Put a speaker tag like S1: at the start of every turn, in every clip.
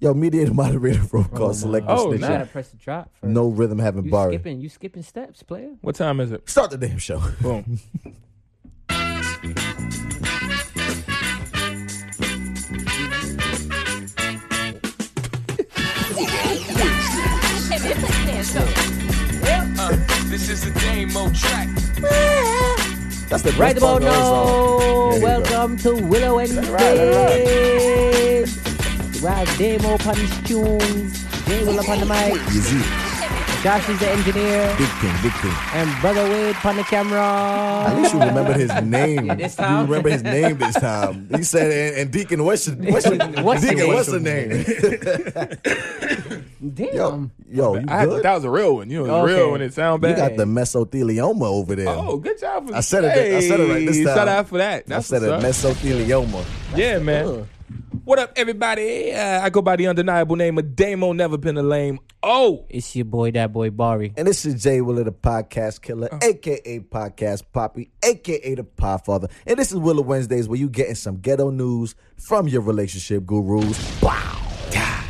S1: Yo, mediator moderator from called
S2: no.
S1: Select
S2: Oh,
S1: Distinction.
S2: nice.
S3: gotta press the drop. First.
S1: No rhythm haven't
S3: you
S1: barred.
S3: skipping. You skipping steps, player.
S2: What time is it?
S1: Start the damn show.
S2: Boom.
S4: This is the demo track.
S1: That's the
S3: Right
S1: best part of
S3: about
S1: the whole
S3: now,
S1: There you go.
S3: welcome to Willow and
S1: right, that's
S3: Dave. Right, demo upon his tunes. Jay Will upon the mic.
S1: song. Yeezy.
S3: Josh is the engineer,
S1: Big thing, big thing.
S3: and brother Wade upon the
S1: At
S3: camera.
S1: least you remembered his name.
S3: Oh. this time.
S1: You remember his name this time. He said, and, and Deacon, what's your, what's your,
S3: What's
S1: Deacon,
S3: your-
S1: what's the name?
S3: Damn.
S1: Yo, yo, you
S2: I,
S1: good?
S2: that was a real one. You know, it was
S3: Okay.
S2: real when it sound bad.
S1: You got the mesothelioma over there.
S2: Oh, good job for
S1: I said it- I said it right this
S2: Hey,
S1: time.
S2: Shout out for that.
S1: I
S2: That's
S1: said a
S2: what's up.
S1: mesothelioma.
S2: Yeah, man. What up, everybody? Uh, I go by the undeniable name of Damo. Never been a lame. Oh,
S3: It's your boy, that boy Barry.
S1: And this is Jay Willer, the podcast killer,
S2: Oh.
S1: aka Podcast Poppy, aka the Podfather. And this is Willow Wednesdays where you getting some ghetto news from your relationship gurus. Wow.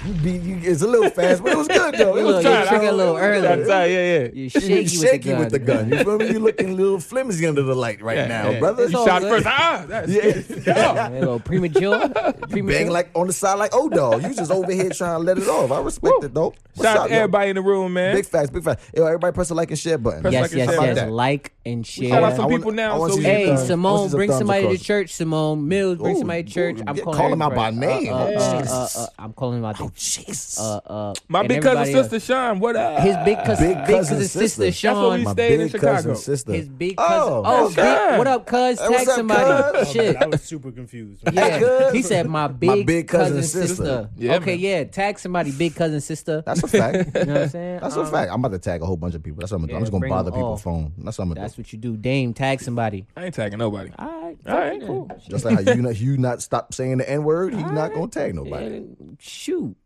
S1: You be, you, it's a little fast, but it was good though. It
S3: You
S1: was
S3: look- you
S1: good.
S3: trigger a little early.
S2: That's right, yeah, yeah.
S3: You
S1: You
S3: shaky,
S1: be shaky with the gun. You feel me? You looking a little flimsy under the light right
S2: Yeah,
S1: now,
S2: yeah.
S1: brother.
S3: It's
S2: You
S3: all
S2: shot
S3: good.
S2: first. Ah, that's
S3: A little premature. premature.
S1: Bang like on the side like oh dog. You just over here trying to let it off. I respect it though. What's
S2: Shout
S1: up,
S2: out to
S1: yo?
S2: everybody in the room, man.
S1: Big facts, big facts. Yo, everybody press the like and share button.
S2: Press
S3: yes,
S2: like I
S3: yes,
S2: said,
S3: yes.
S1: that.
S3: Like and share.
S2: Shout out some
S1: I wanna-
S2: people
S1: I
S2: now on
S1: wanna see
S2: social
S1: your
S3: Hey,
S2: media.
S1: thumbs. I wanna
S3: Simone,
S1: see some
S3: bring
S1: thumbs
S3: somebody
S1: across.
S3: to church. Simone Mills, bring
S1: Ooh,
S3: somebody to
S1: ooh,
S3: church.
S1: you
S3: I'm
S1: get-
S3: calling
S1: call him out
S3: everybody.
S1: by name.
S3: Uh, uh, uh,
S1: Jesus.
S3: uh, uh, I'm calling him out.
S1: Oh,
S3: the-
S1: Jesus.
S3: Uh, uh,
S2: My
S3: and
S2: big cousin,
S3: everybody else.
S2: sister Sean. What up?
S3: His big cousin,
S1: Big
S3: big
S1: cousin
S3: cousin sister,
S1: sister.
S2: That's what we
S3: Sean.
S1: My
S2: stayed in
S1: big
S2: Chicago.
S1: cousin sister.
S3: His big cousin.
S1: Oh,
S3: Oh,
S1: that's
S3: big,
S2: right.
S3: what up, cuz?
S1: Hey, what's
S3: Tag
S1: up,
S3: somebody.
S1: cuz?
S3: Shit.
S5: Oh, I was super confused.
S3: Yeah,
S1: cuz?
S3: he said my big,
S1: big
S3: cousin,
S1: cousin
S3: sister.
S1: sister.
S2: Yeah,
S3: okay,
S2: man.
S3: yeah, tag somebody, big cousin sister.
S1: That's a fact.
S3: You know what I'm saying?
S1: That's a
S3: Um,
S1: fact. I'm about to tag a whole bunch of people. That's what I'm gonna do.
S3: yeah,
S1: I'm just gonna
S3: bring
S1: bother
S3: them all.
S1: people's phone. That's what I'm gonna
S3: That's
S1: do.
S3: what you do, Dame. Tag somebody.
S2: I ain't tagging nobody.
S3: All right,
S2: All right,
S3: fuck it
S2: cool.
S3: then.
S1: Just like how you not, you not stop saying the N word, he's not gonna tag nobody.
S3: And shoot.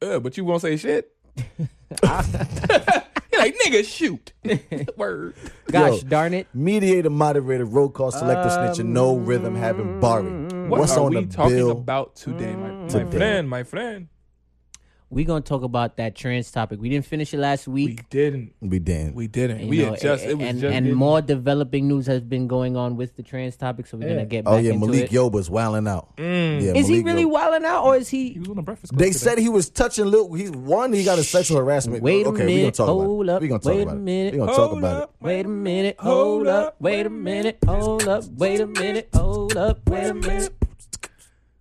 S2: Uh, but you won't say shit. You're like nigga, shoot. Word.
S3: Gosh darn it.
S1: Mediator, moderator, roll call, selector, snitcher, no rhythm, having
S3: Um,
S1: barring.
S2: What
S1: What's
S2: are
S1: on
S2: we
S1: the
S2: talking
S1: bill?
S2: about today, my, my
S1: Today.
S2: friend? My friend.
S3: We're going to talk about that trans topic. We didn't finish it last
S2: We
S3: week.
S2: didn't.
S1: We damn.
S2: We didn't.
S3: you
S2: we
S3: know,
S2: had just.
S3: a-
S2: It was
S3: and,
S2: just.
S3: and
S2: getting-
S3: more developing news has been going on with the trans topic, so we're
S2: Yeah.
S3: gonna get back
S1: oh yeah,
S3: into
S1: Malik
S3: it. Mm.
S1: Yoba's wilding out. Yeah,
S3: is he
S1: Malik
S3: really
S1: Yoba.
S3: wilding out, or is he?
S2: He was on the breakfast. Club
S1: They
S2: today.
S1: said he was touching Lil. He's one. He got a sexual harassment.
S3: Wait
S1: okay,
S3: a
S1: we gonna
S3: minute,
S1: talk
S3: hold
S1: about
S3: up,
S1: it. We gonna talk
S3: wait a
S1: about it.
S3: minute,
S1: We gonna talk
S2: Hold
S1: about it.
S2: up,
S3: Wait a minute, hold up. Wait a minute, hold up. Wait a minute, hold up. Wait a minute.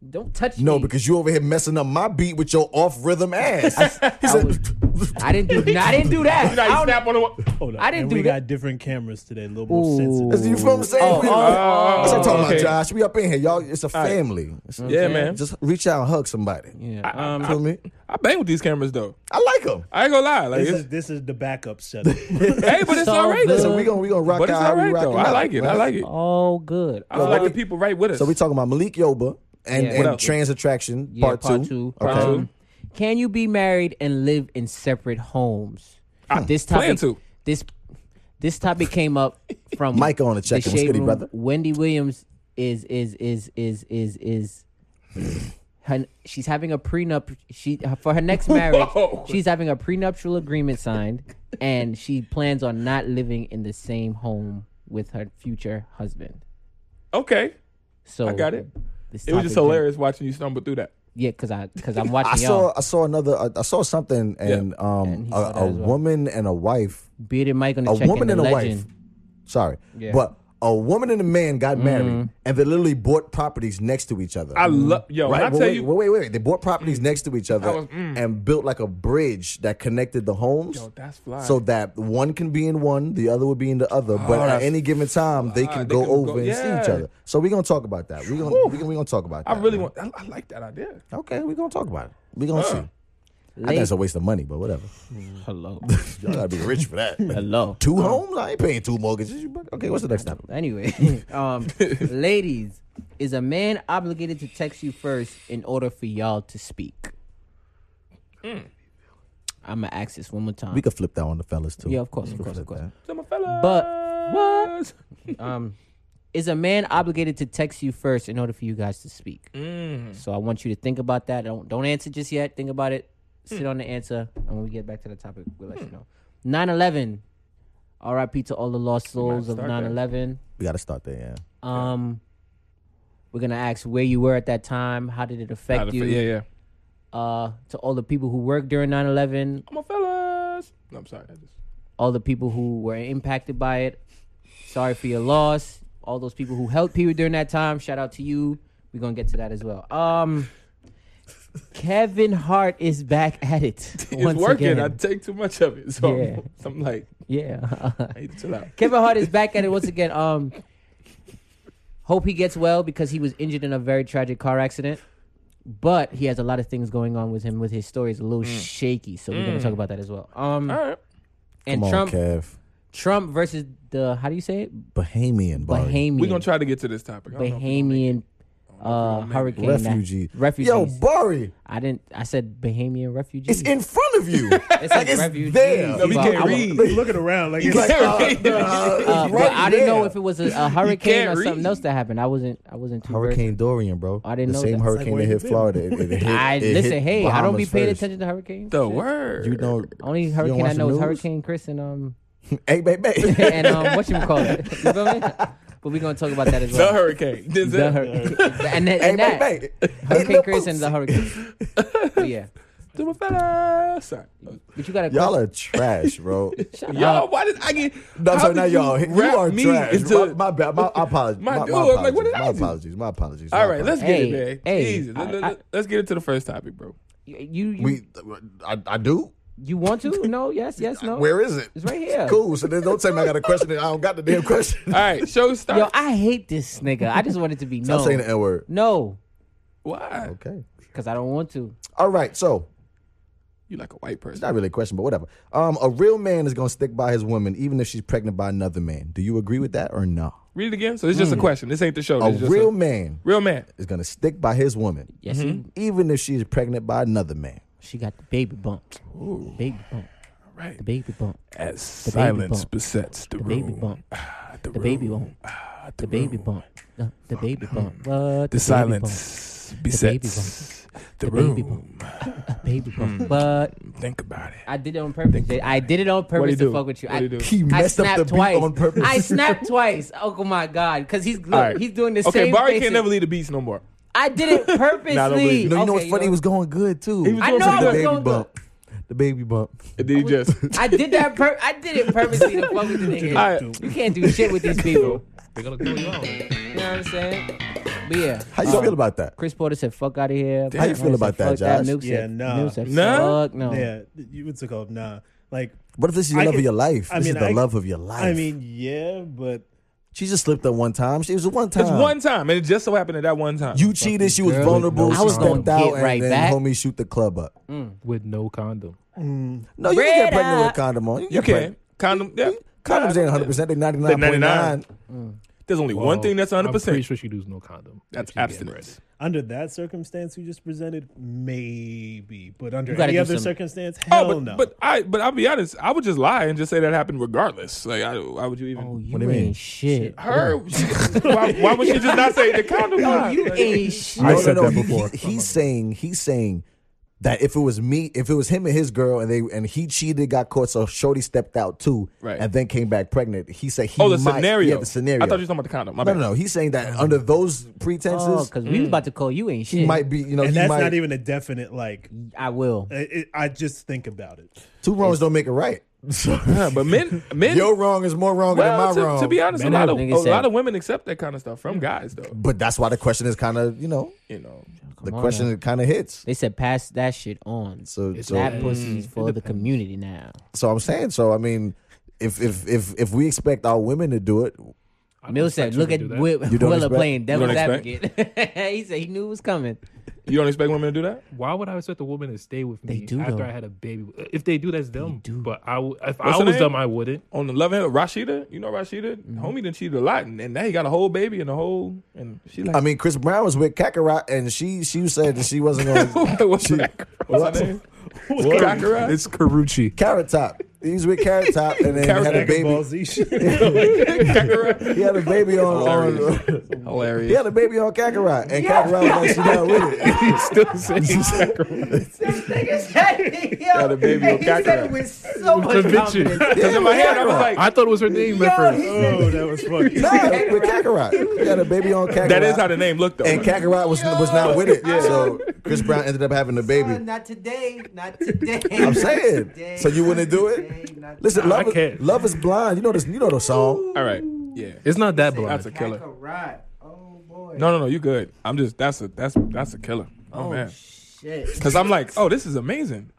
S3: Don't touch
S1: No,
S3: me.
S1: because you over here messing up my beat with your off rhythm ass. he said,
S3: I didn't do. I didn't do that.
S2: You know, he
S3: I don't-
S2: snapped on the. wa-
S5: Hold up.
S3: I didn't
S5: and
S3: do
S5: we
S3: that.
S5: got different cameras today, a little more
S1: That's-
S5: sensitive.
S1: you feel what I'm saying?
S3: Oh,
S1: We-
S3: oh,
S1: That's what I'm talking
S2: okay.
S1: about, Josh. We up in here, y'all. It's a family.
S2: Yeah, man.
S1: Just reach out and hug somebody.
S3: Yeah,
S1: You
S3: um,
S1: feel me?
S2: I bang with these cameras though.
S1: I like them.
S2: I ain't gonna lie. Like,
S5: This
S2: it's,
S5: is this is the backup setup.
S2: hey, but it's
S3: So
S2: all right.
S3: good.
S1: Listen, we gonna we gonna rock
S2: but it's
S1: out
S2: all
S1: how we
S2: right
S1: rocking
S2: though. I
S1: out,
S2: like it. I
S1: man.
S2: like it.
S3: all good.
S2: I
S3: Uh,
S2: like the people right with us.
S1: So we talking about Malik Yoba and,
S3: Yeah.
S1: and
S3: What
S2: up?
S1: trans attraction
S3: yeah,
S1: part,
S3: part
S1: two.
S3: two.
S1: Okay.
S3: Um, can you be married and live in separate homes?
S1: Ah,
S3: this
S2: plan
S3: topic.
S2: to.
S3: This this topic came up from
S1: Micah on the check-in. What's
S3: Shade
S1: goody,
S3: Room.
S1: brother?
S3: Wendy Williams is is is is is is. her- she's having a prenup. She for her next marriage.
S2: Whoa.
S3: She's having a prenuptial agreement signed, and she plans on not living in the same home with her future husband.
S2: okay,
S3: So
S2: I got it.
S3: this
S2: It was just
S3: topic-
S2: hilarious watching you stumble through that.
S3: Yeah, because I because I'm
S1: I
S3: watching
S1: saw
S3: y'all.
S1: I saw another I, I saw something and um
S3: And he saw
S1: a,
S3: that
S1: a
S3: as well.
S1: woman and a wife
S3: Bearded Mike on the
S1: a
S3: check in,
S1: woman
S3: the
S1: and a
S3: legend.
S1: wife. Sorry,
S3: Yeah.
S1: but a woman and a man
S2: Mm-hmm.
S1: got married and they literally bought properties next to each other.
S2: I love yo.
S1: Right?
S2: When I
S1: Well,
S2: tell
S1: wait,
S2: you,
S1: well, wait, wait, They bought properties next to each other
S2: was- mm.
S1: and built like a bridge that connected the homes.
S2: Yo, that's fly.
S1: So that one can be in one, the other would be in the other. but at
S2: Oh, that's
S1: any given time, they can
S2: fly. They
S1: go
S2: can
S1: over
S2: go-
S1: and see each
S2: yeah.
S1: other. So we're gonna talk about that. We're gonna we're gonna, we gonna talk about
S2: I
S1: that.
S2: really
S1: man.
S2: want. I, I like that idea.
S1: Okay, we're gonna talk about it. We're gonna see. I
S3: Late-
S1: think it's a waste of money, but whatever.
S3: Hello.
S1: Y'all gotta be rich for that.
S3: Hello.
S1: two homes? I ain't paying two mortgages. You bu- Okay, what's the next topic?
S3: Anyway, um, ladies, is a man obligated to text you first in order for y'all to speak? I'm gonna ask this one more time.
S1: Hmm. We could flip that on the fellas too.
S3: yeah, of course,
S1: We
S3: of
S1: could
S3: course, of
S1: flip
S3: course.
S1: that.
S2: So my fellas.
S3: But what? Um, is a man obligated to text you first in order for you guys to speak?
S2: Mm,
S3: So I want you to think about that. Don't don't answer just yet. Think about it. Sit on the answer, and when we get back to the topic, we'll let you know. 9/11. R.I.P. to all the lost souls of
S2: start there.
S3: 9/11.
S1: We got to start there. Yeah.
S3: Um, we're gonna ask where you were at that time. How did it affect
S2: Out of-
S3: you?
S2: yeah, yeah.
S3: Uh, to all the people who worked during 9/11,
S2: I'm a fellas. No, I'm sorry. I just,
S3: all the people who were impacted by it. Sorry for your loss. All those people who helped people during that time. Shout out to you. We're gonna get to that as well. Um, Kevin Hart is back at it.
S2: it's
S3: once
S2: working.
S3: Again.
S2: I take too much of it. So
S3: Yeah.
S2: I'm, I'm like,
S3: yeah.
S2: I need to chill out.
S3: Kevin Hart is back at it once again. Um, hope he gets well because he was injured in a very tragic car accident. But he has a lot of things going on with him. With his story, it's a little shaky, so we're gonna talk about that as well. Um,
S2: Mm. All right.
S3: and
S1: Come on,
S3: Trump,
S1: Kev.
S3: Trump versus the how do you say it?
S1: Bahamian, Bari.
S3: Bahamian.
S2: We're going to try to get to this topic. I don't know if we gonna make
S3: Bahamian uh,
S2: Bahamian.
S3: hurricane that-
S1: Refugee.
S3: refugees.
S1: Yo, Bari,
S3: I didn't. I said Bahamian refugees.
S1: it's in front of you. it's like it's
S3: refugees.
S1: there.
S2: No, he
S3: Well,
S2: can't
S3: I wa-
S2: read.
S5: He's looking around like
S1: He's like,
S5: it's like,
S1: uh, nah, it's
S3: Uh,
S1: right
S3: but I didn't know
S1: there.
S3: if it was a, a hurricane
S2: can't
S3: or something
S2: read.
S3: else that happened. I wasn't. I wasn't too versed.
S1: Hurricane Dorian, bro.
S3: I didn't
S1: the
S3: know
S1: same
S3: that.
S1: hurricane that
S5: It's like,
S1: hit
S5: where you
S1: Florida. It, it hit,
S3: I
S1: it hit
S3: listen. Hey, I don't be
S1: Bahamas
S3: paying
S1: first.
S3: attention to hurricanes.
S2: The
S3: Shit.
S2: word.
S1: You know,
S3: Only
S1: you don't
S3: hurricane I
S1: watch the
S3: know is
S1: news?
S3: Hurricane Chris and um
S1: Hey, baby.
S3: and um what you call it. You feel me? But we're gonna talk about that as
S2: The
S3: well.
S2: hurricane. Denzel.
S3: The hur- and then
S1: Hey,
S3: and that
S1: baby.
S3: Hurricane Chris and the hurricane. But yeah,
S2: To my fellas. Sorry.
S3: but you gotta
S1: Y'all are trash, bro.
S3: shut
S2: Y'all,
S3: up.
S2: why did I get?
S1: No,
S2: how
S1: so
S2: did
S1: now y'all, you
S2: wrap
S1: are
S2: me
S1: trash.
S2: into-
S1: my, my bad. My apologies.
S2: My
S1: My, my,
S2: dude, I'm like,
S1: apologies.
S2: what did
S1: my
S2: I do?
S1: apologies. My apologies.
S2: All right, let's get
S3: Hey,
S2: it, man.
S3: hey,
S2: Jesus,
S3: I-
S2: let-
S3: I-
S2: let, us get into the first topic, bro.
S3: You you,
S1: We, I, I do.
S3: you want to? No, yes, yes, no.
S1: Where is it?
S3: It's right here.
S1: Cool. So then don't tell me I got a question. and I don't got the damn question.
S2: All right, show start.
S3: Yo, I hate this nigga. I just want it to be
S1: Stop
S3: no,
S1: saying the N word.
S3: no,
S2: why?
S1: Okay.
S3: because I don't want to.
S1: All right. So
S2: You like a white
S1: it's
S2: person?
S1: not really a question, but whatever. Um, a real man is gonna stick by his woman even if she's pregnant by another man. Do you agree with that or no?
S2: Read it again. So it's
S3: Mm.
S2: just a question. This ain't the show.
S1: A
S2: This is just
S1: real man
S2: real man.
S1: is gonna stick by his woman
S3: Yes, you-
S1: even if she's pregnant by another man.
S3: Mm-hmm. she got the baby bump. Baby bump.
S2: Right.
S3: The baby bump.
S2: As
S3: baby
S2: silence
S3: bump.
S2: besets the,
S3: The
S2: room.
S3: baby bump.
S2: The,
S3: The baby
S2: room.
S3: bump. The baby bump. The, the baby bump. What?
S2: The, silence
S3: baby
S2: besets the,
S3: baby
S2: room.
S3: Baby bump. But
S2: Think about it.
S3: I did it on purpose. I did it on
S2: What'd he
S3: purpose to
S2: do?
S3: fuck with you. I,
S2: What'd he do?
S1: He
S3: I
S1: messed up
S3: snapped
S1: the beat
S3: twice.
S1: on purpose.
S3: I snapped twice. Oh my god! Because he's look,
S2: All right.
S3: he's doing the
S2: okay,
S3: same.
S2: Barry
S3: faces.
S2: can't never leave the beats no more.
S3: I did it purposely.
S2: Nah, I don't believe
S1: You know, you know
S3: Okay,
S1: what's funny? It was going good too.
S2: He was
S3: I
S2: doing
S3: know I
S2: pretty good.
S3: was
S1: baby
S3: going
S1: bump. The baby bump.
S2: And
S3: Oh,
S2: then he just.
S3: I did that. Pur- I did it purposely to fuck with the nigga.
S2: All right.
S3: You can't do shit with these people. They're gonna throw you out. You know what I'm saying? But yeah,
S1: How you feel about that?
S3: Chris Porter said, "Fuck out of here."
S1: How you feel
S3: Said,
S1: about that,
S3: "Fuck that,
S1: Josh?
S3: Nuke said,
S5: Yeah, nah.
S3: Nuke said,
S2: Nah?
S3: Fuck no.
S5: yeah, you- what's it called? Nah, like
S1: What if this is the
S5: I
S1: love
S5: could-
S1: of your life?
S5: I
S1: this
S5: mean,
S1: is the
S5: I-
S1: love of your life.
S5: I mean, yeah, but
S1: she just slipped up one time. She was a one time.
S2: It's one time, and it just so happened at that one time.
S1: You cheated. She was
S6: girl.
S1: vulnerable.
S6: I
S1: She
S6: was
S1: stepped
S3: gonna
S1: out,
S3: get
S1: and
S3: right
S1: then
S3: back.
S1: homie shoot the club up.
S6: with no condom.
S1: No, you can get
S3: Red
S1: pregnant with a
S3: eye.
S1: condom on.
S2: You
S1: get
S2: can
S1: pregnant.
S2: condom. Yeah,
S1: Condoms ain't
S2: Yeah.
S1: 100. percent They're 99.9.
S2: 99. There's only one thing that's 100.
S6: I'm pretty
S2: percent
S6: sure she does no condom.
S2: That's
S6: If she get
S2: abstinence.
S5: under that circumstance you just presented, maybe. But under
S3: gotta
S5: any
S3: do
S5: other
S3: some-
S5: circumstance,
S2: Oh,
S5: hell
S2: but,
S5: no.
S2: but I but I'll be honest. I would just lie and just say that happened regardless. Like, I, why would you even?
S3: Oh, you
S1: What do you
S3: ain't
S1: mean?
S3: shit.
S2: her? why, why would she just not say the condom? lie?
S3: You
S2: Like,
S3: ain't shit.
S6: I
S1: No,
S6: said
S1: no, no.
S6: that
S1: he-
S6: before.
S1: he- he's saying he's saying that if it was me, if it was him and his girl, and they and he cheated, got caught, so Shorty stepped out too,
S2: Right.
S1: and then came back pregnant. He said he
S2: Oh, the
S1: might,
S2: scenario.
S1: yeah, the scenario.
S2: I thought you were talking about the condom. My
S1: no,
S2: bad.
S1: no, no. He's saying that under those pretenses,
S3: Oh, because we was about to call you ain't
S1: he
S3: shit.
S1: might be, you know,
S5: and
S1: he
S5: that's
S1: might.
S5: not even a definite like.
S3: I will.
S5: It, it- I just think about it.
S1: two wrongs don't make it right.
S2: Yeah, but men, men.
S1: Your wrong is more wrong
S2: well,
S1: than my
S2: to,
S1: wrong.
S2: to be honest, a
S6: Men
S2: lot
S6: have
S2: of a
S3: niggas said-
S2: lot of women accept that kind of stuff from guys, though.
S1: but that's why the question is kind of, you know,
S2: You know,
S1: the
S3: on
S1: question kind of hits.
S3: They said pass that shit on.
S1: So, so,
S3: that pussy's for the community now.
S1: so I'm saying. So I mean, if if if if we expect our women to do it,
S6: I don't
S3: Mill said,
S6: expect you
S3: "Look
S6: to
S3: at
S6: do that.
S3: Will,
S1: You don't
S3: Willa
S1: expect-
S3: playing devil's
S2: expect?
S3: advocate." he said he knew it was coming.
S2: you don't expect women to do that.
S6: Why would I expect a woman to stay with me
S3: They do,
S6: after
S3: though.
S6: I had a baby? If they do, that's dumb. But I, w-
S2: What's
S6: if I
S2: her
S6: was
S2: name?
S6: dumb, I wouldn't.
S2: On the love hand, Rashida. You know Rashida. Homie done cheated a lot, and, and now he got a whole baby and a whole. And she like,
S1: I mean, Chris Brown was with Kakarot, and she she said that she wasn't going. to
S2: what's, that? what's her name? What's
S6: It's Karuchi.
S1: Carrot Top. He's with Carrot Top and then
S2: Carrot
S1: had a
S2: Dragon
S1: baby.
S5: Ball Z shit.
S1: He had a baby on. on he
S2: Hilarious.
S1: had a baby on Kakarot, and Kakarot was like, "She not with it."
S6: He's still saying Kakarot.
S3: This nigga said, yo,
S1: Got a baby on
S3: he said
S1: Kakarot.
S3: it with so much
S6: Conviction.
S3: confidence.
S6: Because in my head, I was like, I thought it was her name at
S3: Yo, he
S6: first.
S3: said,
S5: Oh, that was funny.
S1: No, with Kakarot, he had a baby on Kakarot.
S2: That is how the name looked though.
S1: uh, and Kakarot was was not with it. So Chris Brown ended up having a
S3: "Son,
S1: baby.
S3: not today, not today.
S1: I'm saying.
S3: Today,
S1: So you wouldn't
S3: not
S1: do
S3: today,
S1: it?
S3: not
S1: Listen,
S6: Nah, I
S1: love, is,
S6: can't.
S1: love is blind. You know this. You know the song.
S2: All right. Yeah.
S6: It's not that
S2: That's a
S6: blind.
S2: killer.
S3: Kakarot. Oh boy.
S2: No, no, no. You good? I'm just. That's a. That's that's a killer. Oh,
S3: Oh
S2: man.
S3: shit.
S2: Because I'm like, oh, this is amazing.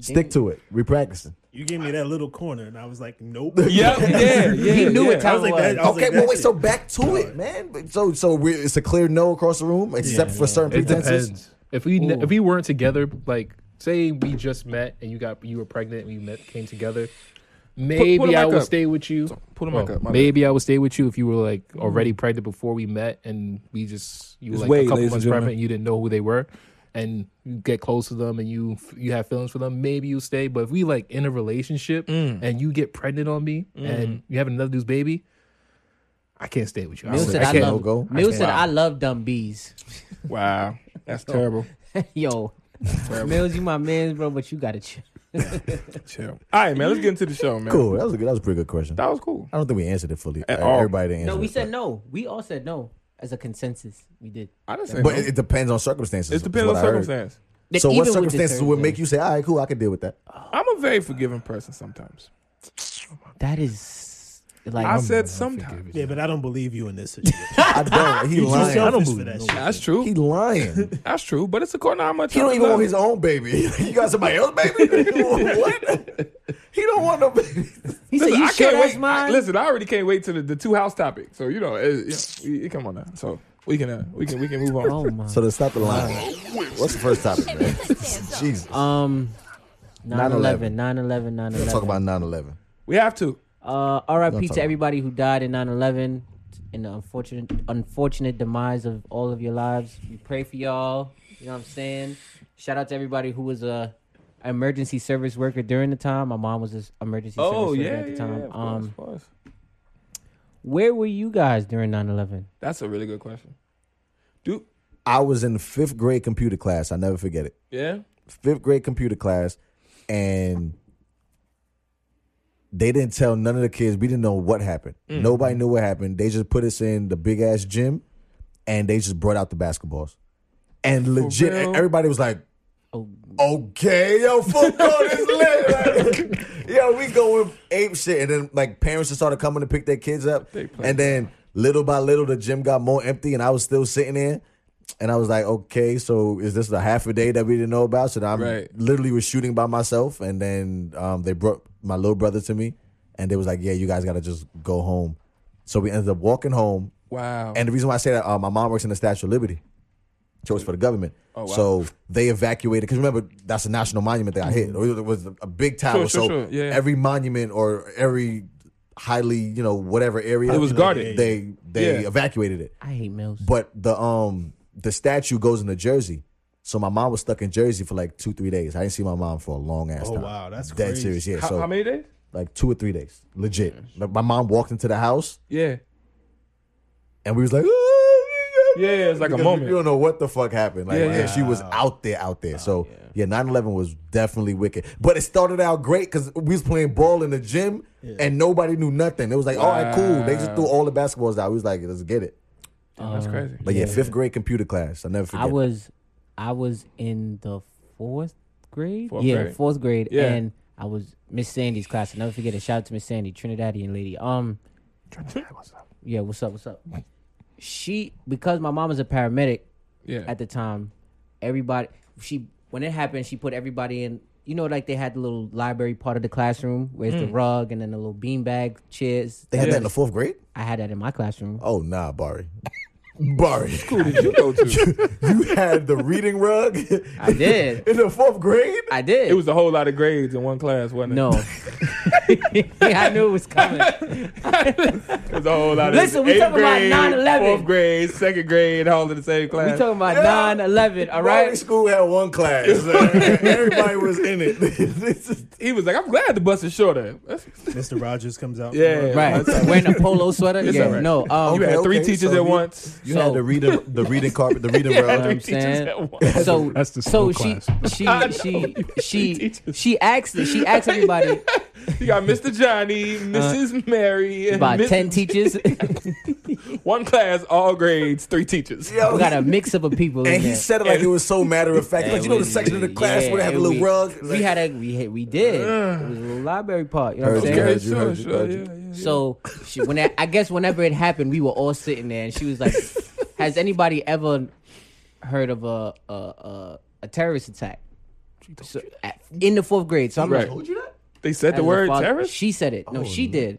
S1: Stick to it. We practicing.
S5: You gave me that little corner, and I was like, nope.
S2: Yep. Yeah. Yeah.
S3: He knew it,
S2: yeah.
S5: I
S3: Tom.
S5: was like, that, I was
S1: Okay,
S5: like,
S1: well,
S5: that's
S1: wait.
S5: it.
S1: So back to it, man. But So, so we it's a clear no across the room, except for certain
S6: It
S1: pretenses.
S6: depends. If we ne- if we weren't together, like say we just met and you got you were pregnant and we met came together, maybe
S2: mic
S6: I would
S2: up.
S6: stay with you.
S2: put the mic up, my bad.
S6: maybe I would stay with you if you were like already pregnant before we met and we just you were
S2: Just
S6: like
S2: wait,
S6: a couple
S2: ladies and
S6: months
S2: gentlemen.
S6: pregnant and you didn't know who they were. And you get close to them, and you you have feelings for them. Maybe you stay, but if we like in a relationship
S2: Mm.
S6: and you get pregnant on me, and you have another dude's baby, I can't stay with you. I,
S3: Mill
S6: don't-
S3: said,
S6: I
S3: I,
S6: can't.
S1: no go.
S3: love. Mill said,
S2: Wow.
S3: I love dumb bees.
S2: Wow. That's terrible.
S3: Yo, Mills, you my man's bro, but you gotta chill.
S2: Chill. All right, man. Let's get into the show, man.
S1: Cool. That was a good. That was a pretty good question.
S2: That was cool.
S1: I don't think we answered it fully.
S2: At
S1: Uh,
S2: all.
S1: Everybody didn't answer.
S3: No, we
S1: it,
S3: said no. We all said no as a consensus. We did.
S2: I didn't say.
S1: but, but
S2: no.
S1: it, it depends on circumstances.
S2: It
S1: is
S2: depends on
S1: what I heard.
S2: circumstance.
S1: So, what
S3: Even with the
S1: circumstances would make
S3: circumstance.
S1: you say, "All right, cool, I can deal with that"?
S2: I'm a very forgiving person sometimes.
S3: That is like
S2: I said sometimes.
S5: Yeah, but I don't believe you in this situation.
S1: I don't. He
S5: You're too
S1: lying.
S5: selfish for that shit.
S2: That's true.
S1: He lying.
S2: That's true. But it's according to how much
S1: He don't
S2: I
S1: even
S2: love
S1: want his
S2: you.
S1: own baby. you got somebody else baby? what? He don't want no baby.
S3: He said,
S2: Listen,
S3: "You
S2: I
S3: sure
S2: can't
S3: that's
S2: wait.
S3: mine?"
S2: I, listen, I already can't wait to the, the two house topic. So you know, it, you know, we- come on now. So we can uh, we can we can move on.
S3: Oh my.
S1: So to stop the line, what's the first topic, man? Jesus.
S3: Um, 9/11,
S1: 9/11.
S3: 9/11, 9/11.
S1: Talk about 9-11.
S2: We have to.
S3: Uh,
S1: Don't
S3: R.I.P.
S1: talk
S3: to
S1: about
S3: everybody who died in 9/11, in the unfortunate, unfortunate demise of all of your lives. We pray for y'all. You know what I'm saying? Shout out to everybody who was a emergency service worker during the time. My mom was an emergency
S2: Oh
S3: service
S2: yeah,
S3: worker at the
S2: yeah,
S3: time.
S2: yeah, of course,
S3: um,
S2: of course.
S3: where were you guys during 9/11?
S2: That's a really good question. Do
S1: I was in fifth grade computer class. I never forget it.
S2: yeah.
S1: Fifth grade computer class, and they didn't tell none of the kids. We didn't know what happened.
S2: Mm.
S1: Nobody knew what happened. They just put us in the big ass gym, and they just brought out the basketballs. And legit,
S2: real?
S1: everybody was like,
S3: Oh,
S1: okay, yo, fuck all this lit. Like, yo, we going ape shit. And then like parents just started coming to pick their kids up.
S2: They play.
S1: And then little by little the gym got more empty and I was still sitting there. And I was like, okay, so is this the half a day that we didn't know about? So I'm
S2: Right.
S1: literally was shooting by myself. And then um, they brought my little brother to me and they was like, yeah, you guys got to just go home. So we ended up walking home.
S2: Wow.
S1: And the reason why I say that, uh, my mom works in the Statue of Liberty. She works for the government.
S2: Oh, wow.
S1: So they evacuated because remember that's a national monument that I hit. It was a big tower,
S2: Sure, sure,
S1: so
S2: sure. Yeah, yeah.
S1: every monument or every highly, you know, whatever area
S2: It was guarded.
S1: They they
S2: Yeah.
S1: evacuated it,
S3: I hate Mills.
S1: but the um the statue goes into Jersey. So my mom was stuck in Jersey for like two three days. I didn't see my mom for a long ass
S5: Oh,
S1: time.
S5: wow, that's
S1: dead
S5: crazy.
S1: serious. Yeah,
S2: how,
S1: so
S2: how many days?
S1: like two or three days, legit. Like my mom walked into the house
S2: Yeah.
S1: and we was like, "Ah,
S2: Yeah, it's like a
S1: because
S2: moment. Oh,
S1: You don't know what the fuck happened. Like,
S2: Yeah,
S1: and
S2: yeah.
S1: she was out there, out there. so yeah, 9-11 was definitely wicked. But it started out great because we was playing ball in the gym and nobody knew nothing. It was like, all right, cool. They just threw all the basketballs out. We was like, let's get it.
S2: Damn, that's crazy.
S1: But yeah, fifth grade computer class. I never forget.
S3: I was, I was in the fourth grade.
S2: Fourth
S3: yeah,
S2: grade.
S3: fourth grade,
S2: Yeah.
S3: and I was Miss Sandy's class. I never forget it. Shout out to Miss Sandy, Trinidadian lady. Um, yeah, what's up? What's up? She because my mom was a paramedic
S2: Yeah.
S3: at the time. Everybody, she when it happened, she put everybody in. You know, like they had the little library part of the classroom where's
S2: Mm.
S3: the rug and then the little beanbag chairs.
S1: they had that in the fourth grade?
S3: I had that in my classroom.
S1: Oh, nah, Bari. Bari.
S2: Who did you go to?
S1: you had the reading rug?
S3: I did.
S1: in the fourth grade?
S3: I did.
S2: it was a whole lot of grades in one class, wasn't it?
S3: No. I knew it was coming.
S2: There's a whole lot of
S3: Listen, we
S2: eighth
S3: talking about
S2: grade,
S3: 9/11.
S2: Fourth grade, second grade, all in the same
S3: We
S2: class.
S3: talking about nine eleven, all
S1: Primary
S3: right?
S1: school had one class. Everybody was in it. This is-
S2: he was like, I'm glad the bus is shorter. That's-
S5: Mr. Rogers comes out.
S2: Yeah.
S3: Right.
S2: It's all
S3: Wearing a polo sweater?
S2: It's
S3: yeah,
S2: all right.
S3: no. Um,
S2: you had
S1: Okay,
S2: three
S1: okay,
S2: teachers
S1: so you-
S2: at once.
S1: you
S3: So-
S1: had the reading, the reading carpet, the reading
S2: Yeah,
S1: rail.
S2: three
S3: I'm
S2: teachers
S3: saying.
S2: at once.
S3: so
S6: That's the
S3: so
S6: school
S3: she she
S2: I
S3: she
S2: know.
S3: she she asked she asked everybody
S2: You got Mr. Johnny, Mrs. Mary, and
S3: Uh, about
S2: Miss-
S3: ten teachers. we
S2: one class, all grades, three teachers.
S1: Yo,
S3: got a mix of a people. in
S1: and he
S3: there.
S1: said it like it was so matter of fact.
S3: Yeah,
S1: Like you know,
S3: we-
S1: the section of the
S3: we-
S1: class
S3: yeah,
S1: where they have a
S3: and
S1: little
S3: we,
S1: rug.
S3: We had a we had, we did. It was a little library part. You know what I'm
S1: Heard
S3: saying?
S1: you.
S2: Okay, sure,
S1: heard you,
S2: sure,
S1: heard you.
S2: yeah, yeah.
S3: So she, when that, I guess whenever it happened, we were all sitting there, and she was like, "Has anybody ever heard of a a, a, a terrorist attack?" So, at, in the fourth grade, so I'm
S2: Right.
S3: like,
S1: Told you that?
S2: They said
S3: as
S2: the
S3: a
S2: word
S3: father-
S2: terrorist?
S3: She said it. No, she did.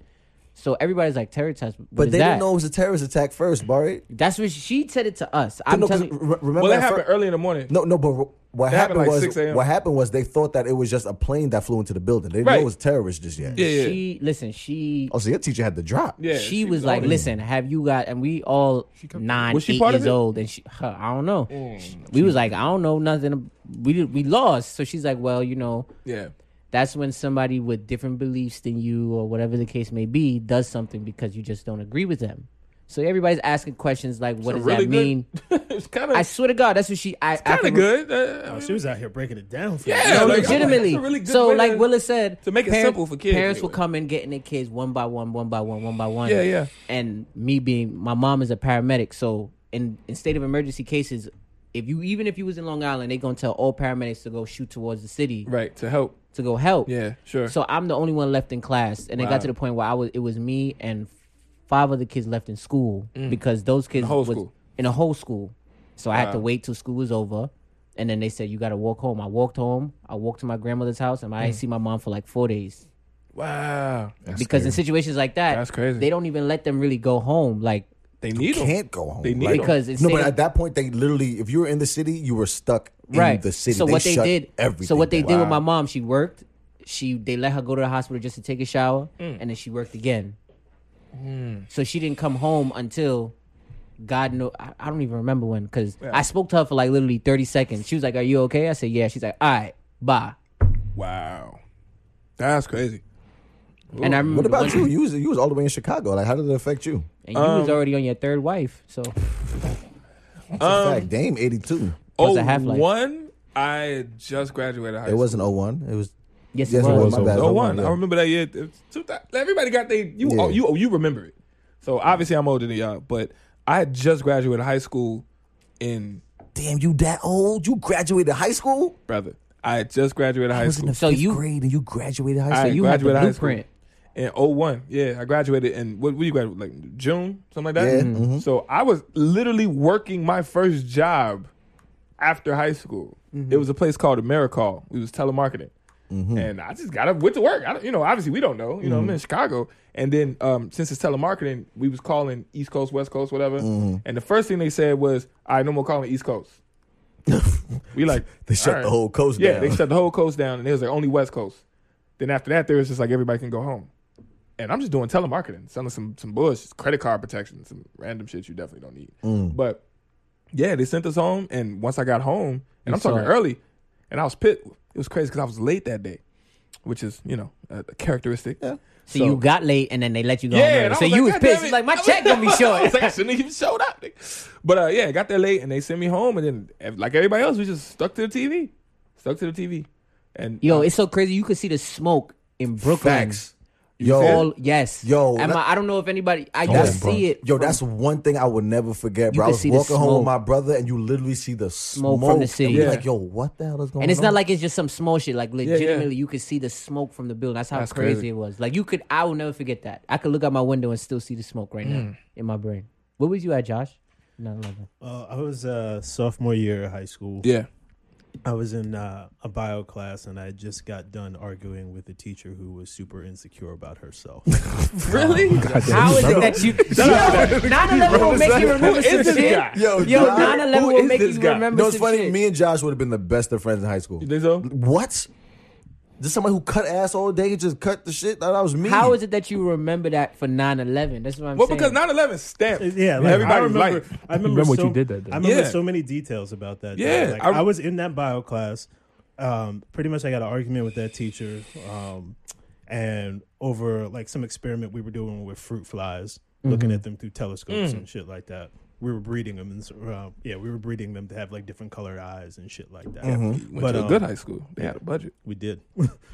S3: So everybody's like terror attack.
S1: But they
S3: that?
S1: didn't know it was a terrorist attack first, Barry.
S3: That's what she said it to us. I'm
S1: no, 'cause
S3: telling you,
S1: re- remember
S2: Well, that
S1: that fir-
S2: happened early in the morning.
S1: No, no, but what
S2: That happened
S1: happened,
S2: like 6
S1: was
S2: a.m.
S1: what happened was they thought that it was just a plane that flew into the building. They didn't know
S2: Right.
S1: it was terrorists just yet.
S2: Yeah, yeah.
S3: she listen. She
S1: Oh, so your teacher had to drop.
S2: yeah,
S3: she, was,
S2: the
S3: like,
S2: only-
S3: "Listen, have you got?" And we all nine,
S2: Was she
S3: eight
S2: part of
S3: years
S2: it? Mm,
S3: old, and she, huh, I don't know. She- we was like, I don't know nothing. We did, we lost. So she's like, well, you know,
S2: Yeah.
S3: that's when somebody with different beliefs than you, or whatever the case may be, does something because you just don't agree with them. So everybody's asking questions like, "What does
S2: really
S3: that
S2: good-
S3: mean?"
S2: it's kind of
S3: I swear to God, that's what she. I
S2: kind of good. Uh, I
S5: Oh,
S2: mean,
S5: she was out here breaking it down. For
S2: Yeah,
S5: you.
S3: No,
S2: like, I'm
S3: legitimately.
S2: that's a really good
S3: so,
S2: way
S3: like
S2: to-
S3: Willa said,
S2: to make it
S3: parent-
S2: simple for kids,
S3: parents will
S2: anyway.
S3: come in getting their kids one by one, one by one, one by one.
S2: Yeah, yeah.
S3: And me being my mom is a paramedic, so in in state of emergency cases, if you even if you was in Long Island, they gonna tell all paramedics to go shoot towards the city
S2: right to help.
S3: to go help.
S2: Yeah, sure.
S3: So I'm the only one left in class, and it
S2: Wow.
S3: got to the point where I was it was me and five other kids left in school because those kids
S2: Mm. whole
S3: was
S2: school.
S3: in a whole school. So I had to wait till school was over, and then they said you got to walk home. I walked home. I walked to my grandmother's house, and I
S2: Mm.
S3: didn't see my mom for like four days
S2: wow,
S3: because in situations like that,
S2: That's crazy.
S3: They don't even let them really go home. Like
S2: they need 'em.
S1: Can't go home.
S2: They need 'em.
S3: Because it's
S1: no, but
S3: saying-
S1: at that point they literally, if you were in the city, you were stuck in
S3: right
S1: the city.
S3: So what they
S1: shut
S3: did,
S1: everything.
S3: so what they
S1: down.
S3: did with my mom, she worked. She they let her go to the hospital just to take a shower,
S2: Mm.
S3: and then she worked again.
S2: Hmm.
S3: So she didn't come home until God know I, I don't even remember when because I spoke to her for like literally thirty seconds. She was like, "Are you okay?" I said, "Yeah." She's like, "All right, bye."
S2: Wow, that's crazy.
S3: And I remember
S1: What about
S3: one-
S1: you? Um, You was, you was all the way in Chicago. Like, how did it affect you?
S3: And you was already on your third wife, so
S1: It's
S2: Um,
S1: a fact. Dame eighty two.
S2: Oh,
S3: was a half-life.
S2: one. I just graduated high
S1: It
S2: school.
S1: wasn't 01. It was
S3: yes,
S1: yes,
S3: it was.
S1: My bad.
S2: Oh, one.
S1: yeah.
S2: I remember that year. It- two thou- Everybody got they you
S1: Yeah.
S2: oh, you oh, you remember it. So obviously I'm older than y'all, but I had just graduated high school in
S1: Damn, you that old? You graduated high school?
S2: brother. I had just graduated
S1: I
S2: high
S1: was in
S2: school.
S1: the
S3: So
S1: fifth
S3: Oh, you-
S1: grade and you graduated high
S2: I
S1: school.
S3: you had the
S2: graduated high school.
S3: blueprint.
S2: in 01. Yeah, I graduated in what, what you graduate like June, something like that.
S1: Yeah,
S3: Mm-hmm.
S1: mhm.
S2: So I was literally working my first job after high school.
S3: Mm-hmm.
S2: It was a place called AmeriCall. We was telemarketing.
S1: Mm-hmm.
S2: And I just got up, went to work. I don't, you know, obviously we don't know. You know,
S3: Mm-hmm.
S2: I'm in Chicago, and then um, since it's telemarketing, we was calling East Coast, West Coast, whatever.
S1: Mm-hmm.
S2: And the first thing they said was, "All right, no more calling East Coast." we like
S1: They shut
S2: all right.
S1: the whole coast
S2: Yeah,
S1: down.
S2: they shut the whole coast down, and it was like only West Coast. Then after that, there was just like everybody can go home. And I'm just doing telemarketing, selling some some bullshit, credit card protection, some random shit you definitely don't need. But yeah, they sent us home, and once I got home, and I'm
S3: saw
S2: talking
S3: it.
S2: early, and I was pit. It was crazy because I was late that day, which is you know a, a characteristic.
S3: So, you got late, and then they let you go. home
S2: and
S3: early.
S2: I
S3: so
S2: was
S3: you was
S2: like, "God damn
S3: pissed.
S2: it."
S3: Like my
S2: I was-
S3: check gonna be
S2: I was
S3: short.
S2: like, I shouldn't have even showed up. nigga. But uh, yeah, got there late and they sent me home, and then ev- like everybody else, we just stuck to the TV, stuck to the TV, and
S3: Yo, it's so crazy. You could see the smoke in Brooklyn.
S1: Facts. Yo,
S3: all yes.
S1: Yo,
S3: Am
S1: that-
S3: I, I don't know if anybody. I
S1: That's-
S3: just see it.
S1: Yo,
S3: from-
S1: that's one thing I would never forget, bro. I
S3: can
S1: was
S3: see the
S1: walking home with
S3: smoke.
S1: my brother, and you literally see the smoke,
S3: Smoke from the city.
S1: And we're
S2: Yeah.
S1: like, yo, what the hell is going on?
S3: and it's not like it's just some small shit. Like
S2: yeah.
S3: legitimately, you could see the smoke from the building. That's how
S2: That's
S3: crazy,
S2: crazy.
S3: it was. Like you could. I will never forget that. I could look out my window and still see the smoke right
S2: Mm.
S3: now in my brain. Where was you at, Josh? Not eleven.
S5: Uh, I was uh, sophomore year of high school.
S2: yeah,
S5: I was in uh, a bio class and I just got done arguing with a teacher who was super insecure about herself.
S2: really.
S3: How is it that you? Nine eleven will make you remember some
S2: is this guy?
S3: shit.
S1: yo,
S3: Yo,
S1: Josh-
S3: nine eleven
S2: Who
S3: will
S2: is
S3: make you
S2: this guy?
S1: You
S3: remember
S1: know, it's
S3: some
S1: funny.
S3: shit.
S1: Me and Josh would have been the best of friends in high school.
S2: You think so?
S1: What? Just somebody who cut ass all day and just cut the shit. That was me.
S3: How is it that you remember that for 9-11? That's what I'm
S2: Well,
S3: saying.
S2: because 9 11 stamped
S5: Uh, Yeah, like, I
S2: everybody's
S5: remember.
S2: life.
S5: I remember,
S6: Remember what
S5: so-
S6: you did that day.
S5: I remember
S2: Yeah.
S5: so many details about that. day.
S2: Yeah,
S5: like,
S2: I-
S5: I, was in that bio class. Um, pretty much, I got an argument with that teacher, um, and over like some experiment we were doing with fruit flies,
S6: Mm-hmm.
S5: looking at them through telescopes
S6: Mm.
S5: and shit like that. We were breeding them, and so, uh, yeah, we were breeding them to have like different colored eyes and shit like that.
S6: Mm-hmm.
S2: Went
S5: But
S2: to a
S5: um,
S3: uh,
S2: good high school. They had a budget.
S5: we did.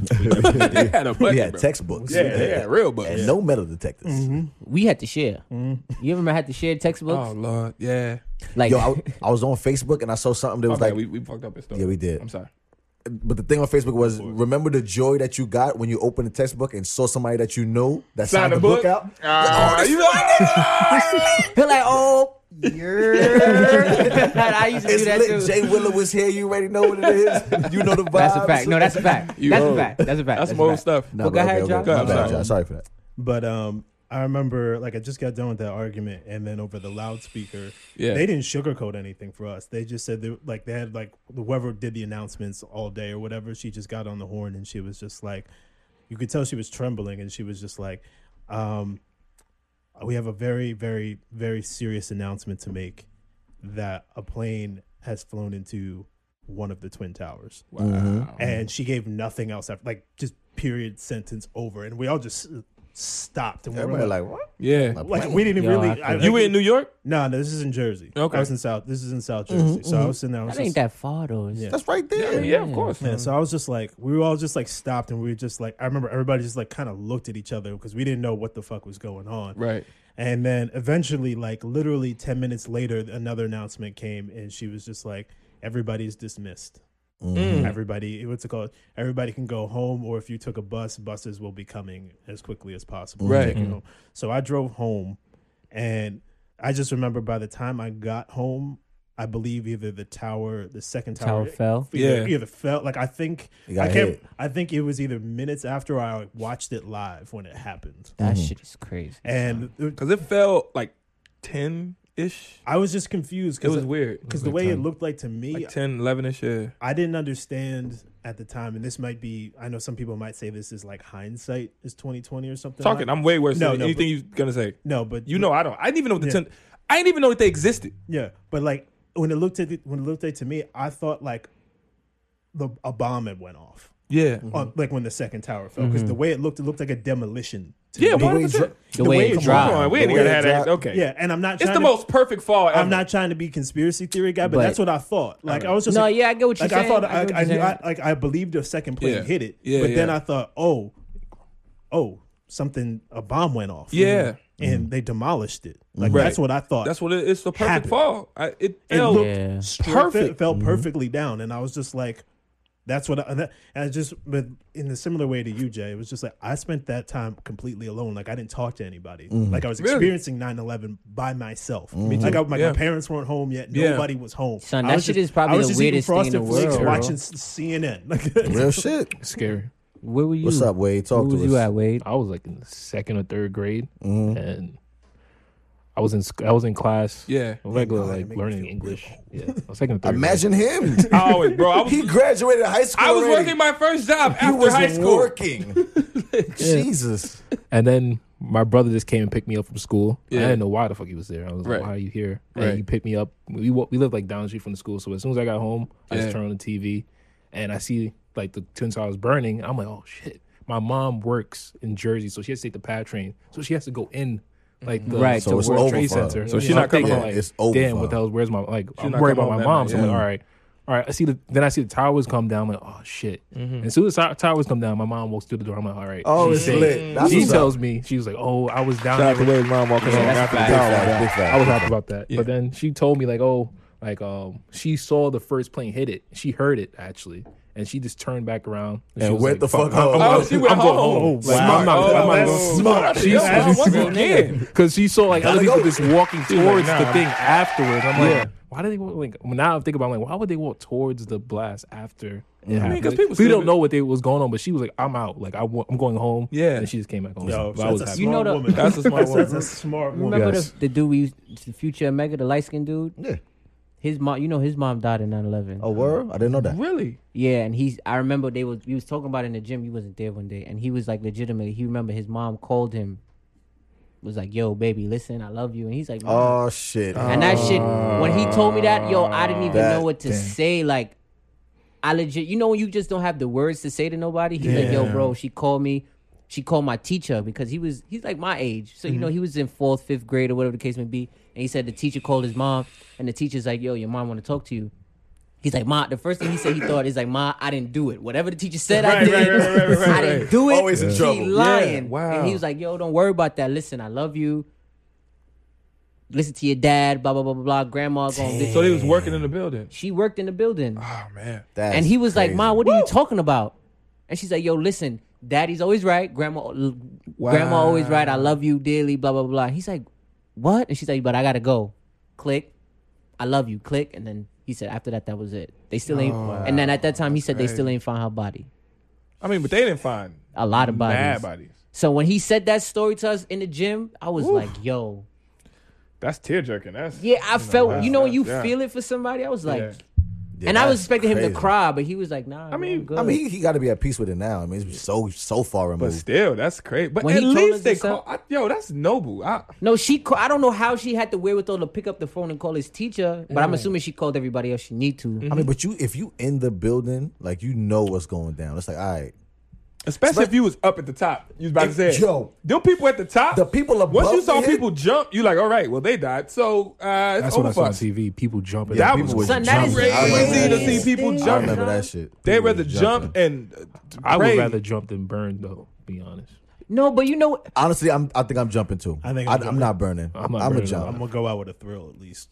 S2: They had a budget.
S1: we had
S2: bro.
S1: textbooks.
S2: Yeah, they had real
S1: and
S2: budget.
S1: no metal detectors.
S3: we had to share.
S1: Mm.
S3: You ever had to share textbooks?
S2: Oh, Lord. Yeah.
S3: like
S1: Yo, I, I was on Facebook and I saw something that was
S2: Okay,
S1: like,
S2: we, we fucked up his story.
S1: Yeah, we did.
S2: I'm sorry.
S1: but the thing on Facebook was, remember the joy that you got when you opened a textbook and saw somebody that you know that signed, the book, out?
S2: Ah, you like-
S3: He's like, oh, yeah. I used to
S1: It's
S3: do that
S1: lit.
S3: too.
S1: Jay Willow was here. You already know what it is. You know the vibe.
S3: that's a fact. No, that's a fact.
S2: You
S3: that's a
S2: old.
S3: fact. That's a fact.
S2: That's
S3: a
S2: some old
S3: fact.
S2: stuff.
S1: Nah,
S3: Well,
S1: but
S3: go ahead, John.
S1: My
S2: Go
S1: bad,
S2: ahead.
S1: John. Sorry for that.
S5: But um, I remember like I just got done with that argument, and then over the loudspeaker,
S2: Yeah.
S5: they didn't sugarcoat anything for us. They just said they, like they had like whoever did the announcements all day or whatever. She just got on the horn and she was just like, you could tell she was trembling, and she was just like, um, we have a very very very serious announcement to make that a plane has flown into one of the twin towers
S2: Wow.
S3: Mm-hmm.
S2: Um,
S5: and she gave nothing else after like just period sentence over and we all just uh, stopped and we were
S1: Everybody
S5: like,
S1: like, what?
S2: Yeah.
S5: like we didn't
S3: Yo,
S5: really
S3: I
S5: I,
S2: You were in New York?
S5: no no this is in jersey
S2: Okay.
S5: i was in south this is in south jersey so i was sitting there I was
S3: That ain't
S5: just-
S3: that far though. It's-
S5: Yeah.
S1: That's right there.
S2: Yeah, yeah, of course.
S5: yeah, so I was just like, we were all just like stopped, and we were just like, I remember everybody just like kind of looked at each other because we didn't know what the fuck was going on.
S2: Right.
S5: And then eventually, like literally 10 minutes later, another announcement came and she was just like, everybody's dismissed.
S1: Mm-hmm.
S5: Everybody, what's it called? Everybody can go home, or if you took a bus, buses will be coming as quickly as possible. to
S2: Right.
S5: take you home. So I drove home, and I just remember by the time I got home, I believe either the tower, the second
S3: Tower
S5: tower,
S3: fell?
S5: Either,
S2: Yeah.
S5: either fell. Like I think
S1: It got
S5: I can't.
S1: hit.
S5: I think it was either minutes after I watched it live when it happened,
S3: That shit is crazy.
S5: and
S2: Because it fell like 10 ish.
S5: I was just confused.
S2: It
S5: 'cause
S2: was
S5: I-
S2: weird.
S5: because the way it looked like to me,
S2: Like 10, 11 ish. Yeah.
S5: I didn't understand at the time, and this might be. I know some people might say this is like hindsight is twenty twenty or something.
S2: Talking,
S5: like-
S2: I'm way worse
S5: No,
S2: than
S5: no,
S2: anything you're going to say.
S5: no, but
S2: You know, I don't. I didn't even know what the
S5: Yeah.
S2: 10. I didn't even know that they existed.
S5: yeah, but like when it looked at it, when it looked at to me, I thought like the a bomb had went off,
S2: Yeah.
S5: on, like when the second tower fell, because the way it looked, it looked like a demolition. To
S2: Mm-hmm. Yeah,
S5: me.
S1: The way
S2: 100%.
S1: dro-
S3: The way it
S5: come
S3: dropped.
S2: Come on, we ain't
S1: The
S2: even
S1: way
S2: had
S1: it
S2: that.
S1: dropped-
S2: Okay.
S5: yeah, and I'm not.
S2: It's
S5: trying
S2: the
S5: to-
S2: most perfect fall Oh, ever.
S5: I'm not trying to be conspiracy theory guy, but,
S3: But-
S5: that's what I thought. Like I was just
S3: No,
S5: like,
S3: yeah, I get what you're
S5: like, I
S3: saying.
S5: thought
S3: I get
S5: I,
S3: what
S5: I,
S3: you're
S5: knew-
S3: saying.
S5: I, like I believed a second plane
S2: Yeah.
S5: hit it,
S2: Yeah,
S5: but then
S2: yeah.
S5: I thought, oh, oh, something a bomb went off.
S2: Yeah.
S3: Mm-hmm.
S5: and they demolished it. Like
S2: Right.
S5: that's what I thought.
S2: That's what it, it's the perfect
S5: Happened.
S2: fall. I, it
S5: it
S2: fell.
S5: looked
S3: Yeah.
S5: straight-
S2: Perfect.
S5: It fell
S3: Mm-hmm.
S5: perfectly down, and I was just like. That's what I, and that- and I just, but in a similar way to you, Jay, it was just like I spent that time completely alone. Like I didn't talk to anybody.
S3: Mm-hmm.
S5: Like I was
S2: Really?
S5: experiencing 9 11 by myself. Like, I, like
S2: Yeah.
S5: my parents weren't home yet.
S2: Yeah.
S5: Nobody was home.
S3: Son,
S5: I
S3: that
S5: was
S3: shit
S5: just-
S3: is probably
S5: I was
S3: the
S5: just eating
S3: weirdest thing in the
S5: Frosted Flakes
S3: world,
S5: watching CNN. Like,
S1: Real shit.
S6: Scary.
S3: Where were you?
S1: What's up, Wade? Talk
S3: Where
S1: to
S3: was
S1: us. Mm-hmm.
S3: you at, Wade?
S6: I was like in the second or third grade,
S1: Mm.
S6: and I was in sc- I was in class.
S2: Yeah.
S6: regular
S5: God,
S6: like
S5: make me
S6: learning
S5: feel
S6: English. Yeah, I was second or third. grade.
S1: Imagine him.
S2: I always, bro. I was,
S1: he graduated high school.
S2: I was
S1: already.
S2: working my first job
S1: He
S2: after
S1: was
S2: high school.
S1: working. Jesus.
S6: And then my brother just came and picked me up from school.
S2: Yeah.
S6: I didn't know why the fuck he was there. I was
S2: Right.
S6: like, "Why are you here?"
S2: Right.
S6: And he picked me up. We wa- we lived like down the street from the school, so as soon as I got home, I
S2: Yeah.
S6: just turned on the TV, and I see like the twin towers burning. I'm like, "Oh shit!" My mom works in Jersey, so she has to take the PAD train, so she has to go in. Like the
S3: Right, So
S6: the
S1: it's
S6: World
S1: over
S6: Trade
S1: for her.
S6: Center.
S1: So
S2: she
S6: I'm
S2: not coming
S6: thinking,
S2: home.
S1: It's over
S6: Damn,
S1: for her.
S6: what the hell's? Where's my like? I'm
S2: not
S6: worried
S2: coming
S6: about
S2: home
S6: my
S2: that
S6: mom.
S2: night,
S6: So I'm like,
S2: yeah.
S6: all right, all right. I see the then I see the towers come down. I'm like, oh shit!
S2: Mm-hmm.
S6: And as soon as the to- towers come down, my mom walks through the door. I'm like, all right.
S1: Oh,
S6: she's
S1: it's
S6: safe.
S1: lit. That's
S6: she
S1: what's
S6: tells me she was like, oh, I was down. there with-
S2: Wade's mom walking
S3: home that's after the
S1: Big fact, big fact.
S6: I was happy about that.
S2: Yeah.
S6: But then she told me like, oh, like um, she saw the first plane hit it. She heard it actually, and she just turned back around she
S1: and
S6: was
S1: went
S6: like,
S1: the fuck
S6: I'm-
S1: home.
S2: Oh, she went
S6: I'm
S2: home.
S6: going home.
S5: Oh, wow.
S6: I'm not-
S2: Oh,
S6: I'm not
S2: that's
S6: going-
S1: smart.
S6: She's
S2: Yo, once again.
S6: because she saw like other
S1: Gotta
S6: people
S1: go.
S6: just walking towards
S2: nah.
S6: the thing afterwards. I'm like, why do they walk? Like now I'm thinking about it, I'm like, why would they walk towards the blast after? It happened?
S2: 'cause people
S6: Like, we
S2: stupid.
S6: don't know what they was going on, but she was like, "I'm out. Like I wa- I'm going home."
S2: Yeah.
S6: and she just came back home.
S5: Yo,
S6: So I was
S5: that's a
S6: happy.
S3: You know
S5: smart
S3: the-
S5: woman.
S2: That's a smart
S5: That's
S2: woman.
S5: a smart woman.
S3: Remember
S6: Yes.
S3: the, the dude we used, the future Mega, the light skinned dude?
S1: Yeah.
S3: His mom, you know, his mom died in 9/11.
S1: Oh, word? I didn't know that.
S2: Really?
S3: Yeah, and he's. I remember they was. We was talking about it in the gym. He wasn't there one day, and he was like, legitimately. He remember his mom called him, was like, "Yo, baby, listen, I love you," and he's like, "Mom."
S1: Oh shit.
S3: And that shit, when he told me that, yo, I didn't even
S1: That
S3: know what to
S1: thing.
S3: say. Like, I legit, you know, when you just don't have the words to say to nobody. He's like, yo,
S5: Yeah.
S3: bro, she called me. She called my teacher because he was, he's like my age. So,
S2: Mm-hmm.
S3: you know, he was in fourth, fifth grade or whatever the case may be. And he said the teacher called his mom, and the teacher's like, yo, your mom want to talk to you. He's like, Ma, the first thing he said he thought is like, Ma, I didn't do it. Whatever the teacher said I
S2: Right,
S3: did,
S2: right, right, right, right,
S3: I didn't do it.
S1: Always in
S3: she
S1: trouble.
S3: lying.
S2: Yeah, wow.
S3: And he was like, Yo, don't worry about that. Listen, I love you. Listen to your dad, blah, blah, blah, blah, blah. Grandma going,
S2: So they was working in the building.
S3: She worked in the building.
S2: Oh man.
S1: That's
S3: And he was like,
S1: crazy.
S3: Ma, what are you talking about? And she's like, Yo, listen, daddy's always right. Grandma, l- grandma always right. I love you dearly, blah, blah, blah. He's like, What? And she's like, But I got to go. Click. I love you. Click. And then he said, After that, that was it. They still ain't.
S1: Oh,
S3: And then at that time, he said, They still ain't found her body.
S2: I mean, but they didn't find
S3: A lot of bodies.
S2: mad bodies.
S3: So when he said that story to us in the gym, I was like, Yo.
S2: That's tear jerking. That's
S3: Yeah, I felt, you know, when you
S2: yeah.
S3: feel it for somebody, I was like,
S2: Yeah.
S1: Yeah,
S3: and I was
S1: that's
S3: expecting him
S1: crazy.
S3: to cry, but he was like, "Nah." I
S2: mean-
S3: mean, good.
S1: I mean, he, he got to be at peace with it now. I mean, it's so so far
S2: But
S1: removed.
S2: still, that's crazy. But
S3: When
S2: at
S3: he told
S2: least
S3: us
S2: they
S3: this
S2: call. I, yo, that's noble. I,
S3: no, she. Ca- I don't know how she had the wherewithal to pick up the phone and call his teacher, but I'm assuming she called everybody else she need to.
S1: I mean, but you if you in the building, like you know what's going down. It's like, all right,
S2: especially if you was up at the top. You was about to
S1: If-
S2: say, it.
S1: yo,
S2: them people at the top.
S1: the people above
S2: Once you saw
S1: me-
S2: people jump, you like, all right, well they died, so uh, it's
S6: That's what
S2: over
S6: I saw
S2: for
S6: on
S2: us.
S6: TV. People jumping.
S1: Yeah,
S2: That
S1: people was
S2: was
S3: Son, that is
S1: jumping. I remember
S2: crazy
S1: that.
S2: to see people
S3: thing,
S1: I
S2: jump.
S1: remember
S3: son.
S1: that shit.
S2: They'd
S1: People
S2: rather
S1: was
S2: jump
S1: jumping.
S2: and uh,
S6: I would
S2: pray.
S6: rather jump than burn, though. Be honest.
S3: No, but you know,
S1: Honestly, I'm. I think I'm jumping too. I
S5: I
S1: think
S5: think I'm
S1: I, I'm
S5: jumping.
S1: not burning. I'm,
S6: I'm not
S1: a
S6: burning.
S5: I'm
S1: jump.
S5: gonna go out with a thrill at least.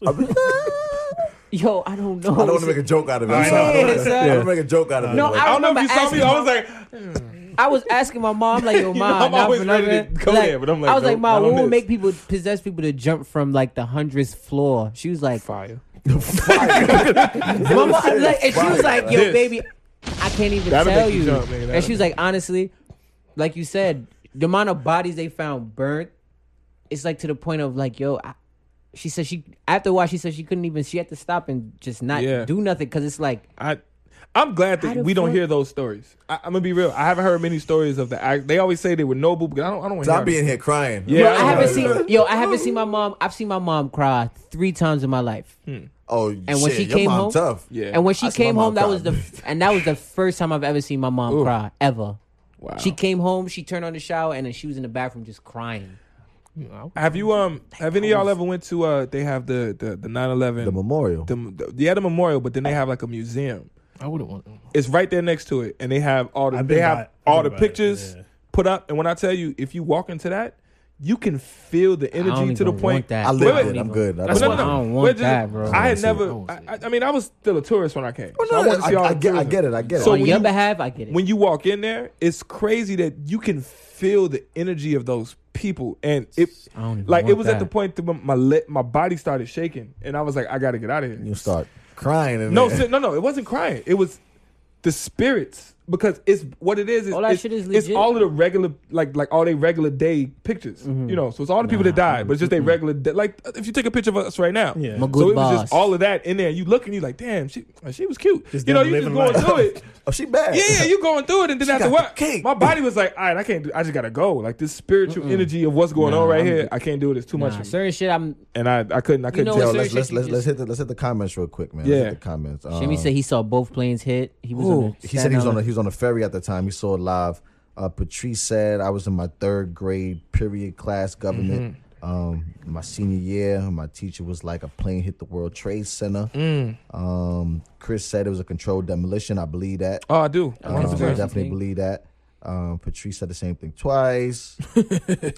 S3: yo, I don't know.
S1: I don't want to make a joke out of it. I'm
S2: I
S1: sorry.
S2: know.
S1: I don't
S3: Yeah.
S1: wanna make a joke out of it.
S3: No,
S1: Like,
S2: I don't know if you
S3: remember
S2: saw me. I was like,
S3: I was asking my mom, like, yo,
S2: You know,
S3: mom,
S2: I'm
S3: nah,
S2: always
S3: for nothing.
S2: ready to go there, but I'm like,
S3: I was
S2: nope,
S3: like, mom,
S2: not
S3: what
S2: on
S3: would
S2: this."
S3: make people possess people to jump from like the hundredth floor? She was like,
S6: Fire.
S3: My mom- like, and she was like, "Yo,
S2: This.
S3: baby, I can't even
S2: That'll
S3: tell
S2: make you
S3: you."
S2: jump, nigga. That'll
S3: and she was like, "Honestly, like you said, the amount of bodies they found burnt, it's like to the point of like, yo." I, she said she after a while she said she couldn't even she had to stop and just not
S2: Yeah.
S3: do nothing because it's like
S2: I, I'm glad
S3: How
S2: that
S3: the
S2: we don't
S3: fuck-
S2: hear those stories. I, I'm gonna be real. I haven't heard many stories of the act. They always say they were noble, but I don't. I don't want to hear.
S1: Stop being here crying.
S2: Yeah,
S3: I haven't seen yo I haven't seen my mom I've seen my mom cry three times in my life
S2: Hmm.
S1: Oh,
S3: And when
S1: shit,
S3: she
S1: your
S3: came
S1: mom
S3: home-
S1: tough.
S2: Yeah.
S3: and when she
S1: I see my
S3: came
S1: mom
S3: home that
S1: cry.
S3: was the and that was the first time I've ever seen my mom cry ever
S2: Wow.
S3: she came home she turned on the shower and then she was in the bathroom just crying
S2: Have you um? Have any of y'all ever went to uh? They have the the the 9/11
S1: the memorial.
S2: the, the yeah the memorial, but then they have like a museum.
S6: I wouldn't want.
S2: It's right there next to it, and they have all the
S5: I've
S2: they
S5: been
S2: have
S5: by it. I've
S2: all the
S5: been by it,
S2: pictures
S5: yeah.
S2: put up. And when I tell you, if you walk into that, you can feel the
S3: I don't
S2: energy to the
S3: even
S2: point.
S3: want that.
S1: I
S3: Wait,
S1: lived
S2: wait,
S1: it. I'm
S3: wait.
S1: good. I
S3: That's
S1: don't
S3: why I
S1: want
S3: don't
S1: it.
S3: want
S2: Wait, just-
S3: that, bro. Oh,
S2: I had
S1: I don't
S2: never.
S6: want to see it.
S2: I, I I mean, I was still a tourist when I came. So I
S1: Oh, No,
S2: wanted to
S1: I,
S2: see all
S1: I
S2: the
S1: get, I
S2: tourism.
S1: get it. I get it.
S2: So
S1: So
S3: on
S2: when
S3: your
S2: you-
S3: behalf I get it
S2: when you walk in there, it's crazy that you can feel the energy of those people, and it
S3: I don't even
S2: like it
S3: want
S2: was
S3: that.
S2: at the point that my my, lip, my body started shaking, and I was like, I gotta get out of here.
S1: you start crying. In
S2: No,
S1: there.
S2: si- no, no, it wasn't crying. It was the spirits because it's what it is. It's,
S3: All that
S2: it's,
S3: shit is
S2: it's
S3: legit.
S2: all of the regular, like like all they regular day pictures. You know, so it's all the people that died, but it's just they regular. Day, like if you take a picture of us right now,
S5: Yeah.
S3: My
S5: My
S3: good
S2: so it was
S3: boss.
S2: just all of that in there. You look and you like, damn, she she was cute.
S5: Just
S2: you know,
S5: them
S2: you just
S5: living
S2: going
S5: life.
S2: through it.
S1: oh, she bad.
S2: Yeah, yeah, you going through it, and then after
S1: got the
S2: what?
S1: cake.
S2: My body was like, all right, I can't do. I just gotta go. Like this spiritual energy of what's going on right
S3: I'm
S2: here,
S3: good.
S2: I can't do it. It's too
S3: nah,
S2: much. For me.
S3: certain shit I'm
S2: And I, I couldn't, I couldn't.
S3: know
S2: tell.
S1: Yo, let's
S3: Sir,
S1: let's
S3: she-
S1: let's
S3: she
S1: let's hit the let's hit the comments real quick, man.
S2: Yeah.
S1: Let's hit the comments.
S3: Jimmy
S1: Um,
S3: said he saw both planes hit. Uh. He was on the
S1: he said he was on a,
S3: the.
S1: he was on a ferry at the time. He saw it live. Uh, Patrice said I was in my third grade period class government. Um, my senior year, my teacher was like a plane hit the World Trade Center. Um, Chris said it was a controlled demolition. I believe that.
S2: Oh, I do.
S1: Um, I
S2: 100%.
S1: definitely believe that. Um, Patrice said the same thing twice.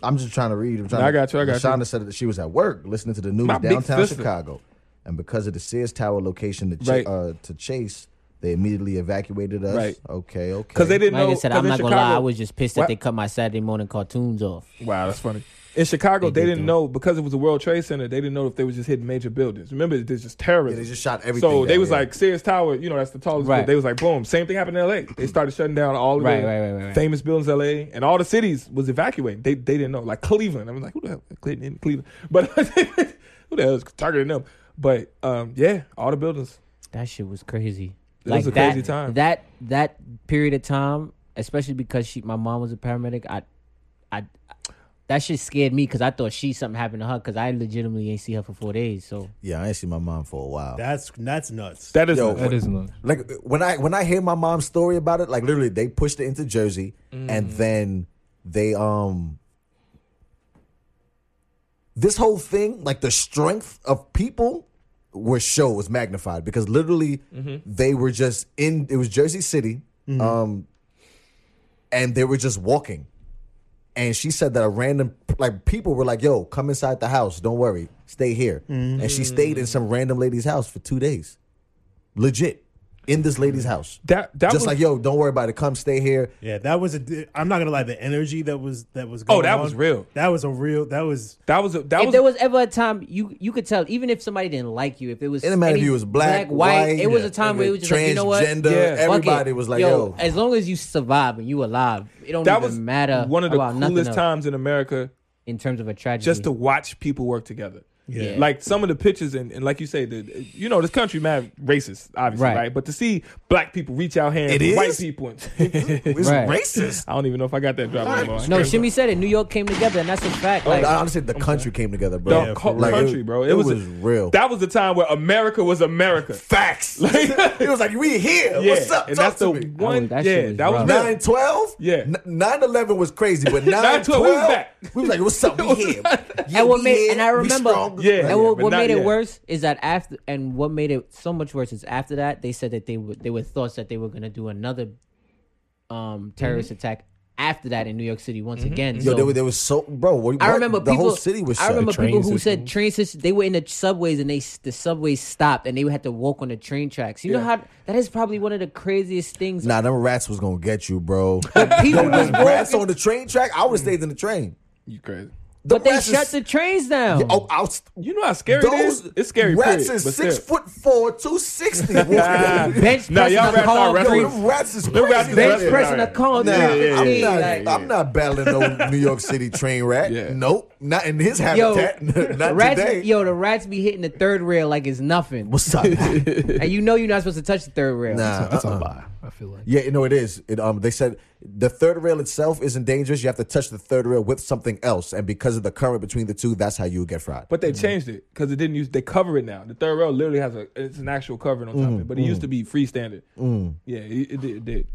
S1: I'm just trying to read. I'm trying
S2: No, I
S1: to-
S2: got you, I got you.
S1: Lashonda said that she was at work listening to the news
S2: My big
S1: downtown
S2: sister.
S1: Chicago, and because of the Sears Tower location to, ch-
S2: Right.
S1: uh, to chase, they immediately evacuated us.
S2: Right.
S1: Okay. Okay.
S2: Because they didn't
S3: Like
S2: know.
S3: I said,
S2: 'cause
S3: I'm
S2: in
S3: not gonna
S2: Chicago-
S3: lie. I was just pissed
S2: What?
S3: that they cut my Saturday morning cartoons off.
S2: Wow, that's funny. In Chicago, they,
S3: did
S2: didn't know because it was a World Trade Center. They didn't know if they was just hitting major buildings. Remember, there's just terrorism.
S1: Yeah, they just shot everything
S2: So they
S1: down,
S2: was
S1: yeah.
S2: like Sears Tower. You know, that's the tallest.
S3: Right.
S2: building. They was like, boom. Same thing happened in L.A. They started shutting down all of
S3: Right,
S2: the
S3: right, right, right, right.
S2: famous buildings, in L.A. and all the cities was evacuating. They they didn't know. Like Cleveland, I was like, who the hell? Cleveland, Cleveland. But who the hell is targeting them? But um, yeah, all the buildings.
S3: That shit was crazy.
S2: It
S3: like
S2: was a
S3: that,
S2: crazy time.
S3: That that period of time, especially because she, my mom was a paramedic. I, I, that shit scared me because I thought she something happened to her because I legitimately ain't see her for four days. So
S1: Yeah, I ain't seen my mom for a while.
S5: That's that's nuts.
S2: That is
S1: Yo,
S6: That is nuts.
S1: like when I when I hear my mom's story about it, like literally they pushed it into Jersey
S2: Mm.
S1: and then they um this whole thing, like the strength of people was show was magnified because literally
S3: Mm-hmm.
S1: they were just in it was Jersey City, um and they were just walking. And she said that a random like people were like, "Yo, come inside the house. Don't worry, stay here." And she stayed in some random lady's house for two days, legit, in this lady's house.
S2: that that
S1: just
S2: was
S1: like, "Yo, don't worry about it. Come stay here."
S5: Yeah, that was a. di- I'm not gonna lie, the energy that was that was. Going
S2: Oh, that
S5: on,
S2: was real.
S5: That was a real. That was
S2: that was a, that
S3: if
S2: was,
S3: there was ever a time you you could tell, even if somebody didn't like you, if it was
S1: It didn't matter if
S3: any
S1: you was black, white.
S3: it was a time where it was just like, you know what,
S1: transgender,
S2: Yeah. Fuck it.
S1: Everybody was like, "Yo,
S3: as long as you survive and you alive, it don't
S2: that
S3: even
S2: was
S3: matter.
S2: one of the
S3: about nothing
S2: coolest
S3: else
S2: times in America
S3: in terms of a tragedy.
S2: just to watch people work together.
S5: Yeah.
S3: Yeah.
S2: Like some of the pictures and, and like you say, the you know this country mad racist, obviously,
S3: Right.
S2: right. But to see black people reach out hands,
S1: It
S2: to white
S1: is?
S2: people, and,
S1: it's
S3: Right.
S1: racist."
S2: I don't even know if I got that drop anymore.
S3: no, Shimmy said it. New York came together, and that's a fact. Like,
S1: I honestly, the country came together, bro.
S2: the
S5: Yeah,
S2: co-
S5: for real.
S2: country, bro. It, was,
S1: real.
S2: That was the time where America was America.
S1: Facts. it was like, "We here.
S2: Yeah,
S1: What's up?
S2: and
S1: Talk
S2: that's
S1: to me."
S2: the one.
S3: Oh, that
S2: yeah,
S3: shit was
S2: that was
S3: rough.
S2: real.
S1: 9 12?
S2: Yeah.
S1: 9 11 was crazy, but 9
S2: 9/12,
S1: 12,
S2: we was back.
S1: we was like, what's up? We here. Yeah,
S3: and what
S1: we
S3: made
S1: here.
S3: and I
S1: We
S3: remember
S1: strong.
S2: Yeah.
S1: Like,
S3: and what,
S2: but
S3: what
S2: not
S3: made it
S2: yet.
S3: worse is that after and what made it so much worse is after that they said that they were they were thoughts that they were gonna do another um
S2: Mm-hmm.
S3: terrorist attack after that in New York City once again.
S1: Yo,
S3: So
S1: there was, there was so, bro, what,
S3: I remember
S1: the
S3: people,
S1: whole city was
S3: I
S1: shut.
S3: remember people
S6: train
S3: who
S6: system.
S3: said train system. They were in the subways and they s- the subways stopped and they had to walk on the train tracks. You know how that is probably one of the craziest things.
S1: Nah, them rats was gonna get you, bro.
S3: people was
S1: rats
S3: walking,
S1: on the train track, I would have stayed in the train.
S2: You crazy?
S1: The
S3: but they
S1: rats
S3: shut
S1: is-
S3: the trains down.
S1: Oh, I was,
S2: You know how scary it is. It's scary.
S1: Rats
S2: period,
S1: is
S2: but
S1: six
S2: still.
S1: foot four, 260. walking down the-
S3: Bench
S2: Nah,
S3: pressing
S2: y'all
S3: a
S2: rats
S3: car,
S2: are
S1: Yo,
S2: wrestling.
S1: them rats is
S2: Them rats
S1: crazy.
S2: is
S1: man.
S3: bench
S2: That's
S3: pressing a
S2: right.
S3: car.
S1: Nah,
S3: down.
S1: I'm not.
S3: Like-
S1: I'm not battling no New York City train rat.
S2: Yeah.
S1: Nope, not in his
S3: Yo,
S1: habitat. not
S3: rats,
S1: today.
S3: yo, the rats be hitting the third rail like it's nothing,
S1: What's up? nah,
S3: and you know you're not supposed to touch the third rail.
S6: That's
S1: uh-uh.
S6: a lie. I feel like.
S1: Yeah, you know it is. It, um, they said the third rail itself isn't dangerous. You have to touch the third rail with something else, and because of the current between the two, that's how you get fried.
S2: But they changed it because it didn't use. They cover it now. The third rail literally has a. It's an actual covering on top of it, but it used to be freestanding. Yeah, it, it, did, it did.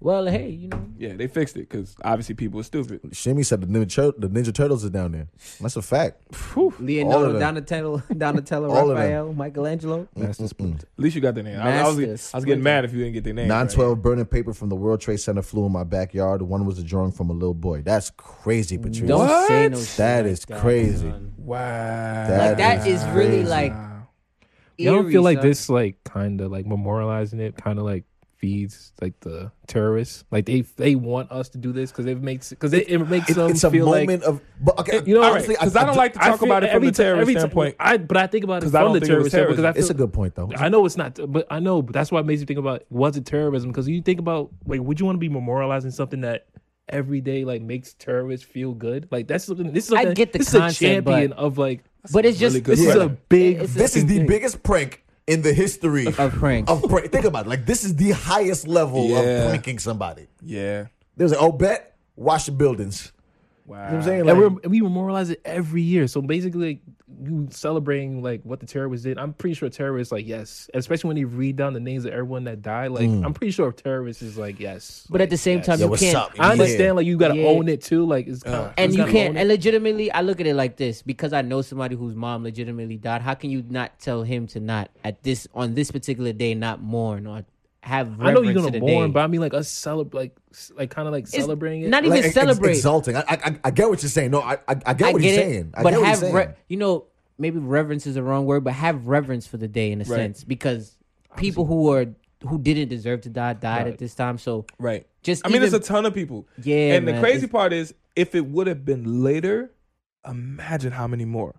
S3: Well, hey, you know,
S2: Yeah, they fixed it because obviously people were stupid.
S1: Shimmy said the Ninja, Tur- the Ninja Turtles is down there. That's a fact. All of
S3: Leonardo,
S1: them.
S3: Donatello, Donatello,
S1: All of them.
S3: Raphael, Michelangelo.
S2: At least you got their name. I, I was,
S3: Master
S2: get- I was getting
S3: Splinter.
S2: mad if you didn't get their name.
S1: Nine
S2: right.
S1: twelve burning paper from the World Trade Center flew in my backyard. One was a drawing from a little boy. That's crazy, Patrice.
S3: Don't say no
S2: What?
S3: shit.
S1: That
S3: like
S1: is crazy.
S3: son.
S2: Wow.
S1: That
S3: Like that
S1: is
S3: is, really
S1: crazy.
S3: like.
S6: I don't
S3: eerie,
S6: feel like
S3: son.
S6: this like kind of like memorializing it kind of like feeds like the terrorists like they they want us to do this because it makes because it, it makes
S1: It-
S6: them
S1: it's a
S6: feel like
S1: moment of. But okay,
S6: you know
S2: All right,
S6: honestly,
S2: 'cause I don't like to talk
S6: feel
S2: about it from
S6: every
S2: the
S6: ti- every
S2: terrorist
S6: ti-
S2: standpoint.
S6: I but I think about it
S2: 'Cause I
S6: from
S2: don't
S6: the
S2: think it was
S6: terrorist standpoint because I
S2: terrorism.
S6: feel
S1: it's a good point though.
S6: I know it's not, but I know but that's why it makes me think about was it terrorism? Because you think about like, would you want to be memorializing something that every day like makes terrorists feel good? Like that's something. This is
S3: I
S6: something,
S3: get the
S6: this
S3: concept,
S6: is a champion
S3: but-
S6: of like.
S3: but it's just
S2: really good
S6: This is a
S2: question.
S6: big.
S3: It's a-
S1: This is
S6: fucking
S1: the
S6: thing.
S1: biggest prank in the history
S3: Of pranks.
S1: Of prank. Think about it. Like this is the highest level of
S2: Yeah.
S1: pranking somebody.
S2: Yeah.
S1: There's like, oh bet, wash the buildings.
S2: Wow.
S1: You know what I'm saying?
S6: and
S1: Like,
S6: we're, and we memorialize it every year. So basically, like, you celebrating like what the terrorists did. I'm pretty sure terrorists like yes, especially when you read down the names of everyone that died. Like
S2: Mm.
S6: I'm pretty sure terrorists is like yes.
S3: But at the same time,
S1: Yo,
S3: you
S1: what's
S3: can't.
S1: up?
S6: I understand
S1: Yeah.
S6: like you got to
S3: Yeah.
S6: own it too. Like
S2: Uh,
S6: it's
S3: and
S6: it's
S3: you
S6: gotta
S3: can't
S6: own it.
S3: and legitimately i look at it like this because i know somebody whose mom legitimately died how can you not tell him to not at this on this particular day not mourn or have reverence
S6: I know you're gonna
S3: to the
S6: mourn,
S3: day.
S6: but I mean like us celebrate, like s- like kind of like
S3: It's
S6: celebrating it.
S3: not even
S1: like, ex-
S3: celebrate
S1: exalting. I, I- I I get what you're saying. No, I I, I get
S3: i
S1: what
S3: get
S1: he's
S3: it
S1: saying. I
S3: but
S1: get what he's
S3: have
S1: saying.
S3: re- you know maybe reverence is the wrong word but have reverence for the day in a
S2: Right.
S3: sense because people who are who didn't deserve to die died at this time so
S2: Right.
S3: Just
S2: I mean, it's a
S3: even-
S2: ton of people.
S3: Yeah,
S2: And the
S3: man,
S2: crazy
S3: it's-
S2: part is, if it would have been later, imagine how many more.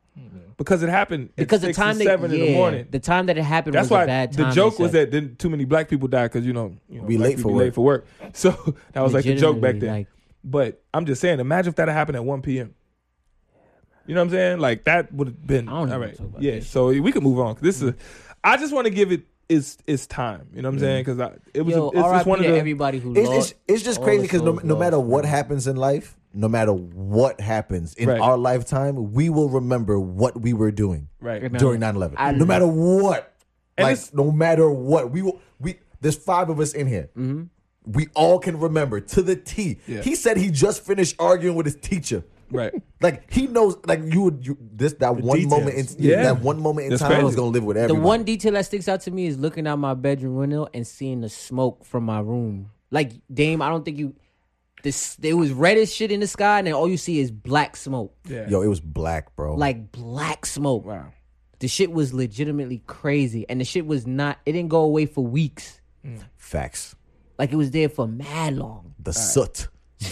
S2: Because it happened at
S3: Mm-hmm. because the
S2: six
S3: time
S2: and
S3: that
S2: seven in the
S3: yeah,
S2: morning.
S3: the time that it happened
S2: That's
S3: was
S2: why
S3: a bad time
S2: the
S3: they
S2: joke was
S3: said.
S2: that didn't too many black people died because you know you know
S1: Be
S2: black
S1: late for
S2: people be
S1: work.
S2: late for work. So that was like the joke back
S3: Legitimately,
S2: then.
S3: like-
S2: but I'm just saying, imagine if that had happened at one p.m. You know what I'm saying? Like that would have been
S3: I don't even
S2: all
S3: wanna
S2: right.
S3: talk about
S2: Yeah,
S3: this Mm-hmm.
S2: so we could move on. This is, I just want to give it its its time. You know what I'm saying? Because it was
S3: Yo,
S2: a, it's, it's
S3: RIP
S2: one of
S3: to
S2: the
S3: everybody who
S1: It's,
S3: lost.
S1: it's, it's just
S3: all
S1: crazy
S3: the
S1: because no,
S3: souls
S1: no matter
S3: lost.
S1: what happens in life, no matter what happens in
S2: Right.
S1: our lifetime, we will remember what we were doing
S2: right.
S3: Remember.
S1: during 9 11.
S3: I-
S1: No matter what.
S2: And
S1: like,
S2: it's-
S1: no matter what. We will, we There's five of us in here. We all can remember to the T.
S2: Mm-hmm. Yeah.
S1: He said he just finished arguing with his teacher.
S2: Right.
S1: Like he knows, like you would, you, this that one
S5: details.
S1: moment in
S2: Yeah.
S1: that one moment in
S2: That's
S1: time
S2: crazy.
S1: is gonna live with
S3: The
S1: everybody.
S3: one detail that sticks out to me is looking out my bedroom window and seeing the smoke from my room. Like Dame, I don't think you. This there was red as shit in the sky, and then all you see is black smoke,
S2: Yeah.
S1: Yo, it was black, bro.
S3: like black smoke.
S2: Wow.
S3: The shit was legitimately crazy, and the shit was not. It didn't go away for weeks.
S1: facts.
S3: Like it was there for mad long.
S1: The soot, the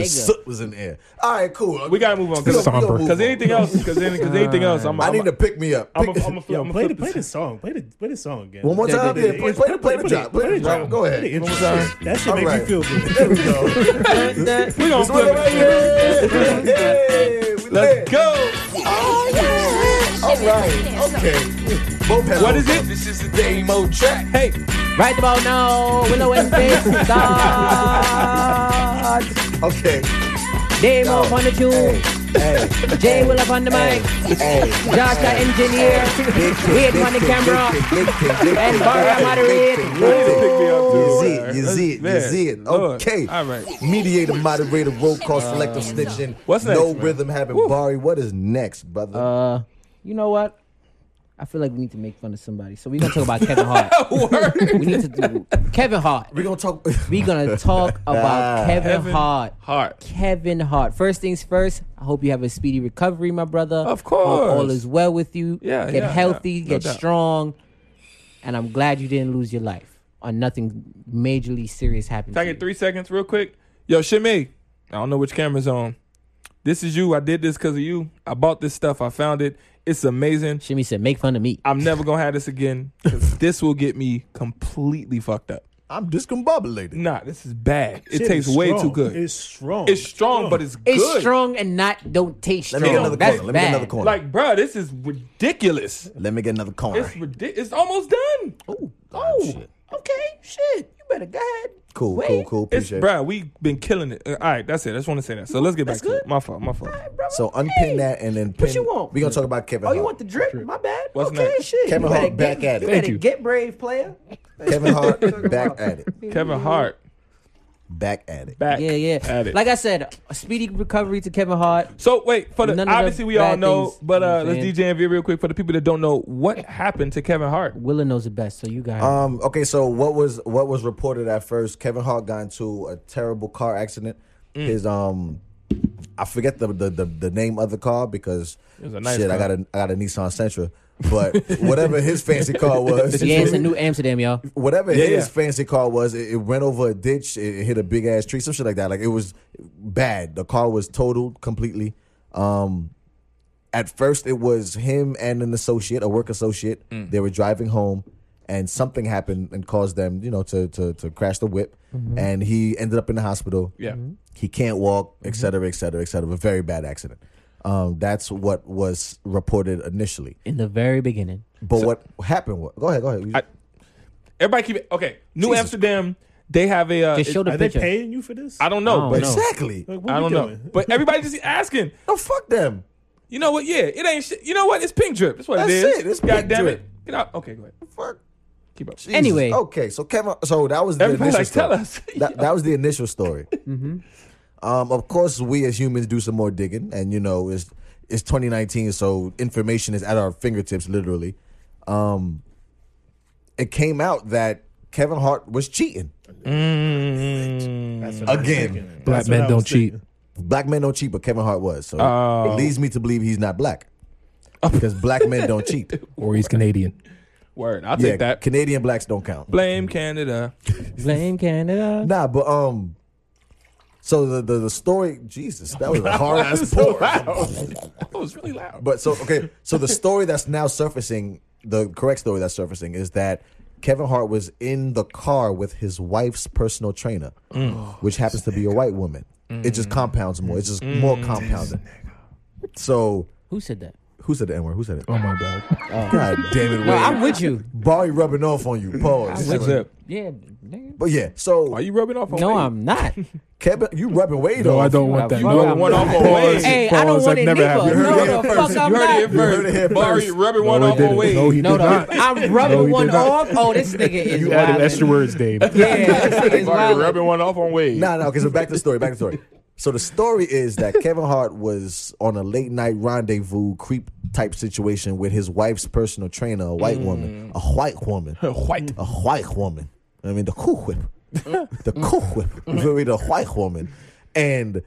S3: Nigga.
S1: soot was in the air. All right, cool.
S2: We gotta move on
S1: We
S2: because
S1: gonna- we gonna move on.
S2: anything else because anything else I'm
S1: I need
S2: I'm,
S1: to pick me up.
S2: I'm, I'm,
S1: Pick-
S2: I'm, I'm,
S5: Yo,
S2: I'm
S5: play the play the song. Play the play the song again.
S1: one more
S3: Yeah,
S1: time.
S3: yeah,
S1: Yeah,
S3: yeah.
S1: play, play, the- play the drop. Play the drop. Go
S5: Play the
S1: ahead.
S5: intro. That shit makes
S1: Alright.
S5: you feel good.
S1: There we go.
S2: We gonna
S1: This one
S2: flip
S1: right
S2: it.
S1: here. Hey, we lit.
S2: Let's go.
S1: All right. Okay. Both pedals.
S2: What is it?
S4: This is the
S1: Demo track.
S2: Hey,
S3: Right about now, Willow and Faith God.
S1: Okay.
S3: Dame up on the
S1: Hey.
S3: tube,
S1: Hey.
S3: Jay Will up on the
S1: Hey.
S3: mic,
S1: Hey.
S3: Josh the engineer,
S1: Big kid,
S3: Head
S1: big
S3: on the
S1: kid,
S3: camera.
S1: big kid, big kid, big
S3: And
S1: kid.
S3: Barry
S1: All right,
S3: moderate.
S1: big kid, big
S2: Ooh.
S1: kid.
S2: Pick me up, dude.
S1: You see it, you
S2: That's
S1: see it, you
S2: bad.
S1: see it.
S2: Lord.
S1: Okay.
S2: All right. Uh,
S1: Mediator, moderator, roll call, selective snitching.
S2: What's
S1: No
S2: next, man?
S1: rhythm having Barry. What is next, brother?
S3: Uh, you know what? I feel like we need to make fun of somebody, so we're gonna talk about Kevin Hart. we need to do Kevin Hart.
S1: We're gonna talk.
S3: We're gonna talk about Kevin,
S2: Kevin
S3: Hart.
S2: Hart.
S3: Kevin Hart. First things first. I hope you have a speedy recovery, my brother.
S2: Of
S3: Hope all
S2: course.
S3: is well with you.
S2: Yeah,
S3: Get
S2: yeah,
S3: healthy.
S2: yeah. No
S3: get
S2: doubt.
S3: strong. And I'm glad you didn't lose your life on nothing majorly serious happened.
S2: Can I
S3: to you.
S2: get three seconds real quick? Yo, Shimmy, I don't know which camera's on. This is you. I did this because of you. I bought this stuff. I found it. It's amazing.
S3: Shimmy said, "Make fun of me."
S2: I'm never going to have this again 'cause this will get me completely fucked up.
S1: I'm discombobulated.
S2: Nah, this is bad. It
S5: Shit
S2: tastes
S5: is
S2: way too
S5: strong.
S2: good.
S5: It's strong.
S2: It's strong, but it's good.
S3: It's strong and not don't taste
S1: Let
S3: strong.
S1: me get another
S3: That's
S1: corner. Let me get another
S3: bad.
S1: corner.
S2: Like, bruh, this is ridiculous.
S1: Let me get another corner.
S2: It's ridiculous. It's almost done. Oh,
S1: God, shit.
S2: okay, shit. You better go ahead.
S1: Cool,
S2: Wait.
S1: cool, cool.
S2: It's,
S1: Appreciate it.
S2: bruh, we been killing it. Uh, all right, that's it. I just want to say that. So let's get back to it. My fault, my fault.
S1: So unpin that and then pin.
S3: you want?
S1: We're gonna talk about
S2: Oh,
S1: Kevin. Hart.
S3: Oh, the drip? My bad.
S2: What's next?
S3: shit.
S1: Kevin
S3: You
S1: Hart
S3: better
S1: back at it.
S6: Thank you.
S3: get brave, player.
S1: Kevin Hart back at it.
S2: Kevin Hart
S1: Back at it.
S2: back.
S3: Yeah, yeah.
S2: At it.
S3: Like I said, a speedy recovery to Kevin Hart.
S2: so wait for the
S3: None of the
S2: obviously we all
S3: bad
S2: know,
S3: things,
S2: but
S3: you know what
S2: uh,
S3: I'm
S2: let's
S3: saying?
S2: DJ and V real quick for the people that don't know what happened to Kevin Hart.
S3: Willa knows it best, so you got
S6: Uh,
S3: it.
S2: Mm-hmm.
S1: Um. Okay. So what was what was reported at first? Kevin Hart got into a terrible car accident.
S2: Mm.
S1: His um, I forget the the, the the name of the car because
S2: It was a nice
S1: shit. I
S2: car.
S1: got a I got a Nissan Sentra, but whatever his fancy car was,
S3: yeah, it's in New Amsterdam, y'all.
S1: whatever
S2: Yeah,
S1: his
S2: yeah.
S1: fancy car was, it, it went over a ditch, it, it hit a big ass tree, some shit like that. Like it was bad. The car was totaled completely. Um, at first, it was him and an associate, a work associate.
S2: Mm.
S1: They were driving home, and something happened and caused them, you know, to to, to crash the whip. And he ended up in the hospital.
S2: Yeah. Mm-hmm.
S1: he can't walk, et cetera, et cetera, et cetera. A very bad accident. Um, that's what was reported initially.
S3: In the very beginning.
S1: But what happened? Was, go ahead, go ahead.
S2: I- Everybody keep it okay. New
S1: Jesus.
S3: Just show
S2: Amsterdam. Uh, it-
S3: the
S5: Are they
S3: picture.
S5: paying you for this?
S2: I don't know,
S3: I don't
S2: but
S3: know.
S1: exactly.
S5: Like, what
S2: I
S5: we
S2: don't know.
S5: doing?
S2: But everybody just asking.
S1: No, fuck them.
S2: You know what? Yeah, it ain't shit. You know what? It's pink drip. That's what it
S1: That's
S2: is.
S1: it. It's
S2: God
S1: pink
S2: damn
S1: drip.
S2: it. Get out. Okay, go ahead.
S1: Fuck.
S2: Keep up.
S1: Jesus.
S3: Anyway.
S1: okay, so Kevin, so that was the
S2: Everybody,
S1: initial
S2: like,
S1: story.
S2: tell us.
S1: that, that was the initial story. um, of course, we as humans do some more digging, and you know, it's it's 2019, so information is at our fingertips, literally. Um, it came out that Kevin Hart was cheating
S5: That's what I was thinking.
S1: again.
S6: Black
S5: That's what
S6: men
S5: I
S6: don't
S5: was
S6: cheat.
S5: thinking.
S1: Black men don't cheat, but Kevin Hart was. So
S2: Oh.
S1: it leads me to believe he's not black because black men don't cheat.
S6: Or he's Canadian.
S2: Word. I'll
S1: Yeah,
S2: take that.
S1: Canadian blacks don't count.
S2: Blame Canada.
S3: Blame Canada.
S1: Nah, but um, so the the, the story, Jesus, that was a hard ass pour.
S2: That was really loud.
S1: But so okay, so the story that's now surfacing, the correct story that's surfacing is that Kevin Hart was in the car with his wife's personal trainer,
S6: Mm.
S1: which
S6: Mm.
S1: happens to be a white woman. It just compounds more. It's just more compounded. So
S3: Who said that?
S1: Who said the N word? Who said it?
S6: Oh my god.
S1: God damn it, Wade.
S3: No, I'm with you.
S1: Barry rubbing off on you. Pause.
S2: What's up?
S3: Yeah, nigga.
S1: But yeah, so
S2: Are you rubbing off on
S3: No,
S2: me?
S3: I'm not.
S1: Kevin, you rubbing Wade
S6: No,
S1: off.
S6: I don't want that.
S3: You
S6: No,
S3: rubbing one
S6: no,
S2: off
S6: pause,
S2: on Wade.
S3: Hey, I don't
S6: pause.
S3: want
S6: That
S3: it
S6: never
S3: never
S6: happened.
S1: You heard
S3: No,
S1: it
S3: the
S1: here
S3: fuck
S1: first.
S3: I'm
S2: You heard it
S3: not.
S2: here first.
S1: heard it here
S2: Barry
S1: first.
S2: rubbing one
S6: No,
S2: off
S6: he
S2: on
S6: didn't. No,
S2: Wade.
S6: he
S3: No,
S6: did
S3: no,
S6: not.
S3: I'm
S6: No,
S3: rubbing
S6: he
S3: one
S6: did not.
S3: off. Oh, this nigga is
S6: You added
S3: wildin'.
S6: extra words, Dave.
S3: Yeah, this nigga is
S2: Barry
S3: wild.
S2: rubbing one off on Wade.
S1: No, no, because back to the story. Back to the story. So the story is that Kevin Hart was on a late night rendezvous creep type situation with his wife's personal trainer, a white woman, a white woman,
S2: White.
S1: a white woman. I mean the cool whip, the cool whip. You feel me? The white woman, and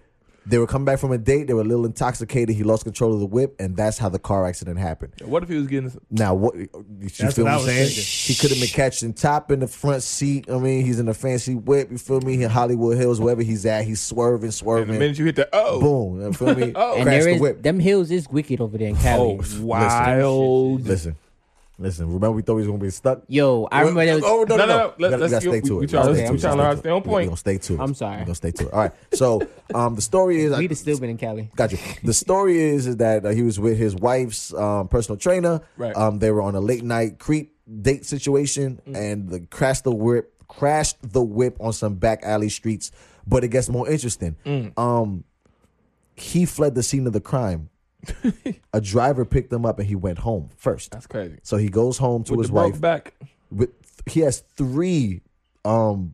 S1: they were coming back from a date. They were a little intoxicated. He lost control of the whip, and that's how the car accident happened.
S2: What if he was getting?
S1: Now what? You
S5: That's
S1: feel
S5: what I
S1: what I'm
S5: was
S1: saying?
S5: thinking.
S1: He could have been catching top in the front seat. I mean, he's in a fancy whip. You feel me? He in Hollywood Hills, wherever he's at, he's swerving,
S2: The
S1: swerving.
S2: minute you hit the oh,
S1: Boom! You feel me?
S2: Oh.
S3: And
S1: Cracks
S3: there
S1: the
S3: is
S1: whip.
S3: them hills is wicked over there in Cali.
S2: oh, wild.
S1: Listen, listen. Remember, we thought he was gonna be stuck.
S3: Yo, I remember that was.
S1: oh no, no, no!
S2: No, no, no.
S1: We gotta-
S2: Let-
S1: we gotta
S2: let's-
S1: stay
S2: we-
S1: to
S2: we
S1: it.
S2: try-
S1: Gotta
S3: okay,
S1: stay
S3: I'm
S1: to it.
S2: trying to
S1: Gotta
S2: stay on
S1: to it.
S2: point.
S1: We gonna stay to it.
S3: I'm sorry.
S1: We gonna stay to it. All right. So, um, the story is
S3: We'd have still been in Cali.
S1: Got you. The story is, is that uh, he was with his wife's um, personal trainer.
S2: Right. Mm.
S1: Um, they were on a late night creep date situation, and the crashed the whip crashed the whip on some back alley streets. But it gets more interesting.
S2: Mm.
S1: Um, he fled the scene of the crime. a driver picked him up, and he went home first.
S2: That's crazy.
S1: So he goes home to
S2: With
S1: his
S2: the
S1: wife.
S2: broke back.
S1: With he has three um,
S3: Broken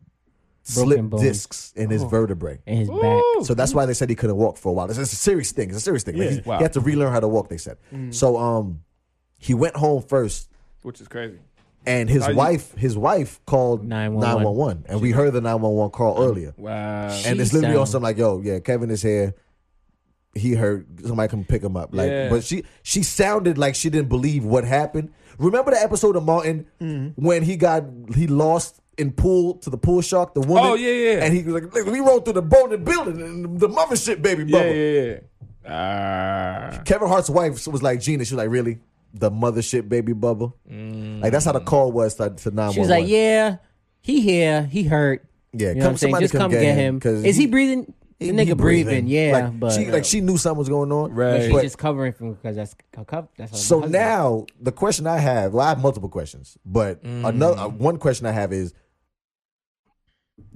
S1: slip
S3: bones.
S1: discs in
S2: Oh.
S1: his vertebrae.
S3: In his back.
S1: So that's why they said he couldn't walk for a while. It's, it's a serious thing. It's a serious thing. Like, he,
S5: Yeah.
S2: Wow. Mm.
S1: he had to relearn how to walk. They said. So um, he went home first,
S2: which is crazy.
S1: and his
S2: Are you-
S1: wife, his wife called nine
S3: 911.
S1: one one, and we heard the nine one one call
S2: Oh,
S1: earlier.
S2: Wow.
S1: And it's
S3: She
S1: literally on something
S3: sound-
S1: like, "Yo, yeah, Kevin is here. He heard somebody come pick him up." Like,
S2: Yeah.
S1: but she she sounded like she didn't believe what happened. Remember the episode of Martin
S2: Mm-hmm.
S1: when he got he lost in pool to the pool shark, the woman.
S2: Oh, yeah, yeah.
S1: And he was like, "Look, "We rolled through the boat and building and the mothership, baby,
S2: Yeah,
S1: bubble."
S2: yeah, yeah. Ah.
S1: Kevin Hart's wife was like Gina. She was like, really? The mothership baby bubble?
S2: Mm.
S1: Like that's how the call was to, to 911.
S3: She was like, "Yeah, he here, he hurt.
S1: Yeah,
S3: you
S1: come-
S3: know what I'm saying.
S1: somebody
S3: Just
S1: come
S3: come
S1: get
S3: get,
S1: him,
S3: him.
S1: 'cause
S3: Is
S1: he-
S3: he breathing?
S1: He-
S3: the
S1: he
S3: nigga breathing. Yeah,
S1: Like,
S3: but
S1: she like she knew something was going on.
S2: Right.
S3: but she's
S1: but-
S3: just covering from because that's her cover. That's her
S1: So
S3: husband.
S1: now the question I have, well, I have multiple questions, but
S2: Mm.
S1: another uh, one question I have is,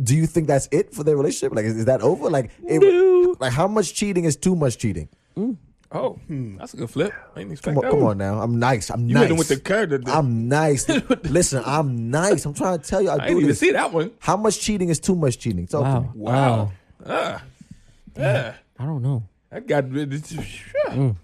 S1: do you think that's it for their relationship? Like, is, is that over? Like, it, like how much cheating is too much cheating?
S2: Oh,
S5: Hmm.
S2: that's a good flip. I didn't expect
S1: Come on,
S2: that.
S1: come
S2: one.
S1: on now, I'm nice. I'm
S2: oh. You
S1: nice.
S2: hit him with the curve. the- the- I
S1: I'm nice. Listen, I'm nice. I'm trying to tell you, I, do
S2: didn't even
S1: this.
S2: see that one.
S1: How much cheating is too much cheating? Talk to me.
S3: wow,
S2: Wow. Ah. Yeah.
S3: I don't know.
S2: That got rid of. Shout
S1: Mm.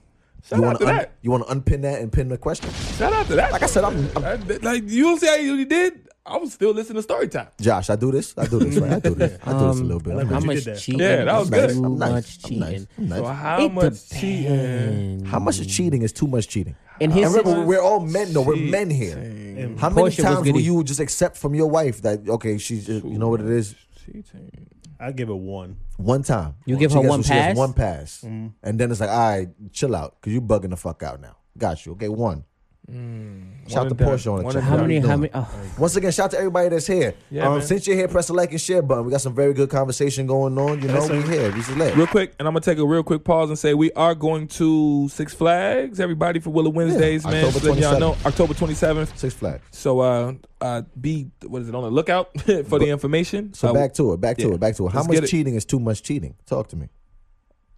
S1: You
S2: out
S1: want
S2: to
S1: to un-
S2: that.
S1: you want to unpin that and pin the question?
S2: Shout out to that.
S1: Like I said, I'm, I'm
S2: I did- like you don't see how you did. I was still listening to story time.
S1: Josh. I do this. I do this. Right? I do this. I do this a little bit. I'm
S5: what
S3: How
S5: you
S1: nice.
S5: did there.
S3: much cheating?
S2: Yeah, that
S1: I'm
S2: was good.
S1: nice.
S3: Um, Too
S1: I'm nice.
S3: much
S1: I'm nice.
S3: cheating.
S1: I'm nice.
S2: So how
S3: It
S2: much cheating?
S3: depends.
S1: How much cheating is too much cheating?
S3: In
S1: And
S3: his
S1: remember,
S3: situation,
S1: we're all men. though. we're men here.
S2: Cheating.
S1: How many
S3: Portia was
S1: times will
S3: goody.
S1: you just accept from your wife that okay, she's just, you know what it is?
S2: Cheating.
S5: I give it one.
S1: One time,
S3: You give
S1: She
S3: her
S1: gets-
S3: one
S1: she gets
S3: pass? Mm-hmm.
S1: one pass, and then it's like, all right, chill out, cause you bugging the fuck out now. Got you. Okay, one. Shout
S2: mm, One
S1: to
S2: and done.
S1: Portia on the
S2: One
S1: chat.
S2: and
S3: how
S2: done.
S3: many?
S1: you
S3: How
S1: doing?
S3: many? Oh,
S1: Once again, shout out to everybody that's here.
S2: Yeah,
S1: um,
S2: man.
S1: since you're here, press the like and share button. We got some very good conversation going on. You know,
S5: Yes,
S1: we
S5: sir.
S1: here. We just lit.
S2: Real quick, and I'm gonna take a real quick pause and say we are going to Six Flags, everybody for Willow Wednesdays,
S1: Yeah,
S2: man.
S1: October
S2: Just letting y'all
S1: 27th.
S2: know, October 27th.
S1: Six Flags.
S2: So uh, uh, be what is it on the lookout for the information.
S1: So
S2: Uh,
S1: back to it. Back to
S2: yeah.
S1: it. Back to it. How
S2: Let's get
S1: much
S2: it.
S1: cheating is too much cheating? Talk to me.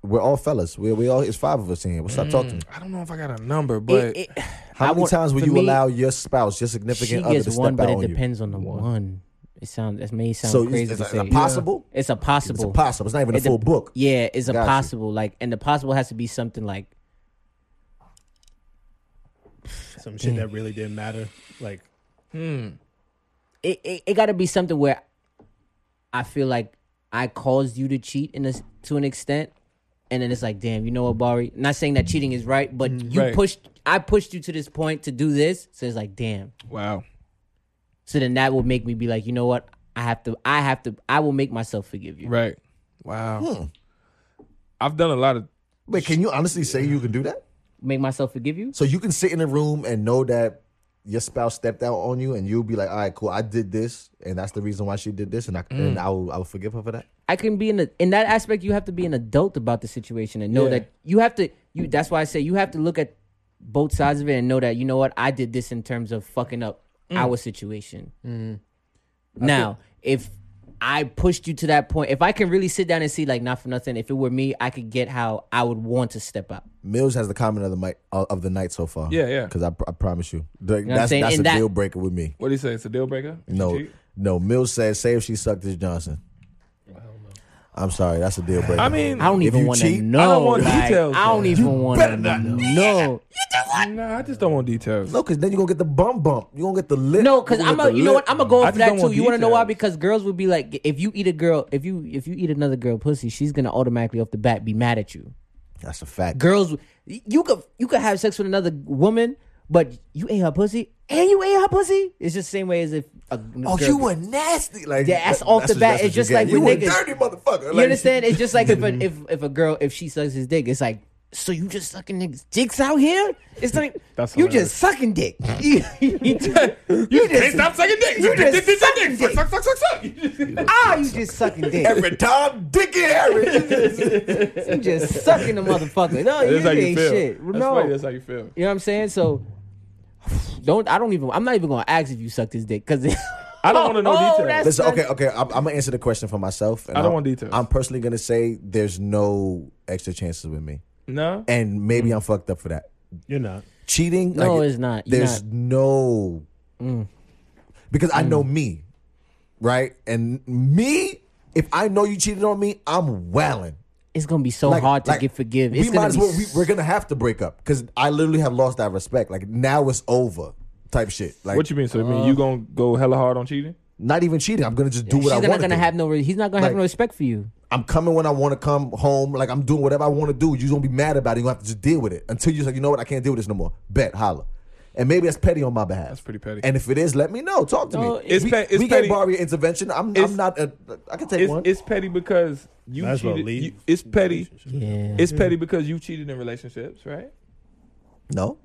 S1: We're all fellas. We we all. It's five of us in here. What's up? Talk to me.
S2: I don't know if I got a number,
S3: it,
S2: but
S3: it,
S1: How
S3: Mm. I
S1: many
S3: want-
S1: times will
S3: for
S1: you
S3: me,
S1: allow your spouse, your
S3: She
S1: significant other, to
S3: gets
S1: step
S3: one,
S1: out
S3: but it
S1: on
S3: depends on the one. It sounds that may
S1: you?
S3: sound
S1: So it's-
S3: crazy
S1: it's,
S3: to
S1: it's
S3: say.
S1: a possible.
S3: It's a
S1: It's
S3: possible.
S1: a possible. It's not even a
S3: It dep-
S1: full book.
S3: Yeah, it's a
S1: Got you.
S3: possible. Like, and the possible has to be something like
S5: Some shit that really didn't matter. Like
S3: it. It, it got to be something where I feel like I caused you to cheat in a, s- to an extent, and then it's like, damn, you know what, Bari? Not saying that cheating is right, but you
S2: Mm, Right.
S3: pushed. I pushed you to this point to do this, so it's like, damn.
S2: wow,
S3: So then that would make me be like, you know what? I have to. I have to. I will make myself forgive you.
S2: right, wow.
S1: Hmm.
S2: I've done a lot of
S1: Wait, can you honestly say you can do that?
S3: Make myself forgive you.
S1: So you can sit in a room and know that your spouse stepped out on you and you'll be like, all right, cool, I did this, and that's the reason why she did this, and I
S3: Mm.
S1: and I will, I will forgive her for that.
S3: I can be in a, in that aspect. You have to be an adult about the situation and know
S2: Yeah.
S3: that you have to. You that's why I say you have to look at both sides of it and know that you know what I did this in terms of fucking up
S1: Mm.
S3: our situation.
S1: Mm-hmm.
S3: Now, if I pushed you to that point, if I can really sit down and see, like, not for nothing, if it were me, I could get how I would want to step up.
S1: Mills has the comment of the mic, uh, of the night so far.
S2: Yeah, yeah.
S1: Because I, pr- I promise you, Like,
S3: what I'm
S1: that's
S3: saying?
S1: that's
S3: And
S1: a
S3: that-
S1: deal breaker with me.
S2: What do you say? It's a deal breaker?
S1: No,
S2: Cheat?
S1: no. Mills said, "Say if she sucked this Johnson." I'm sorry, that's a deal breaker.
S2: I mean,
S3: I don't
S1: If
S3: even
S1: you
S3: want
S1: cheat, I
S3: to
S1: don't
S3: know.
S2: want
S3: like,
S2: details,
S3: I don't
S2: man.
S3: even want
S1: better
S3: to
S1: not know.
S3: know.
S2: nah, I just don't want details.
S1: no, because then you're gonna get the bum bump. You're gonna get the lip.
S3: No, because
S1: You're
S3: I'm
S1: gonna
S3: a,
S1: get the
S3: you know
S1: lip.
S3: what? I'm gonna go
S2: I
S3: in for
S2: just
S3: that
S2: don't
S3: too.
S2: want
S3: You want to know why?
S2: details.
S3: Because girls would be like, if you eat a girl, if you if you eat another girl pussy, she's gonna automatically off the bat be mad at you.
S1: That's a fact.
S3: Girls, you could you could have sex with another woman, but you ate her pussy and you ate her pussy. It's just the same way as if a
S1: Oh,
S3: girl-
S1: you were nasty. Like
S3: Yeah, that's
S1: that-
S3: off the
S1: what-
S3: bat.
S1: that's what
S3: It's just
S1: you get.
S3: like
S1: you
S3: with
S1: a
S3: niggas.
S1: dirty motherfucker.
S3: You
S1: Like,
S3: understand? It's just like if a, if if a girl if she sucks his dick, it's like so you just sucking niggas dicks out here. It's like
S2: That's
S3: you
S2: hilarious.
S3: just sucking dick. you
S2: You
S3: just-
S2: can't stop sucking dick.
S3: you
S2: Dick,
S3: just
S2: dick, dick, dick,
S3: sucking
S2: dick.
S3: dick.
S2: Suck, suck, suck, suck. You just-
S3: ah, you just sucking dick.
S1: Every time, Dick and Harry.
S3: You just sucking the motherfucker. No, you
S2: That's how you
S3: ain't
S2: feel.
S3: shit.
S2: That's
S3: no,
S2: funny. That's how you feel.
S3: you know what I'm saying? So don't. I don't even. I'm not even gonna ask if you sucked his dick because
S2: I don't want to know
S3: Oh,
S2: details.
S3: that's-
S1: Listen, okay, okay. I'm, I'm gonna answer the question for myself. and
S2: I don't
S1: I'm-
S2: want details.
S1: I'm personally gonna say there's no extra chances with me,
S2: No.
S1: and maybe I'm fucked up for that.
S5: You're not.
S1: Cheating?
S3: Mm. No,
S1: it-
S3: it's not. You're
S1: There's
S3: not. Mm.
S1: no because I know me, right? And me, if I know you cheated on me, I'm wailing.
S3: it's gonna be so hard to get forgive.
S1: we
S3: It's gonna
S1: might as
S3: be
S1: well. We,
S3: s-
S1: we're gonna have to break up because I literally have lost that respect. Like now it's over, type shit. Like
S2: What you mean? So you
S1: uh,
S2: mean you gonna go hella hard on cheating?
S1: not even cheating. I'm gonna just do what
S3: she's
S1: I
S3: not
S1: want to
S3: gonna
S1: do.
S3: have no. re- He's not gonna
S1: Like-
S3: have no respect for you.
S1: I'm coming when I want to come home. Like I'm doing whatever I want to do. You don't be mad about it. You have to just deal with it until you're like, you know what? I can't deal with this no more. Bet holla. And maybe that's petty on my behalf. That's
S2: pretty petty.
S1: And if it is, let me know. Talk to
S3: No,
S1: me.
S2: it's
S1: we,
S2: pe- it's
S1: we gave
S2: petty.
S1: Barbie an intervention. I'm,
S2: It's-
S1: I'm not. A, I can take
S2: It's,
S1: one.
S2: it's petty because you
S5: Might as well
S2: cheated.
S5: leave.
S2: you- it's petty.
S3: Yeah.
S2: It's petty because you cheated in relationships, right?
S1: no.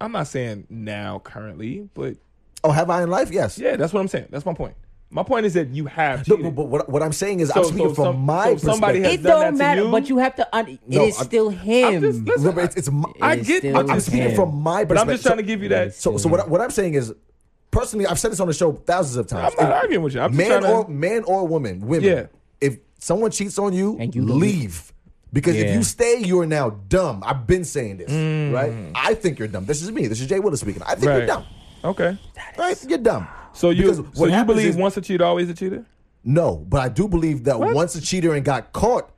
S2: I'm not saying now, currently, but
S1: Oh, have I in life? Yes.
S2: yeah, that's what I'm saying. That's my point. My point is that you have
S1: No,
S2: cheated.
S1: but, but what, what I'm saying is,
S2: So-
S1: I'm speaking
S2: so
S1: from
S2: some-
S1: my
S2: so somebody
S1: perspective.
S2: has
S3: it
S2: done
S3: don't
S2: that to
S3: matter,
S2: you?
S3: but you have to. Un-
S1: No,
S3: it is
S1: I'm-
S3: still him.
S2: I'm just listen.
S1: Remember, it's, it's my,
S2: I
S3: is
S2: get.
S3: still
S2: I'm
S1: I'm
S2: just
S3: his hand.
S1: speaking from my
S2: But
S1: perspective.
S2: I'm just trying to
S1: So-
S2: give you that.
S1: So, so what, what I'm saying is, personally, I've said this on the show thousands of
S2: I'm
S1: times.
S2: not
S1: If-
S2: arguing with you. I'm just
S1: man
S2: trying
S1: or
S2: to.
S1: man or woman, women.
S2: Yeah.
S1: If someone cheats on you,
S3: And you
S1: leave.
S3: leave.
S1: Because if
S3: Yeah.
S1: you stay, you are now dumb. I've been saying this, right? I think you're dumb. This is me. This is Jay Willis speaking. I think you're
S2: Mm. Right.
S1: dumb,
S2: Okay.
S1: right? You're dumb.
S2: So
S1: Because
S2: you.
S1: what
S2: So you
S1: happens
S2: believe
S1: is-
S2: once a cheater, always a cheater.
S1: No, but I do believe that
S2: What?
S1: once a cheater and got caught,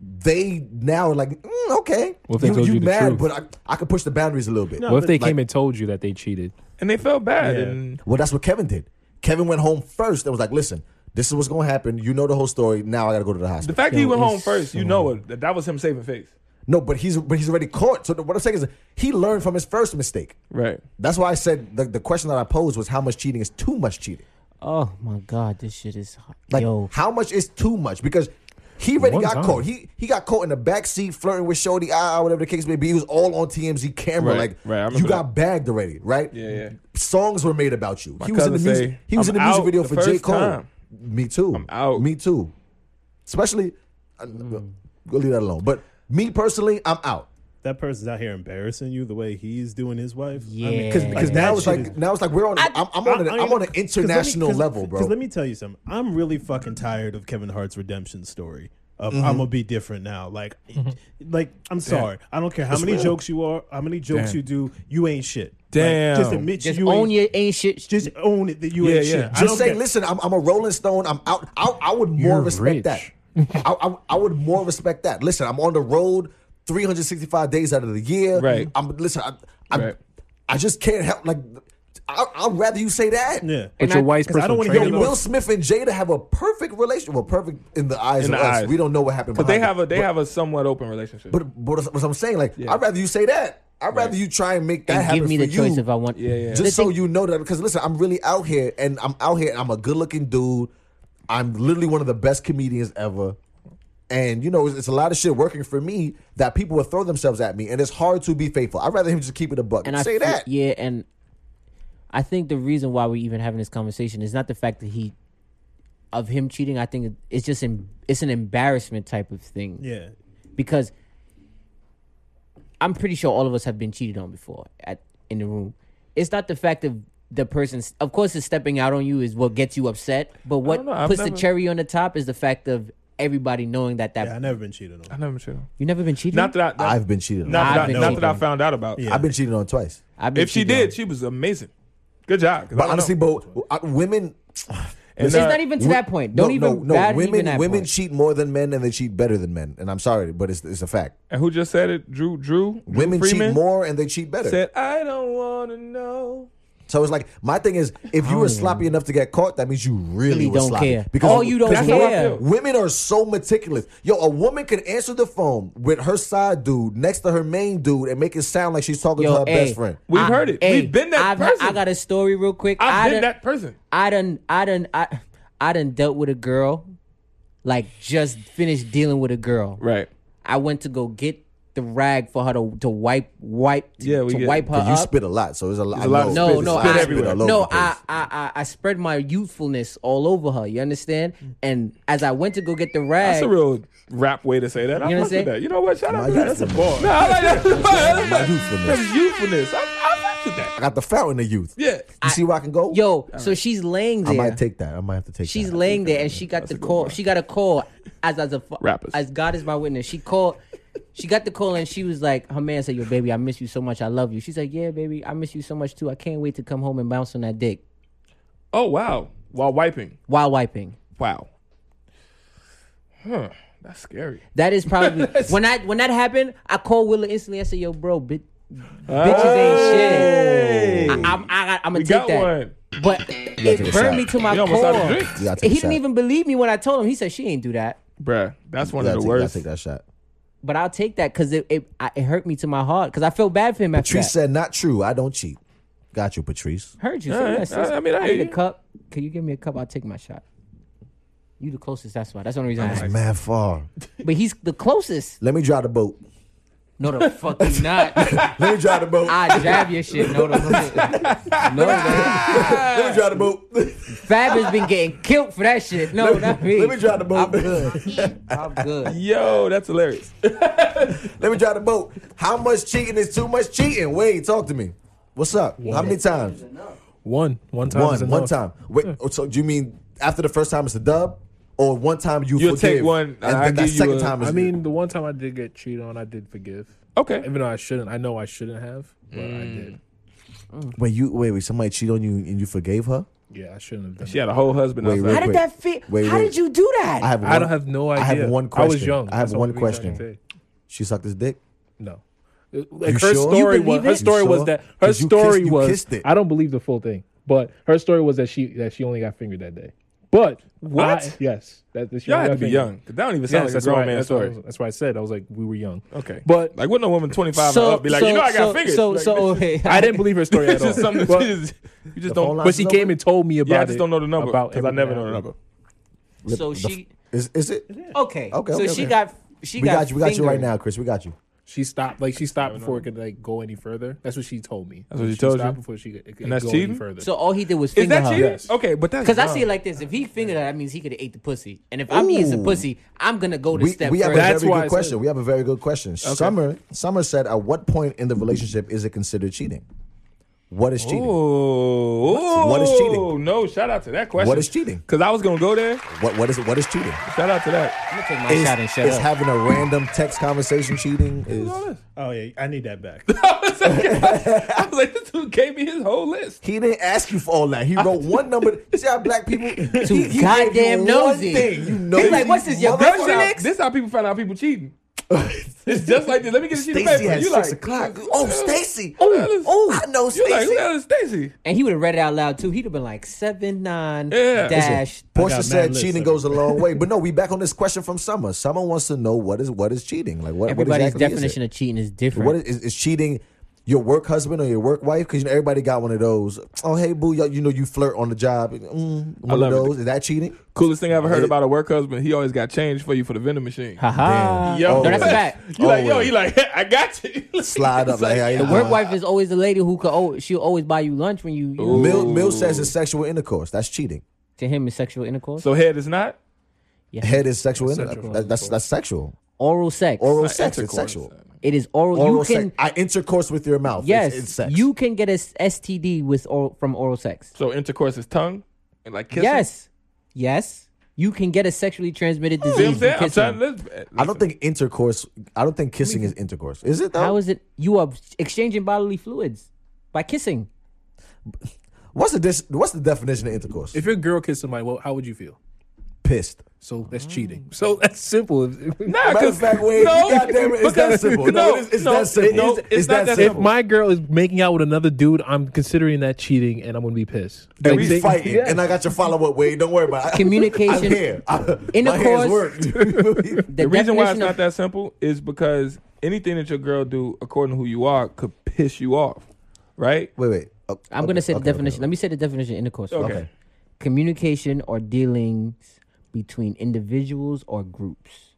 S1: they now are like, mm, okay,
S6: What if they told you the
S1: mad,
S6: truth?
S1: but I, I could push the boundaries a little bit.
S5: No.
S6: What if they
S1: Like-
S6: came and told you that they cheated?
S2: and they felt bad.
S5: Yeah.
S2: And
S1: Well, that's what Kevin did. Kevin went home first and was like, listen, this is what's going to happen. You know the whole story. Now I got to go to the hospital.
S2: the fact that he
S3: Yo,
S2: went home
S3: it's
S2: first, you know it. That, that was him saving face.
S1: No, but he's but he's already caught. So the- what I'm saying is he learned from his first mistake.
S2: Right.
S1: That's why I said the, the question that I posed was how much cheating is too much cheating.
S3: oh my god, this shit is hot.
S1: Like
S3: yo.
S1: how much is too much because he already
S6: One
S1: got
S6: time.
S1: caught. He he got caught in the back seat flirting with Shorty, ah, whatever the case may be. He was all on TMZ camera.
S2: Right,
S1: like
S2: right, I remember
S1: you got bagged already, right?
S2: Yeah, yeah.
S1: Songs were made about you.
S2: My
S1: he was in the
S2: cousin
S1: music.
S2: say,
S1: he was
S2: "I'm
S1: in the music
S2: out
S1: video
S2: the
S1: for J
S2: first
S1: Cole.
S2: time.
S1: Me too.
S2: I'm out.
S1: Me too. Especially, uh, go leave that alone. But me personally, I'm out.
S5: That person's out here embarrassing you the way he's doing his wife.
S3: Yeah.
S1: Because because
S5: that
S1: now it's
S5: shit
S1: like
S5: is-
S1: now it's like we're on. I, am I'm on. an,
S5: I- I-
S1: I'm on an
S5: 'cause let me-
S1: international
S5: 'cause-
S1: level, bro.
S5: 'cause let me tell you something. I'm really fucking tired of Kevin Hart's redemption story. Of I'm gonna be different now. Like, like I'm sorry. I don't care how many jokes you are, how many jokes
S2: Damn.
S5: you do. You ain't shit. Like,
S2: Damn.
S5: just admit
S3: Just
S5: you
S3: own
S5: ain't,
S3: your ain't shit.
S5: Just own it that you
S2: Yeah,
S5: ain't
S2: yeah.
S5: shit. I
S1: Just
S5: don't
S1: say,
S5: care.
S1: listen, I'm, I'm a Rolling Stone. I'm out. I, I would more
S6: You're
S1: respect
S6: rich.
S1: that. I, I I would more respect that. Listen, I'm on the road 365 days out of the year.
S2: Right.
S1: I'm listen. I I,
S2: Right.
S1: I just can't help. Like, I, I'd rather you say that.
S5: Yeah.
S6: But your wife's
S5: 'Cause I don't
S6: personal
S5: wanna
S1: Yo,
S5: hear
S6: trainer.
S5: you-
S1: Will Smith and Jada have a perfect relationship. Well, perfect in the eyes
S2: In
S1: of
S2: the
S1: us.
S2: eyes.
S1: We don't know what happened.
S2: But they
S1: behind it.
S2: have a they have a somewhat open relationship.
S1: But but that's what I'm saying, like
S2: Yeah.
S1: I'd rather you say that. I'd rather you try and make that
S3: And
S1: happen
S3: give me
S1: for
S3: the choice
S1: you,
S3: if I want- Yeah, yeah.
S1: Just
S3: The
S1: so
S3: thing-
S1: you know that because listen, I'm really out here and I'm out here and I'm a good looking dude. I'm literally one of the best comedians ever. And you know, it's, it's a lot of shit working for me that people would throw themselves at me, and it's hard to be faithful. I'd rather him just keep it a buck.
S3: and I
S1: say
S3: feel-
S1: that.
S3: Yeah, and I think the reason why we're even having this conversation is not the fact that he, of him cheating. I think it's just em- it's an embarrassment type of thing
S5: Yeah.
S3: because I'm pretty sure all of us have been cheated on before at in the room. It's not the fact of the person's of course it's stepping out on you is what gets you upset, but what
S2: don't know, I've
S3: puts the
S2: never-
S3: cherry on the top is the fact of everybody knowing that that
S5: Yeah, I never been cheated on.
S2: I never cheated. on.
S3: you never been cheated.
S2: Not
S3: on?
S2: that I.
S1: I've been cheated on.
S2: not that,
S3: I've
S2: I-
S3: been
S2: not
S3: cheated
S2: that I
S3: on.
S2: found out about.
S5: Yeah.
S1: I've been cheated on twice.
S3: I've been
S2: If she
S3: cheated
S2: did,
S3: on.
S2: she was amazing. Good job. 'cause I
S1: But
S2: don't
S1: honestly, e-
S2: know.
S1: bro, I, women.
S2: And,
S3: it's
S2: uh,
S3: not even to
S1: Wo-
S3: that point. Don't
S1: no,
S3: even
S1: no, no.
S3: bad
S1: Women
S3: even that
S1: women
S3: point.
S1: cheat more than men, and they cheat better than men. And I'm sorry, but it's it's a fact.
S2: and who just said it? Drew. Drew. Drew
S1: Women
S2: Freeman
S1: cheat more and they cheat better.
S2: Said I don't want to know.
S1: so it's like my thing is, if you were sloppy enough to get caught, that means you really
S3: Oh. Really
S1: were
S3: don't
S1: sloppy.
S3: care. Oh, you don't
S2: That's how I
S3: care.
S2: feel.
S1: Women are so meticulous. Yo, a woman can answer the phone with her side dude next to her main dude and make it sound like she's talking to
S3: Yo,
S1: her
S3: hey,
S1: best friend.
S2: We've
S3: I-
S2: heard it.
S3: hey,
S2: We've been that
S3: I've-
S2: person.
S3: I got a story real quick.
S2: I've
S3: I done-
S2: been that person.
S3: I done, I done, I, I done dealt with a girl, like just finished dealing with a girl.
S2: Right.
S3: I went to go get the rag for her to, to wipe, wipe, to,
S2: Yeah, we
S3: to
S2: get-
S3: wipe her
S1: 'Cause you
S3: up.
S1: spit a lot, so there's a lot.
S2: There's a lot
S1: I
S2: of
S1: know.
S3: no,
S2: spit.
S3: no,
S2: Spit
S3: I,
S2: everywhere.
S1: all over
S3: no,
S1: the place.
S3: I, I, I, I spread my youthfulness all over her. You understand? And as I went to go get the rag,
S2: Mm. That's a real rap way to say that. I
S3: You know
S2: fuck
S3: what I'm
S2: with that. You know what? Shout out to
S1: My
S2: that. That's a ball. No, I like that. That's
S1: My
S2: my
S1: youthfulness.
S2: That's youthfulness. I, I fuck with
S1: I
S2: that.
S1: got the fountain of youth.
S2: Yeah.
S1: You see where I can go?
S3: yo, so she's laying
S1: I
S3: there.
S1: might take that. I might have to take
S3: She's
S1: that.
S3: laying there, and she got the call. She got a call as as a fu-
S2: Rappers.
S3: as God is my witness. She called. She got the call, and she was like, her man said, "Yo, baby, I miss you so much. I love you." She's like, "Yeah, baby, I miss you so much too. I can't wait to come home and bounce on that dick
S2: Oh wow. While wiping.
S3: while wiping."
S2: Wow. Huh. That's scary.
S3: That is probably when that when that happened. I called Willa instantly. I said, "Yo, bro, bit, bitches ain't shit. I, I'm I, got- I'm gonna
S2: Oh. We
S3: take
S2: got
S3: that."
S2: one.
S3: But
S1: gotta take a
S3: it
S1: shot.
S3: burned me to my
S2: You almost out of
S3: core.
S2: drink,
S1: You gotta
S3: He
S1: take a
S3: didn't
S1: shot.
S3: even believe me when I told him. He said, "She ain't do that."
S2: bruh. That's one
S1: You
S2: of
S1: gotta
S2: the
S1: take- you gotta
S2: worst.
S1: take that shot.
S3: But I'll take that because it it, I, it hurt me to my heart because I felt bad for him after
S1: Patrice
S3: that.
S1: said, "Not true. I don't cheat." Got you, Patrice.
S3: Heard you. So
S2: All right.
S3: yes,
S2: All right.
S3: yes.
S2: I mean, I hear
S3: need a
S2: you.
S3: cup. Can you give me a cup? I'll take my shot. You the closest. That's why. That's the only reason. I asked.
S1: Man, far.
S3: But he's the closest.
S1: Let me drive the boat.
S3: No, the fuck you not.
S1: Let me drive the boat.
S3: I jab your shit. No, the no. no.
S1: Let me drive the boat.
S3: Fab has been getting killed for that shit. No, not me.
S1: Let me drive the
S3: I'm
S1: boat.
S3: good. I'm good.
S2: Yo, that's hilarious.
S1: Let me drive the boat. How much cheating is too much cheating? Wade, talk to me. What's up? How many times?
S6: One, one time, is
S1: One. One
S6: enough.
S1: time. Wait. oh, So do you mean after the first time it's a dub, or one time you
S2: You'll
S1: forgive,
S2: take one,
S1: and
S2: I'll
S1: then that
S2: give you
S1: second
S2: a-
S1: time is?
S6: I mean, the one time I did get cheated on, I did forgive.
S2: Okay.
S6: Even though I shouldn't, I know I shouldn't have, but I did.
S1: wait, you wait, wait. Somebody cheat on you and you forgave her?
S6: Yeah, I shouldn't have done.
S2: She
S6: it.
S2: had a whole husband
S1: Wait,
S2: outside.
S3: How
S1: wait.
S3: did that fit?
S1: Wait,
S3: How
S1: wait.
S3: did you do that?
S1: I have. One,
S6: I don't have no idea.
S1: I have one question.
S6: I was young.
S1: I have
S6: That's the
S1: one
S6: only reason I can
S1: question.
S6: say.
S1: She sucked his dick.
S6: No. Like
S1: You
S6: her
S1: sure?
S6: story
S1: You
S6: was
S1: believe
S6: her
S1: it?
S6: story
S1: You
S6: was
S1: sure?
S6: that her
S1: 'Cause you
S6: story
S1: kissed- you
S6: was
S1: kissed it.
S6: I don't believe the full thing, but her story was that she that she only got fingered that day. But
S2: What?
S6: I- yes, that, that she
S2: Y'all
S6: only
S2: had to be
S6: got fingered.
S2: young. 'cause That don't even
S6: Yes,
S2: sound like a
S6: that's
S2: grown
S6: why-
S2: man
S6: that's why I
S2: story.
S6: was- That's why I said I was like we were young.
S2: Okay.
S6: but
S2: Like, wouldn't a woman 25 and up be like, you know, I got fingers.
S3: So,
S2: Like,
S3: so,
S6: I didn't believe her story
S2: It's
S6: at all.
S2: just something
S6: but,
S2: she just- you just
S1: phone
S2: don't.
S1: line-
S6: but she came and told me about
S2: yeah, I just
S6: it
S2: don't know the number
S6: about
S2: because I
S6: everything
S2: never
S6: that
S2: know the
S6: happened.
S2: number.
S3: so she.
S1: Is is it?
S3: Okay.
S1: Okay,
S3: So
S1: okay,
S3: she
S1: okay.
S3: got. She
S1: We got you. We got you right
S3: fingered.
S1: now, Chris. We got you.
S6: She stopped like she stopped before it could like go any further. That's what she told me.
S2: That's what she told you?
S6: stopped before she could, it could
S2: And that's
S6: go
S2: cheating?
S6: any further.
S3: So all he did was
S2: Is
S3: finger
S2: that
S3: her.
S2: cheating? Okay, but that's
S3: Because I see it
S2: dumb.
S3: like this: if he fingered her, that means he could have ate the pussy. And if I'm eating some
S1: Ooh.
S3: pussy, I'm gonna go to
S1: We,
S3: step
S1: we have a
S3: further.
S6: That's
S1: very
S6: why I
S1: good
S6: said-
S1: question. We have a very good question. Summer Summer said, "At what point in the relationship is it considered cheating? What is cheating?
S2: Oh,
S1: What is cheating?
S2: oh, No, shout out to that question.
S1: What is cheating?
S2: Because I was gonna go there.
S1: What what is what is cheating?
S2: Shout out to that.
S3: I'm gonna take my
S1: Is,
S3: shot and shut
S1: is
S3: up.
S1: having a random text conversation cheating? Is
S5: Oh yeah, I need that back.
S2: I was like, this dude gave me his whole list.
S1: he didn't ask you for all that. He wrote one number. You see how black people
S3: Too
S1: he- he
S3: goddamn
S1: gave you one
S3: nosy.
S1: thing. You know,
S3: He's like, "What's this, your
S2: This
S3: What's
S2: how,
S3: your next?
S2: this how people find out people cheating. it's just like this. Let me get a sheet of
S1: Stacy
S2: paper.
S1: at
S2: You
S1: six
S2: like
S1: o'clock. Oh, Stacy.
S2: Who the hell is-
S1: Oh, I know
S2: You like who
S1: Stacy.
S2: the hell is Stacy?
S3: and he would have read it out loud too. He'd have been like seven nine
S2: Yeah.
S3: dash.
S5: I
S1: Portia
S5: got
S1: said
S5: mad
S1: cheating
S5: lips.
S1: goes a long way, but no, we back on this question from Summer. Summer wants to know what is what is cheating? Like what?
S3: Everybody's
S1: what exactly
S3: definition of cheating is
S1: is it?
S3: different.
S1: what is, is, is cheating? your work husband or your work wife? Because you know everybody got one of those. Oh, hey boo, y'all- you know you flirt on the job. Mm, one of
S2: love it.
S1: those. Is that cheating?
S2: Coolest thing I ever heard
S1: It-
S2: about a work husband, he always got change for you for the vending machine.
S3: Haha.
S2: Yo,
S3: No, that's a
S1: Always.
S3: fact.
S2: You like, yo,
S1: Always.
S2: he like, I got you.
S1: Slide up
S2: It's
S1: like, hey, how you
S3: Work
S1: doing?
S3: wife is always the lady who could. al- She'll always buy you lunch when you, you know,
S1: Mill, Mill says it's sexual intercourse. That's cheating.
S3: to him is sexual intercourse.
S2: So head is not.
S1: Head is sexual
S6: Sexual
S1: intercourse. That, that's that's sexual.
S3: oral sex.
S1: Oral
S2: Not
S1: sex is
S2: intercourse.
S1: sexual.
S3: It is oral.
S1: Oral
S3: you can.
S1: sex. I intercourse with your mouth. Yes,
S3: Yes,
S1: it's, it's sex.
S3: you can get a s- STD with oral, from oral sex.
S2: So intercourse is tongue and like kissing.
S3: Yes, yes, you can get a sexually transmitted disease.
S2: See what I'm saying?
S3: from
S2: I'm trying, eh,
S3: kissing.
S2: listen,
S1: I don't think intercourse. I don't think kissing is intercourse. Is it though?
S3: How is it? You are exchanging bodily fluids by kissing.
S1: what's the dis- what's the definition of intercourse?
S6: If your girl kissed somebody, well, how would you feel?
S1: Pissed.
S6: So that's cheating. So that's simple.
S2: Oh. Nah,
S1: Matter
S2: 'cause-
S1: of fact, Wade,
S2: no,
S1: goddamn it, it's that
S2: because-
S1: simple.
S2: No,
S1: No, it's, it's
S2: no,
S1: that simple.
S2: no,
S1: it's,
S2: it's not
S1: that
S2: that
S1: simple.
S6: if my girl is making out with another dude, I'm considering that cheating, and I'm gonna be pissed.
S1: and
S6: Like,
S1: we
S6: they-
S1: fighting, and I got your follow up, Wade. Don't worry about it.
S3: Communication.
S1: I'm here. I, my hands
S3: Intercourse.
S1: work.
S3: The,
S2: the reason why
S3: definition
S2: it's
S3: of-
S2: not that simple is because anything that your girl do, according to who you are, could piss you off, right?
S1: wait, wait. Oh,
S3: I'm
S1: okay,
S3: gonna say the
S1: okay,
S3: definition. Let me say the definition of intercourse.
S2: Okay.
S1: Okay.
S3: Communication or dealings between individuals or groups.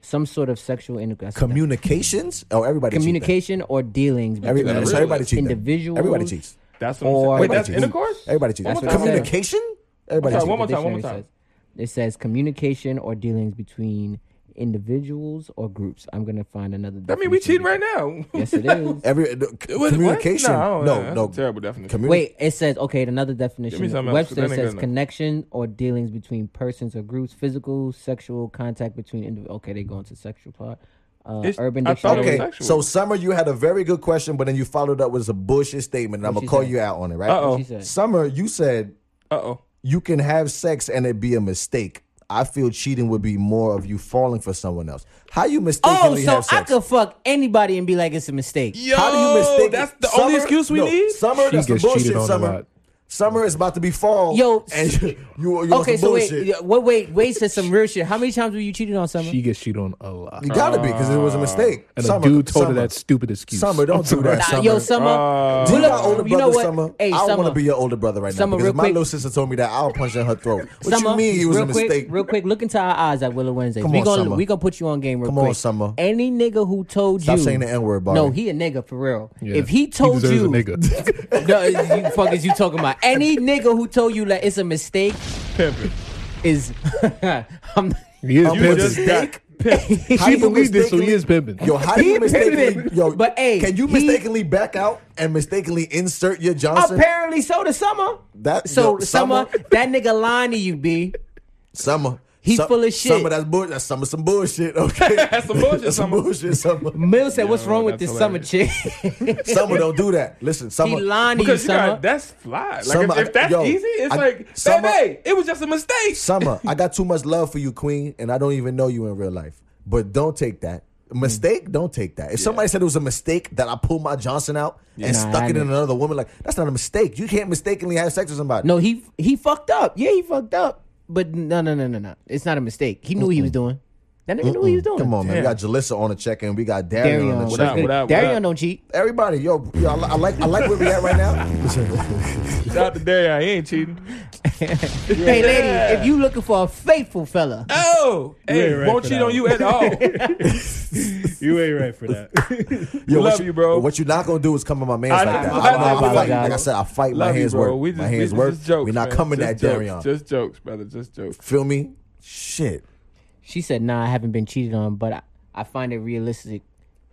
S3: Some sort of sexual intercourse.
S1: Communications. Oh, everybody. cheat then.
S3: Communication or dealings between
S1: Everybody, so everybody cheats.
S3: individuals.
S1: Everybody cheats.
S2: That's what I'm saying.
S3: Or-
S2: Wait, that's
S1: Everybody cheats.
S2: intercourse?
S1: Everybody cheats.
S3: That's what I'm saying.
S1: Communication. Everybody
S2: Sorry,
S1: cheats.
S2: Oh, one more time, one more
S3: dictionary
S2: time.
S3: Says, it says communication or dealings between individuals or groups. I'm gonna find another.
S2: I mean, we
S3: definition.
S2: cheating right now.
S3: Yes, it is.
S1: Every no, c-
S2: What- what?
S1: communication.
S2: No,
S1: no,
S2: that's
S1: no.
S2: a terrible definition.
S1: Communi-
S3: Wait, it says okay. Another definition.
S2: Give me something else,
S3: Webster
S2: 'cause that ain't
S3: says
S2: good enough.
S3: connection or dealings between persons or groups, physical, sexual contact between. Indiv- okay, they go into sexual part. Uh,
S2: It's-
S3: urban
S2: I thought it
S3: dictionary.
S2: was
S1: Okay,
S2: sexual.
S1: so Summer, you had a very good question, but then you followed up with a bullshit statement. And I'm
S3: What'd
S1: gonna call
S3: she say?
S1: you out on it, right?
S2: Uh-oh.
S3: She said.
S1: Summer, you said
S2: Uh oh.
S1: you can have sex and it be a mistake. I feel cheating would be more of you falling for someone else. How you
S3: Oh,
S1: mistakenly
S3: so
S1: have
S3: I
S1: sex?
S3: could fuck anybody and be like it's a mistake.
S1: How do you mistake?
S2: That's the only
S1: Summer-
S2: excuse we
S1: no,
S2: need.
S1: Summer,
S6: She
S1: that's some
S6: gets cheated
S1: bullshit.
S6: on a
S1: Summer,
S6: lot.
S1: Summer is about to be fall.
S3: Yo,
S1: and you, you, you
S3: Okay,
S1: okay,
S3: so
S1: bullshit.
S3: wait, yeah, what? Wait, wait said some real shit. How many times were you cheated on someone?
S6: she gets cheated on a lot,
S1: You gotta be because it was a mistake.
S6: Ah. and
S1: Summer,
S6: a dude told
S1: Summer,
S6: her that stupid excuse.
S1: Summer, don't do that.
S3: Nah,
S1: Summer.
S3: yo, Summer.
S2: Uh,
S1: Do you
S3: Well, look,
S1: got older brother,
S3: you know what?
S1: Summer?
S3: Hey,
S1: I want
S3: Summer.
S1: to be your older brother right
S3: Summer,
S1: now because
S3: real
S1: my
S3: quick.
S1: little sister told me that I'll punch in her throat. What
S3: Summer,
S1: you mean it was
S3: real
S1: a
S3: quick,
S1: mistake?
S3: Real quick, look into our eyes at Willow Wednesdays.
S1: Come
S3: we
S1: on,
S3: gonna
S1: Summer.
S3: we gonna put you on game real
S1: Come on,
S3: quick.
S1: Summer.
S3: Any nigga who told
S1: Stop
S3: you
S1: saying the N-word, Barbie.
S3: No, he a nigga for real.
S6: Yeah.
S3: If he told
S6: deserves
S3: you,
S6: a nigga.
S3: no, you fuck is you talking about? Any nigga who told you that it's a mistake
S2: Pimping.
S3: is, I'm,
S6: he is
S1: Um,
S2: You
S1: Pimping.
S2: just
S6: pimping.
S2: got pimped.
S6: She believed this, so he is pimping.
S1: Yo, how do you
S3: He
S1: mistakenly?
S3: pimping.
S1: Yo,
S3: But, hey,
S1: can you
S3: he-
S1: mistakenly back out and mistakenly insert your Johnson?
S3: apparently so to Summer.
S1: That-
S3: so
S1: yo,
S3: Summer,
S1: Summer-
S3: that nigga lying to you, b.
S1: Summer,
S3: He
S1: Sum-
S3: full of shit.
S1: Summer, that's bullshit. That's summer, some bullshit. Okay,
S2: That's some bullshit,
S1: That's some
S2: Summer.
S1: bullshit. Summer,
S3: Mill said, "What's wrong with
S2: that's
S3: this summer chick?"
S1: summer, don't do that. Listen, summer.
S3: he lying to you,
S2: Because you
S3: Summer.
S2: got, that's fly. Like
S1: Summer,
S2: if, if that's
S1: yo,
S2: easy, it's
S1: I-
S2: like,
S1: Summer-
S2: baby, it was just a mistake.
S1: Summer, I got too much love for you, Queen, and I don't even know you in real life. But don't take that
S3: Mm.
S1: mistake. Don't take that. If somebody said it was a mistake that I pulled my Johnson out and
S3: Nah,
S1: stuck
S3: I
S1: it in
S3: didn't.
S1: another woman, like that's not a mistake. You can't mistakenly have sex with somebody.
S3: No, he he fucked up. Yeah, he fucked up. But no, no, no, no, no. It's not a mistake. He knew what he was doing. That nigga knew what he was doing.
S1: Mm. come on, man. We
S2: Damn.
S1: got Jalissa on the check in. We got Darian,
S3: Darion.
S1: on the
S3: What
S1: check
S2: up,
S1: in.
S2: what up, what
S3: Darion
S2: up?
S3: don't cheat.
S1: Everybody, yo, yo, I, li- I like, I like where we at right now.
S2: Shout out to Darion. He ain't cheating.
S3: Hey, lady, if you looking for a faithful fella,
S2: Oh, hey,
S5: ain't right
S2: won't
S5: for
S2: cheat
S5: that
S2: on you at all.
S5: You ain't right for that.
S1: Yo,
S2: love
S1: what
S2: you, bro.
S1: What you not gonna do is come at my man's
S2: I-
S1: like that. I,
S2: I- I-
S1: I fight.
S3: I-
S1: like I said, I fight.
S2: Love
S1: my
S2: you,
S1: hands
S2: bro.
S1: work.
S2: We just,
S1: my
S2: we
S1: hands
S2: just-
S1: work.
S2: Just jokes,
S1: we not
S2: man.
S1: coming
S2: just
S1: at
S2: jokes,
S1: Darion.
S2: Just jokes, brother. Just jokes.
S1: Feel me? Shit.
S3: she said, "Nah, I haven't been cheated on, but I, I find it realistic.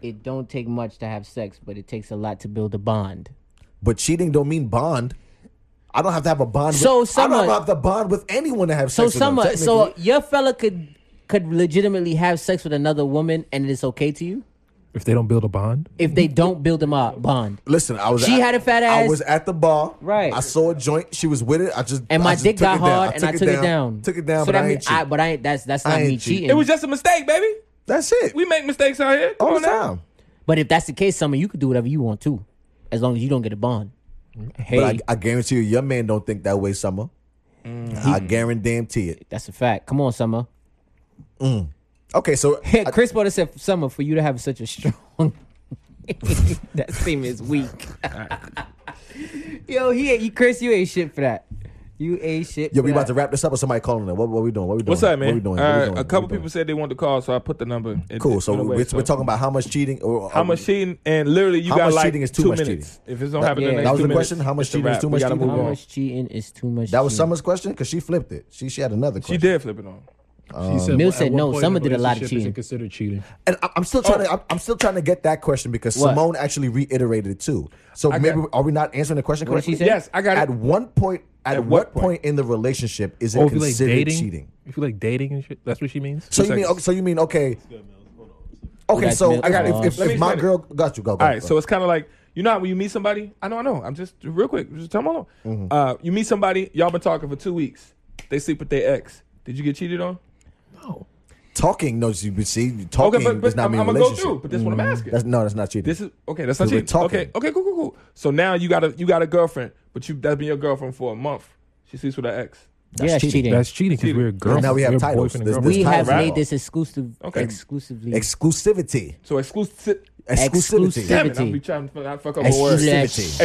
S3: It don't take much to have sex, but it takes a lot to build a bond."
S1: But cheating don't mean bond. I don't have to have a bond.
S3: So
S1: with, I
S3: someone-
S1: don't have to bond with anyone to have
S3: So
S1: sex. with them,
S3: summer, so
S1: technically.
S3: your fella could could legitimately have sex with another woman, and it's okay to you
S6: If they don't build a bond,
S3: if they don't build them up bond.
S1: listen, I was.
S3: She
S1: at-
S3: had a fat
S1: I
S3: ass.
S1: was at the bar.
S3: Right.
S1: I saw a joint. She was with it. I just
S3: And my
S1: I just
S3: dick
S1: took
S3: got
S1: it down.
S3: hard, and I took it down.
S1: Took it down,
S3: So
S1: but
S3: that
S1: I
S3: mean-
S1: ain't cheat.
S3: But I ain't. That's that's
S1: I
S3: not me
S1: ain't cheat.
S3: cheating.
S2: It was just a mistake, baby.
S1: That's it.
S2: We make mistakes out here. Come
S1: all
S2: on
S1: the
S2: now.
S1: time.
S3: But if that's the case, summer, you could do whatever you want too, as long as you don't get a bond. Hey,
S1: But I, I guarantee you, your man don't think that way, Summer.
S2: Mm.
S1: I guarantee it.
S3: that's a fact. Come on, summer.
S1: Okay, so
S3: Chris Porter said, "Summer, for you to have such a strong that theme is weak. Yo, he ain't- you Chris, you ain't shit for that. You ain't shit.
S1: Yo,
S3: for
S1: we
S3: that.
S1: about to wrap this up or somebody calling it. What, what we doing? What we doing?
S2: What's up, man?
S1: What we doing?
S2: All
S1: What we
S2: right,
S1: doing?
S2: a
S1: What
S2: couple
S1: we doing?
S2: people said they wanted to call, so I put the number. It-
S1: Cool.
S2: it
S1: So
S2: went away,
S1: we're,
S2: so-
S1: we're talking about how much cheating or
S2: how much cheating, and literally you
S1: How
S2: got
S1: much
S2: like
S1: cheating is too
S2: two
S1: much
S2: minutes. If it's don't
S3: That-
S2: happen, in
S3: yeah.
S2: the next
S3: That
S1: was
S2: two
S1: the
S2: minutes,
S1: question? How much
S2: it's a
S1: cheating is
S2: wrap.
S1: too
S2: We
S1: much
S2: gotta
S1: cheating?
S2: move
S3: How
S2: on.
S3: much cheating is too much?
S1: That was
S3: cheating?
S1: Summer's question because she flipped it. She she had another
S2: She
S1: question.
S2: did flip it on.
S6: She said,
S3: Mill
S6: at
S3: said
S6: what
S3: no,
S6: point
S3: someone did a lot of
S6: relationship
S3: cheating.
S6: Isn't considered cheating.
S1: And I- I'm still trying
S2: Oh.
S1: to. I'm- I'm still trying to get that question because
S3: What?
S1: Simone actually reiterated it too. So maybe are we not answering the question
S3: What did
S1: correctly?
S3: she say?
S2: Yes, I got
S1: At
S2: it.
S1: one point, at,
S2: At
S1: what
S2: what
S1: point? in the relationship is it
S6: Oh, if you like
S1: considered
S6: dating,
S1: cheating?
S6: if you like dating and shit, that's what she means.
S1: So you mean?
S2: seconds.
S1: okay, So you mean? Okay. Okay,
S3: That's
S1: so
S3: milk
S1: I got
S3: sauce.
S1: if, if,
S2: Let me
S1: if my
S2: explain it.
S1: girl got you, go. go
S2: All right,
S1: go.
S2: so it's kind of like you know how when you meet somebody. I know, I know. I'm just real quick. Just tell me alone.
S1: Mm-hmm.
S2: Uh, you meet somebody, y'all been talking for two weeks. They sleep with their ex. Did you get cheated on?
S6: No,
S1: talking, no, you see, talking does not
S2: I'm,
S1: mean
S2: I'm gonna go
S1: relationship. Mm-hmm.
S2: through. But that's what I'm asking.
S1: That's no, that's not cheating.
S2: This is okay. That's not
S1: So we're
S2: cheating.
S1: talking.
S2: Okay, okay, cool, cool, cool. So now you got a you got a girlfriend, but you that's been your girlfriend for a month. She sleeps with her ex.
S1: that's
S3: yeah,
S1: cheating.
S3: cheating.
S6: that's cheating because
S2: Cheating.
S6: we're girls.
S1: Now we have
S6: we're
S1: titles.
S6: boyfriend and
S1: There's-
S6: girlfriend.
S1: there's
S3: we have
S2: Right.
S3: made this exclusive,
S2: Okay.
S3: exclusively.
S1: exclusivity.
S2: So exclusive.
S1: Exclusivity.
S2: Damn it! I'll be trying to not fuck up my words.
S1: Exclusivity.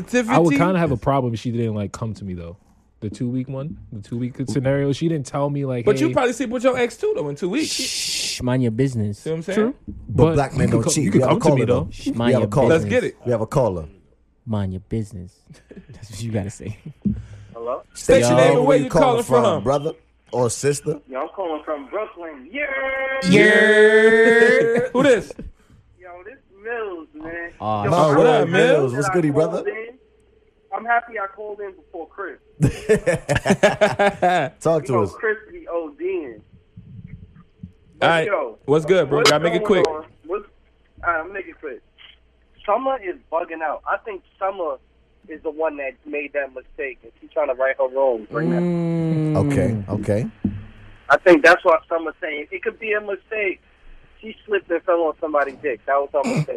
S2: Exclusivity.
S6: I would kind of have a problem if she didn't like come to me though. The two week one, the two week scenario. She didn't tell me like.
S2: But
S6: hey,
S2: you probably sleep with your ex too though in two weeks.
S3: Shh, mind your business.
S2: See what I'm saying?
S6: true,
S1: But, black men
S6: you could
S1: don't
S6: co-
S1: cheat.
S6: You
S1: We
S6: could
S1: have a
S6: come to me
S1: caller
S6: though.
S1: though.
S3: Shh,
S1: We
S3: Mind
S1: have a
S3: your
S1: caller.
S3: business.
S2: Let's get it.
S1: We have a caller.
S3: Mind your business. That's what you gotta say.
S1: State
S3: Yo.
S1: your name and where
S2: you
S1: you calling
S2: calling from.
S1: from, brother or sister.
S7: Yo, I'm calling from Brooklyn. Yeah.
S2: Yeah. Who this?
S7: Yo, this Mills, man.
S3: Aw,
S7: Yo,
S3: shit.
S2: Oh, what up,
S7: I'm
S2: Mills?
S7: happy
S1: What's
S7: I
S1: goody,
S7: called
S1: brother?
S7: in. I'm happy I called in before Chris.
S1: Talk
S7: You
S1: to
S7: know,
S1: us.
S7: Chris be ODing.
S2: All right.
S7: Yo,
S2: What's good, bro?
S7: what's
S2: Gotta make it
S7: going
S2: quick.
S7: on? What's, all right, I'm making it quick. Summer is bugging out. I think Summer is the one that made that mistake, and she's trying to right her wrongs right now.
S2: Mm.
S3: Mm.
S1: Okay, okay.
S7: I think that's why someone's saying it could be a mistake. She slipped and fell on somebody's dick. That was her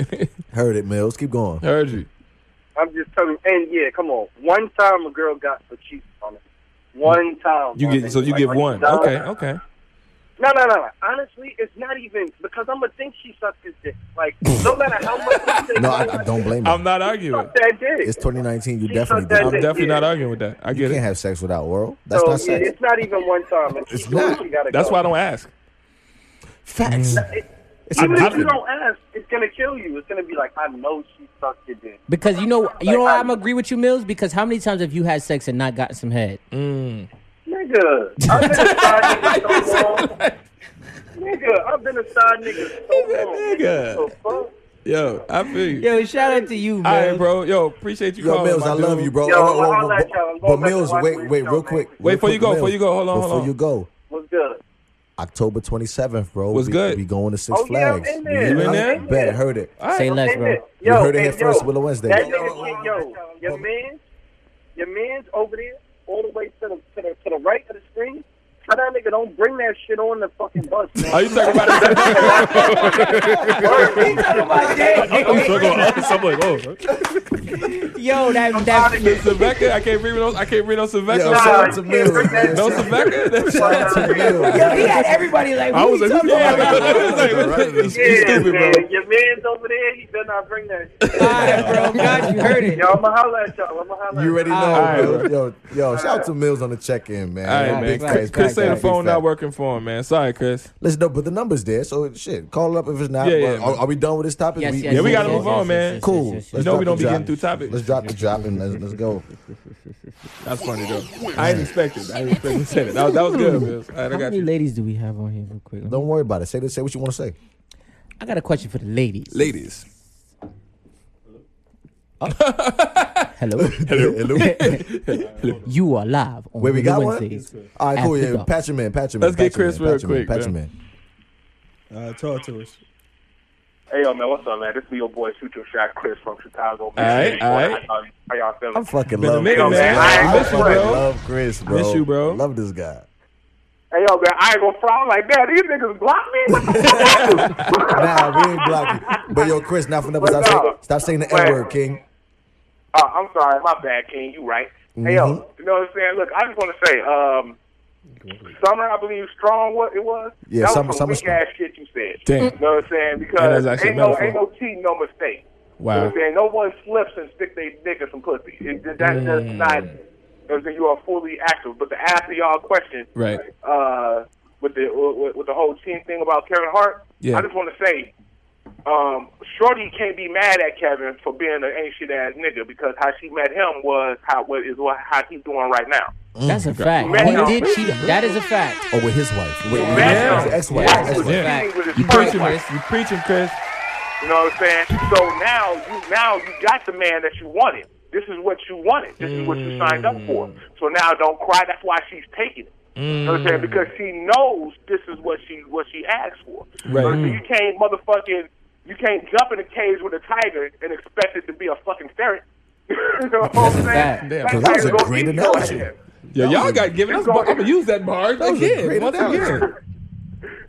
S7: mistake.
S1: Heard it, Mills. Keep going.
S2: Heard you.
S7: I'm just telling you. And yeah, come on. One time a girl got for cheating on it. One time.
S2: You
S7: bro.
S2: get so you
S7: Like,
S2: give
S7: are you
S2: one.
S7: done?
S2: Okay, okay.
S7: No, no, no, no. Honestly, it's not even because I'm gonna think she sucked his dick. Like no matter how much. you say,
S1: No, I, I don't blame you.
S2: I'm not arguing.
S7: Suck that dick.
S1: It's 2019. You
S7: She
S1: definitely
S7: sucked that
S2: I'm
S1: did.
S7: dick.
S2: definitely not arguing with that. I
S1: You
S2: get
S1: can't
S2: it.
S1: have sex without world. That's
S7: so
S1: not
S7: yeah,
S1: sex.
S7: it's not even one time. It's,
S1: not.
S7: You gotta
S2: That's
S7: go.
S2: why I don't ask.
S1: Facts.
S7: It,
S1: It's
S7: even if you
S1: irrelevant.
S7: don't ask, it's gonna kill you. It's gonna be like I know she sucked your dick.
S3: Because you know, you
S7: Like,
S3: know, why
S7: I-
S3: I'm agree with you, Mills. Because how many times have you had sex and not gotten some head?
S7: Nigga, I've been a side nigga so long. Nigga, I've been a side nigga so
S2: said
S7: long.
S2: nigga.
S7: So fuck.
S2: Yo, I feel you.
S3: Yo, shout out to you,
S2: All right,
S3: Mills.
S2: bro. Yo, appreciate you
S1: Yo,
S2: calling.
S1: Mills,
S2: my
S1: I love
S2: dude.
S1: you, bro.
S7: Yo,
S1: Oh, oh,
S7: I'll
S1: oh, but-
S7: let y'all- I'm
S1: But
S7: going back to
S1: Mills,
S7: watch
S1: wait,
S7: this
S1: wait,
S7: show,
S1: real
S7: man.
S1: quick.
S2: Wait,
S1: real
S2: before you
S1: quick,
S2: go, before
S1: Mills.
S2: you go, hold on, hold
S1: Before
S2: on.
S1: you go,
S7: What's good?
S1: October 27th, bro.
S2: What's
S1: we,
S2: good?
S1: We going to Six
S7: Oh, yeah, I'm
S1: Flags.
S7: in there.
S2: You in there?
S1: Bet, heard it.
S2: All right.
S3: Say less,
S7: Hey,
S3: bro.
S7: man, Yo,
S1: you heard it
S7: hey,
S1: here first,
S7: yo,
S1: Willow Wednesday.
S7: That nigga, yo, your man, your man's over there, all the way to the to the, to the right of the screen. Tell that nigga don't bring that shit on the fucking bus, man.
S2: Are you talking about
S6: I'm so going up. I'm like, oh,
S3: Yo, that
S7: Out
S3: that
S7: of here.
S2: Sebeka? I can't read no. I can't read no
S1: Yo,
S2: Sebeka.
S1: shout out to
S7: you can't
S1: Mills,
S7: bring
S1: man.
S7: that
S2: No
S1: Shout
S2: Sebeka.
S1: out to Mills.
S3: yo, he had everybody like.
S6: I
S3: what
S6: was
S3: we
S6: like,
S3: talking
S6: yeah.
S3: about?
S7: Yeah,
S2: Stupid, bro.
S7: man. Your man's over there. He better not bring that. shit.
S3: All right, bro. God, you heard it.
S7: Yo, I'ma holla at y'all. I'ma holla.
S1: You
S7: at
S1: already know,
S3: All
S2: right,
S1: yo, yo, yo, shout out to Mills on the check in, man.
S2: All right,
S1: Yo,
S2: man.
S1: big
S3: Facts,
S2: Chris,
S1: facts,
S2: Chris
S1: big
S2: say the
S1: facts,
S2: phone
S1: big
S2: not
S1: facts.
S2: working for him, man. Sorry, Chris.
S1: Listen, no, but the number's there, so shit, call it up if it's not.
S2: Yeah, yeah.
S1: Are, are we done with this topic?
S3: Yes, yes,
S2: Yeah, we
S3: yes,
S2: gotta
S3: yes,
S2: move
S3: yes,
S2: on,
S3: yes,
S2: man.
S3: yes,
S1: Cool.
S3: yes, yes,
S1: Let's
S2: You know
S1: drop the
S2: we don't be
S1: drop.
S2: getting through topics.
S1: Let's drop the drop and let's, let's go.
S2: That's funny though. I didn't expect it. I didn't expect you to say that. That was, that was good. Mills. All right, I
S3: How
S2: got
S3: many
S2: you.
S3: ladies do we have on here, real quick?
S1: Don't worry about it. Say say what you want to say.
S3: I got a question for the ladies.
S2: Ladies.
S3: Hello.
S1: Hello.
S3: you are live on
S1: Wait, we
S3: Hoodoo
S1: got one.
S3: Wednesdays.
S1: All right, cool.
S3: After
S1: Yeah,
S3: dark.
S1: patch him in. Patch him in.
S2: Let's get
S1: patch him in,
S2: Chris real
S1: patch him in,
S2: quick,
S1: Patch
S2: man.
S1: him in.
S5: Uh, talk to us.
S7: Hey yo man, what's up man? This is your boy Shoot Your Shot Chris from Chicago.
S2: Alright, alright.
S7: How y'all feeling?
S1: I fucking
S2: Been a
S1: love
S2: minute,
S1: Chris.
S7: man. I
S1: I
S7: miss you,
S1: fucking
S2: bro.
S1: love Chris, bro.
S2: Miss you, bro.
S1: Love this guy.
S7: Hey yo man, I ain't gonna fry I'm like man. These niggas block me. What the fuck?
S1: Nah, we ain't blocking. But yo, Chris, not for nothing. Stop,
S7: What's
S1: saying,
S7: up?
S1: stop saying the
S7: Wait.
S1: N word, King.
S7: Uh,
S1: Mm-hmm.
S7: I'm sorry, my bad, King. You right? Hey yo, you know what I'm saying? Look, I just want to say, um,
S8: Summer, I believe strong. What it was?
S1: Yeah,
S8: that
S1: Summer-
S8: was some
S1: Summer
S8: weak
S1: Strong.
S8: ass shit you said.
S2: Damn.
S8: You know what I'm saying?
S2: And that's
S8: Because
S2: actually
S8: ain't no
S2: metaphor.
S8: ain't no cheating, no mistake. You know
S2: Wow.
S8: what I'm saying? No one slips and stick their dick in some pussy. It, that, that's
S2: Mm.
S8: just not. You know what I'm saying? You are fully active. But to answer y'all question,
S2: Right.
S8: uh, with the with, with the whole team thing about Kevin Hart,
S2: Yeah.
S8: I just want to say, um, Shorty can't be mad at Kevin for being an ain't shit ass nigga because how she met him was how what is what how he's doing right now.
S3: That's a fact.
S8: Man, no.
S3: He did cheat. That is a fact.
S1: Or Oh, with his wife. With, with
S8: Yeah.
S1: his ex-wife.
S3: Yeah.
S1: ex-wife.
S3: Yeah.
S8: Cheating with his
S3: You
S8: first
S2: Preaching,
S8: wife.
S2: Chris. You preaching, Chris.
S8: You know what I'm saying? So now you now you got the man that you wanted. This is what you wanted. This is what you signed up for. So now don't cry. That's why she's taking it. You know what I'm saying? Because she knows this is what she what she asked for.
S2: Right.
S8: So you can't motherfucking you can't jump in a cage with a tiger and expect it to be a fucking ferret. you know what I'm saying?
S3: fact.
S2: Damn,
S8: That
S1: that was
S8: tiger's
S1: a
S8: gonna
S1: great
S8: eat your
S1: analogy.
S8: ass.
S2: Yo, y'all got given us. I'm gonna use that bar
S1: was a
S2: again.
S1: great
S2: Once again.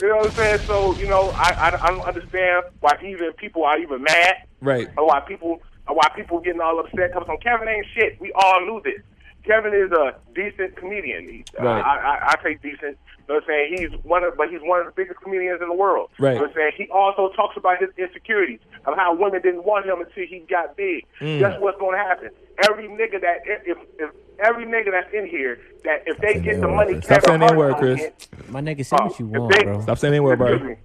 S8: You know what I'm saying? So you know I I, I don't understand why even people are even mad.
S2: Right.
S8: or why people or why people getting all upset comes on Kevin ain't shit. We all knew this. Kevin is a decent comedian. He, uh,
S2: Right.
S8: I, I, I say decent. You know what I'm saying? He's one of, but he's one of the biggest comedians in the world.
S2: Right.
S8: You know what I'm saying? He also talks about his insecurities of how women didn't want him until he got big.
S2: Mm.
S8: Guess what's going to happen? Every nigga that if, if every nigga that's in here that if they
S1: Stop
S8: get
S1: saying
S8: the
S1: that
S8: money,
S1: word, Chris.
S2: Stop
S8: Kevin
S2: saying that
S8: Hart
S2: word,
S8: don't
S2: Chris.
S8: get,
S3: My nigga, say what you
S8: Oh, if
S3: want,
S8: they-
S3: bro.
S2: Oh, Stop saying that word,
S8: excuse
S2: bro.
S8: me.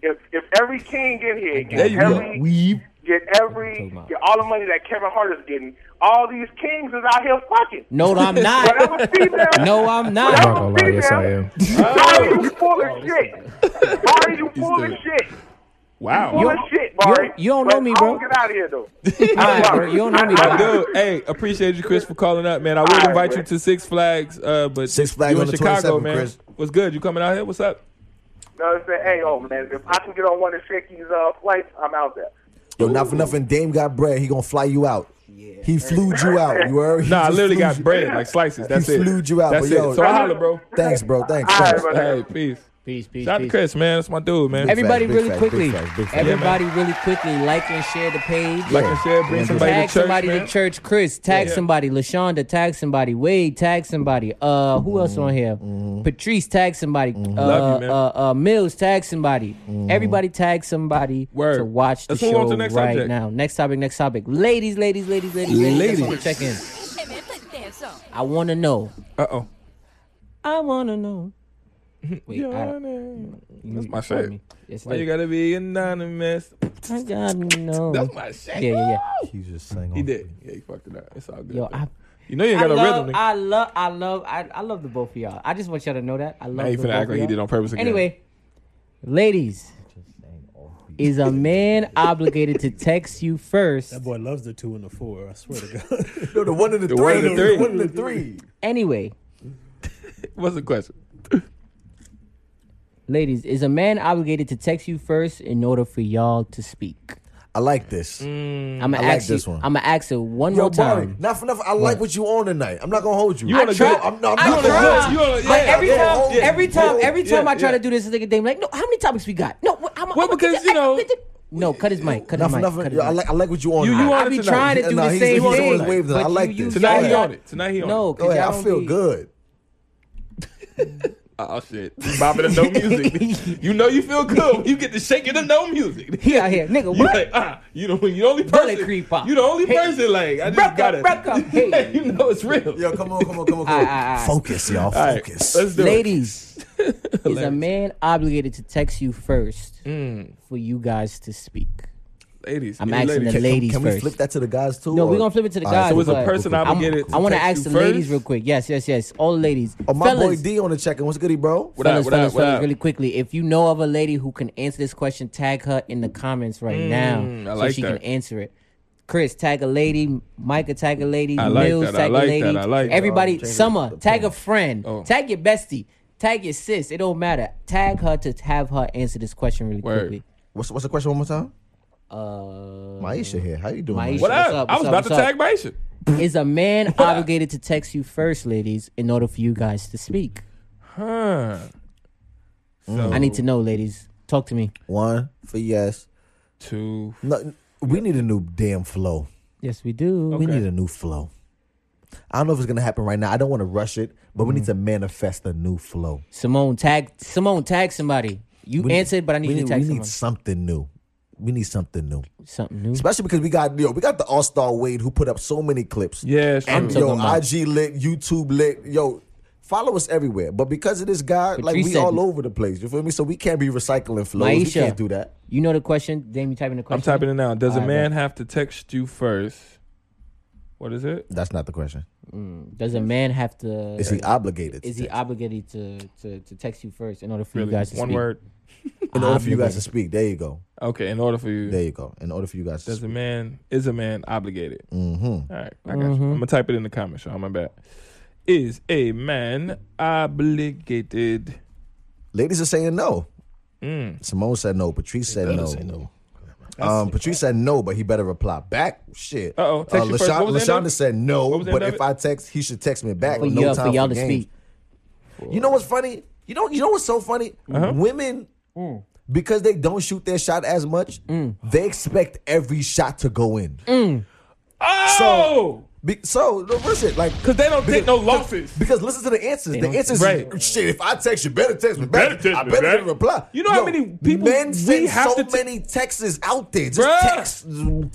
S8: If if every king in here,
S2: There
S8: get
S2: you go.
S8: every
S2: Weave.
S8: get every
S3: Talking about-
S8: get all the money that Kevin Hart is getting. All these kings is out here fucking.
S3: No, I'm not.
S8: Whatever female.
S3: No, I'm
S8: Whatever
S3: not.
S6: gonna lie, yes, I
S8: female-
S6: am.
S8: Barry, you full of shit. Barry, you full of
S2: dead.
S8: shit.
S2: Wow.
S8: Full of shit, Barry.
S3: you don't
S8: But
S3: know me,
S8: I
S3: bro.
S8: don't Get out of here, though.
S3: All right, bro. You don't know me,
S2: I
S3: bro.
S2: do. Hey, appreciate you, Chris, for calling up, man. I would
S8: All right,
S2: invite you
S8: man.
S2: to Six Flags, uh, but
S1: Six Flags
S2: you
S1: on
S2: in
S1: the
S2: Chicago,
S1: 27th,
S2: man.
S1: Chris.
S2: What's good? You coming out here? What's up?
S8: No, I'm saying, hey, oh man, if I can get on one of Shakey's uh, flights, I'm out there.
S1: Yo, not for nothing. Dame got bread. He gonna fly you out. He flew you out. You heard? He
S2: Nah, I
S1: just
S2: literally
S1: flew
S2: got
S1: you-
S2: bread, like slices. That's it.
S1: flew you out,
S2: That's
S1: but yo-
S2: it. So I holler, bro.
S1: Thanks, bro. Thanks.
S8: All right,
S1: thanks.
S8: bro.
S2: Hey, peace.
S3: Peace, peace,
S2: Shout out to
S3: peace.
S2: Chris, man. That's my dude, man.
S1: Every-
S3: Everybody,
S1: Big
S3: really
S1: facts, big
S3: quickly.
S1: facts, big facts.
S3: Everybody, really quickly. Like and share the page.
S2: like and share, bring somebody
S3: tag
S2: to church,
S3: somebody
S2: man.
S3: to church. Chris, tag
S2: Yeah.
S3: somebody. Lashonda, tag somebody. Wade, tag somebody. Uh, who else on here? Patrice, tag somebody. Uh,
S2: Mm-hmm. Love you, man. Mm-hmm.
S3: Uh, uh, Mills, tag somebody. Everybody, tag somebody
S2: Word.
S3: to watch the
S2: Let's move
S3: show
S2: on to the next
S3: right
S2: subject.
S3: now. Next topic. Next topic. Ladies, ladies, ladies, ladies, ladies. Let's check in. I want to know.
S2: Uh oh.
S3: I want to know. Wait, I don't,
S2: That's my
S3: pardon
S2: shit.
S3: me. Yes, it
S2: Why you
S3: is.
S2: gotta be anonymous?
S3: I gotta know.
S2: That's my shit.
S3: yeah, yeah, yeah.
S1: He just sang.
S2: He
S1: on-
S2: did. Yeah, he fucked it up. It's all good.
S3: Yo,
S2: man.
S3: I-
S2: you know you ain't
S3: I
S2: got a
S3: love,
S2: rhythm. nigga.
S3: I love, I love, I, I love the both of y'all. I just want y'all to know that I love.
S2: Now you
S3: the
S2: finna
S3: both
S2: act
S3: of
S2: like he
S3: y'all.
S2: did on purpose again.
S3: Anyway, ladies, is a man obligated to text you first?
S5: That boy loves the two and the four. I swear to God.
S1: No, the one and the,
S2: The
S1: three.
S2: one and the three.
S1: one and the three.
S3: Anyway,
S2: what's the question?
S3: ladies, is a man obligated to text you first in order for y'all to speak?
S1: I like this.
S2: Mm.
S3: I'm gonna
S1: I like
S3: ask
S1: this
S3: you.
S1: one.
S3: I'm gonna ask it Mm, one
S1: Yo,
S3: more
S1: Barry,
S3: time.
S1: not for nothing. I like what you on tonight. I'm not gonna hold you.
S2: You
S1: I
S2: on a
S1: try-
S2: good-
S1: I'm not,
S3: I
S1: I'm not gonna
S2: tried.
S1: hold you.
S2: You on a- yeah,
S3: Like every
S2: yeah,
S3: time,
S2: yeah,
S3: every time,
S2: yeah,
S3: every time I try
S2: yeah.
S3: to do this, this nigga Dame like, no, how many topics we got? No, what- I'm,
S2: Well,
S3: I'm-
S2: because, you know-
S3: no, cut his mic, cut
S1: Not
S3: his
S1: for
S3: mic.
S1: nothing.
S3: cut
S1: Yo,
S3: his
S1: I
S3: mic.
S1: like. I like what you on.
S2: You- you
S1: tonight.
S2: on
S3: I be
S2: tonight.
S3: trying to
S1: Yeah,
S3: do
S1: no,
S3: the
S1: he's-
S3: same
S1: he's on
S3: thing.
S1: his wave tonight. I
S3: but
S1: like
S3: you-
S1: this.
S3: you
S2: Tonight he
S3: gotta-
S2: on it. Tonight he on
S3: No,
S2: it.
S1: Go
S3: cause
S1: ahead.
S3: y'all
S1: I
S3: don't
S1: feel
S3: be-
S1: good.
S2: Oh shit! Bobbing to no music. you know you feel good when you get to shaking to no music.
S3: He out here, nigga.
S2: You
S3: What?
S2: like ah? You know you the only
S3: Bullet
S2: person. You
S3: creep up.
S2: the only
S3: Hey.
S2: person. Like I just
S3: Rock up,
S2: gotta.
S3: rock up, hey.
S2: you know it's real.
S1: Yo, come on, come on, come on, come
S3: Aight, aight,
S1: on.
S3: aight.
S1: Focus, y'all.
S2: All right,
S1: Focus.
S2: let's do
S3: Ladies, Mm.
S2: it.
S3: is a man obligated to text you first for you guys to speak?
S2: Ladies,
S3: I'm
S2: any
S3: asking
S2: ladies.
S3: the
S1: Can-
S3: ladies
S1: Can we
S3: first.
S1: flip that to the guys too?
S3: No,
S1: or-
S3: we're gonna flip it to the
S1: All right,
S3: guys.
S1: so
S2: it's a
S3: but
S2: person
S3: I'm-
S2: obligated to
S3: I want to
S2: text
S3: ask
S2: you
S3: the ladies
S2: first?
S3: real quick. Yes, yes, yes. All the ladies.
S1: Oh, my
S3: Fellas,
S1: boy D on the check-in. What's good, bro?
S2: What up?
S3: fellas,
S2: What
S3: fellas,
S2: up? What
S3: fellas,
S2: up?
S3: really quickly. If you know of a lady who can answer this question, tag her in the comments right now
S2: Mm, I
S3: so
S2: like
S3: she
S2: that.
S3: can answer it. Chris, tag a lady. Micah, tag a lady.
S2: I like
S3: Mills,
S2: that. I
S3: tag
S2: like
S3: a
S2: that.
S3: lady.
S2: I like that.
S3: Everybody,
S1: Oh, change
S3: Summer,
S1: the
S3: tag a
S1: point.
S3: friend.
S2: Oh.
S3: Tag your bestie. Tag your sis. It don't matter. Tag her to have her answer this question really
S2: Word.
S3: quickly.
S1: What's what's the question one more time?
S3: Uh,
S1: Maisha here. How you doing?
S3: Maisha.
S2: What
S3: What's
S2: up?
S3: up?
S2: I was
S3: What's
S2: about
S3: up?
S2: to tag Maisha.
S3: is a man obligated to text you first, ladies, in order for you guys to speak?
S2: Huh. So
S3: I need to know, ladies. Talk to me.
S1: One for yes.
S2: two.
S1: No, we need a new damn flow.
S3: Yes, we do.
S1: We need a new flow. I don't know if it's gonna happen right now. I don't want to rush it, but we need
S3: Mm-hmm.
S1: to manifest a new flow.
S3: Simone tag Simone tag somebody. You
S1: We-
S3: answered, but I need
S1: we
S3: you to
S1: need-
S3: tag
S1: We
S3: someone.
S1: need something new. We need something new,
S3: Something new.
S1: especially because we got yo, we got the All Star Wade who put up so many clips.
S2: Yeah, it's
S1: and
S2: true.
S1: yo,
S3: talking about-
S1: IG lit, YouTube lit, yo. Follow us everywhere, but because of this guy, like
S3: Patrice
S1: we
S3: said-
S1: all over the place. You feel me? So we can't be recycling flows. We
S3: Maisha.
S1: can't do that.
S3: You know the question. Damn, you typing the question.
S2: I'm typing it now. Does
S3: All
S2: a
S3: right,
S2: man have to text you first? What is it?
S1: That's not the question.
S3: Does a man have to? uh,
S1: Is he obligated? to
S3: is he
S1: text?
S3: obligated to, to, to text you first in order for
S2: Really?
S3: you guys to
S2: One
S3: speak?
S2: word.
S1: in order for you guys to speak? There you go.
S2: Okay, in order for you.
S1: There you go. In order for you guys to
S2: Does
S1: speak.
S2: a man is a man obligated? Mm-hmm. All right, I got you. I'm gonna type it in the comments. Y'all, my bad. Is a man obligated?
S1: ladies are saying no.
S2: Mm.
S1: Simone said no. Patrice said no. Um, Patrice said no, but he better reply back. Shit.
S2: Uh-oh. Text you first. What was the end
S1: Lashonda
S2: of it?
S1: said no,
S2: What was the
S1: but
S2: end of
S1: if
S2: it?
S1: I text, he should text me back.
S3: For,
S1: no
S3: y'all-
S1: time
S3: for y'all
S1: for
S3: to
S1: games.
S3: speak.
S1: You know what's funny? You know, you know what's so funny?
S2: Uh-huh.
S1: Women, because they don't shoot their shot as much,
S3: Mm.
S1: they expect every shot to go in.
S2: Oh,
S1: Be- so no, listen, like
S2: because they don't take no losses.
S1: because listen to the answers. The
S3: don't-
S1: answers,
S2: Right.
S1: shit. If I text you, better text me
S2: Better
S1: back.
S2: text
S1: I
S2: me
S1: better
S2: back.
S1: get a reply.
S2: You know how many people
S1: men
S2: we
S1: send
S2: have
S1: so
S2: to te-
S1: many texts out there. Just
S2: Bruh.
S1: text,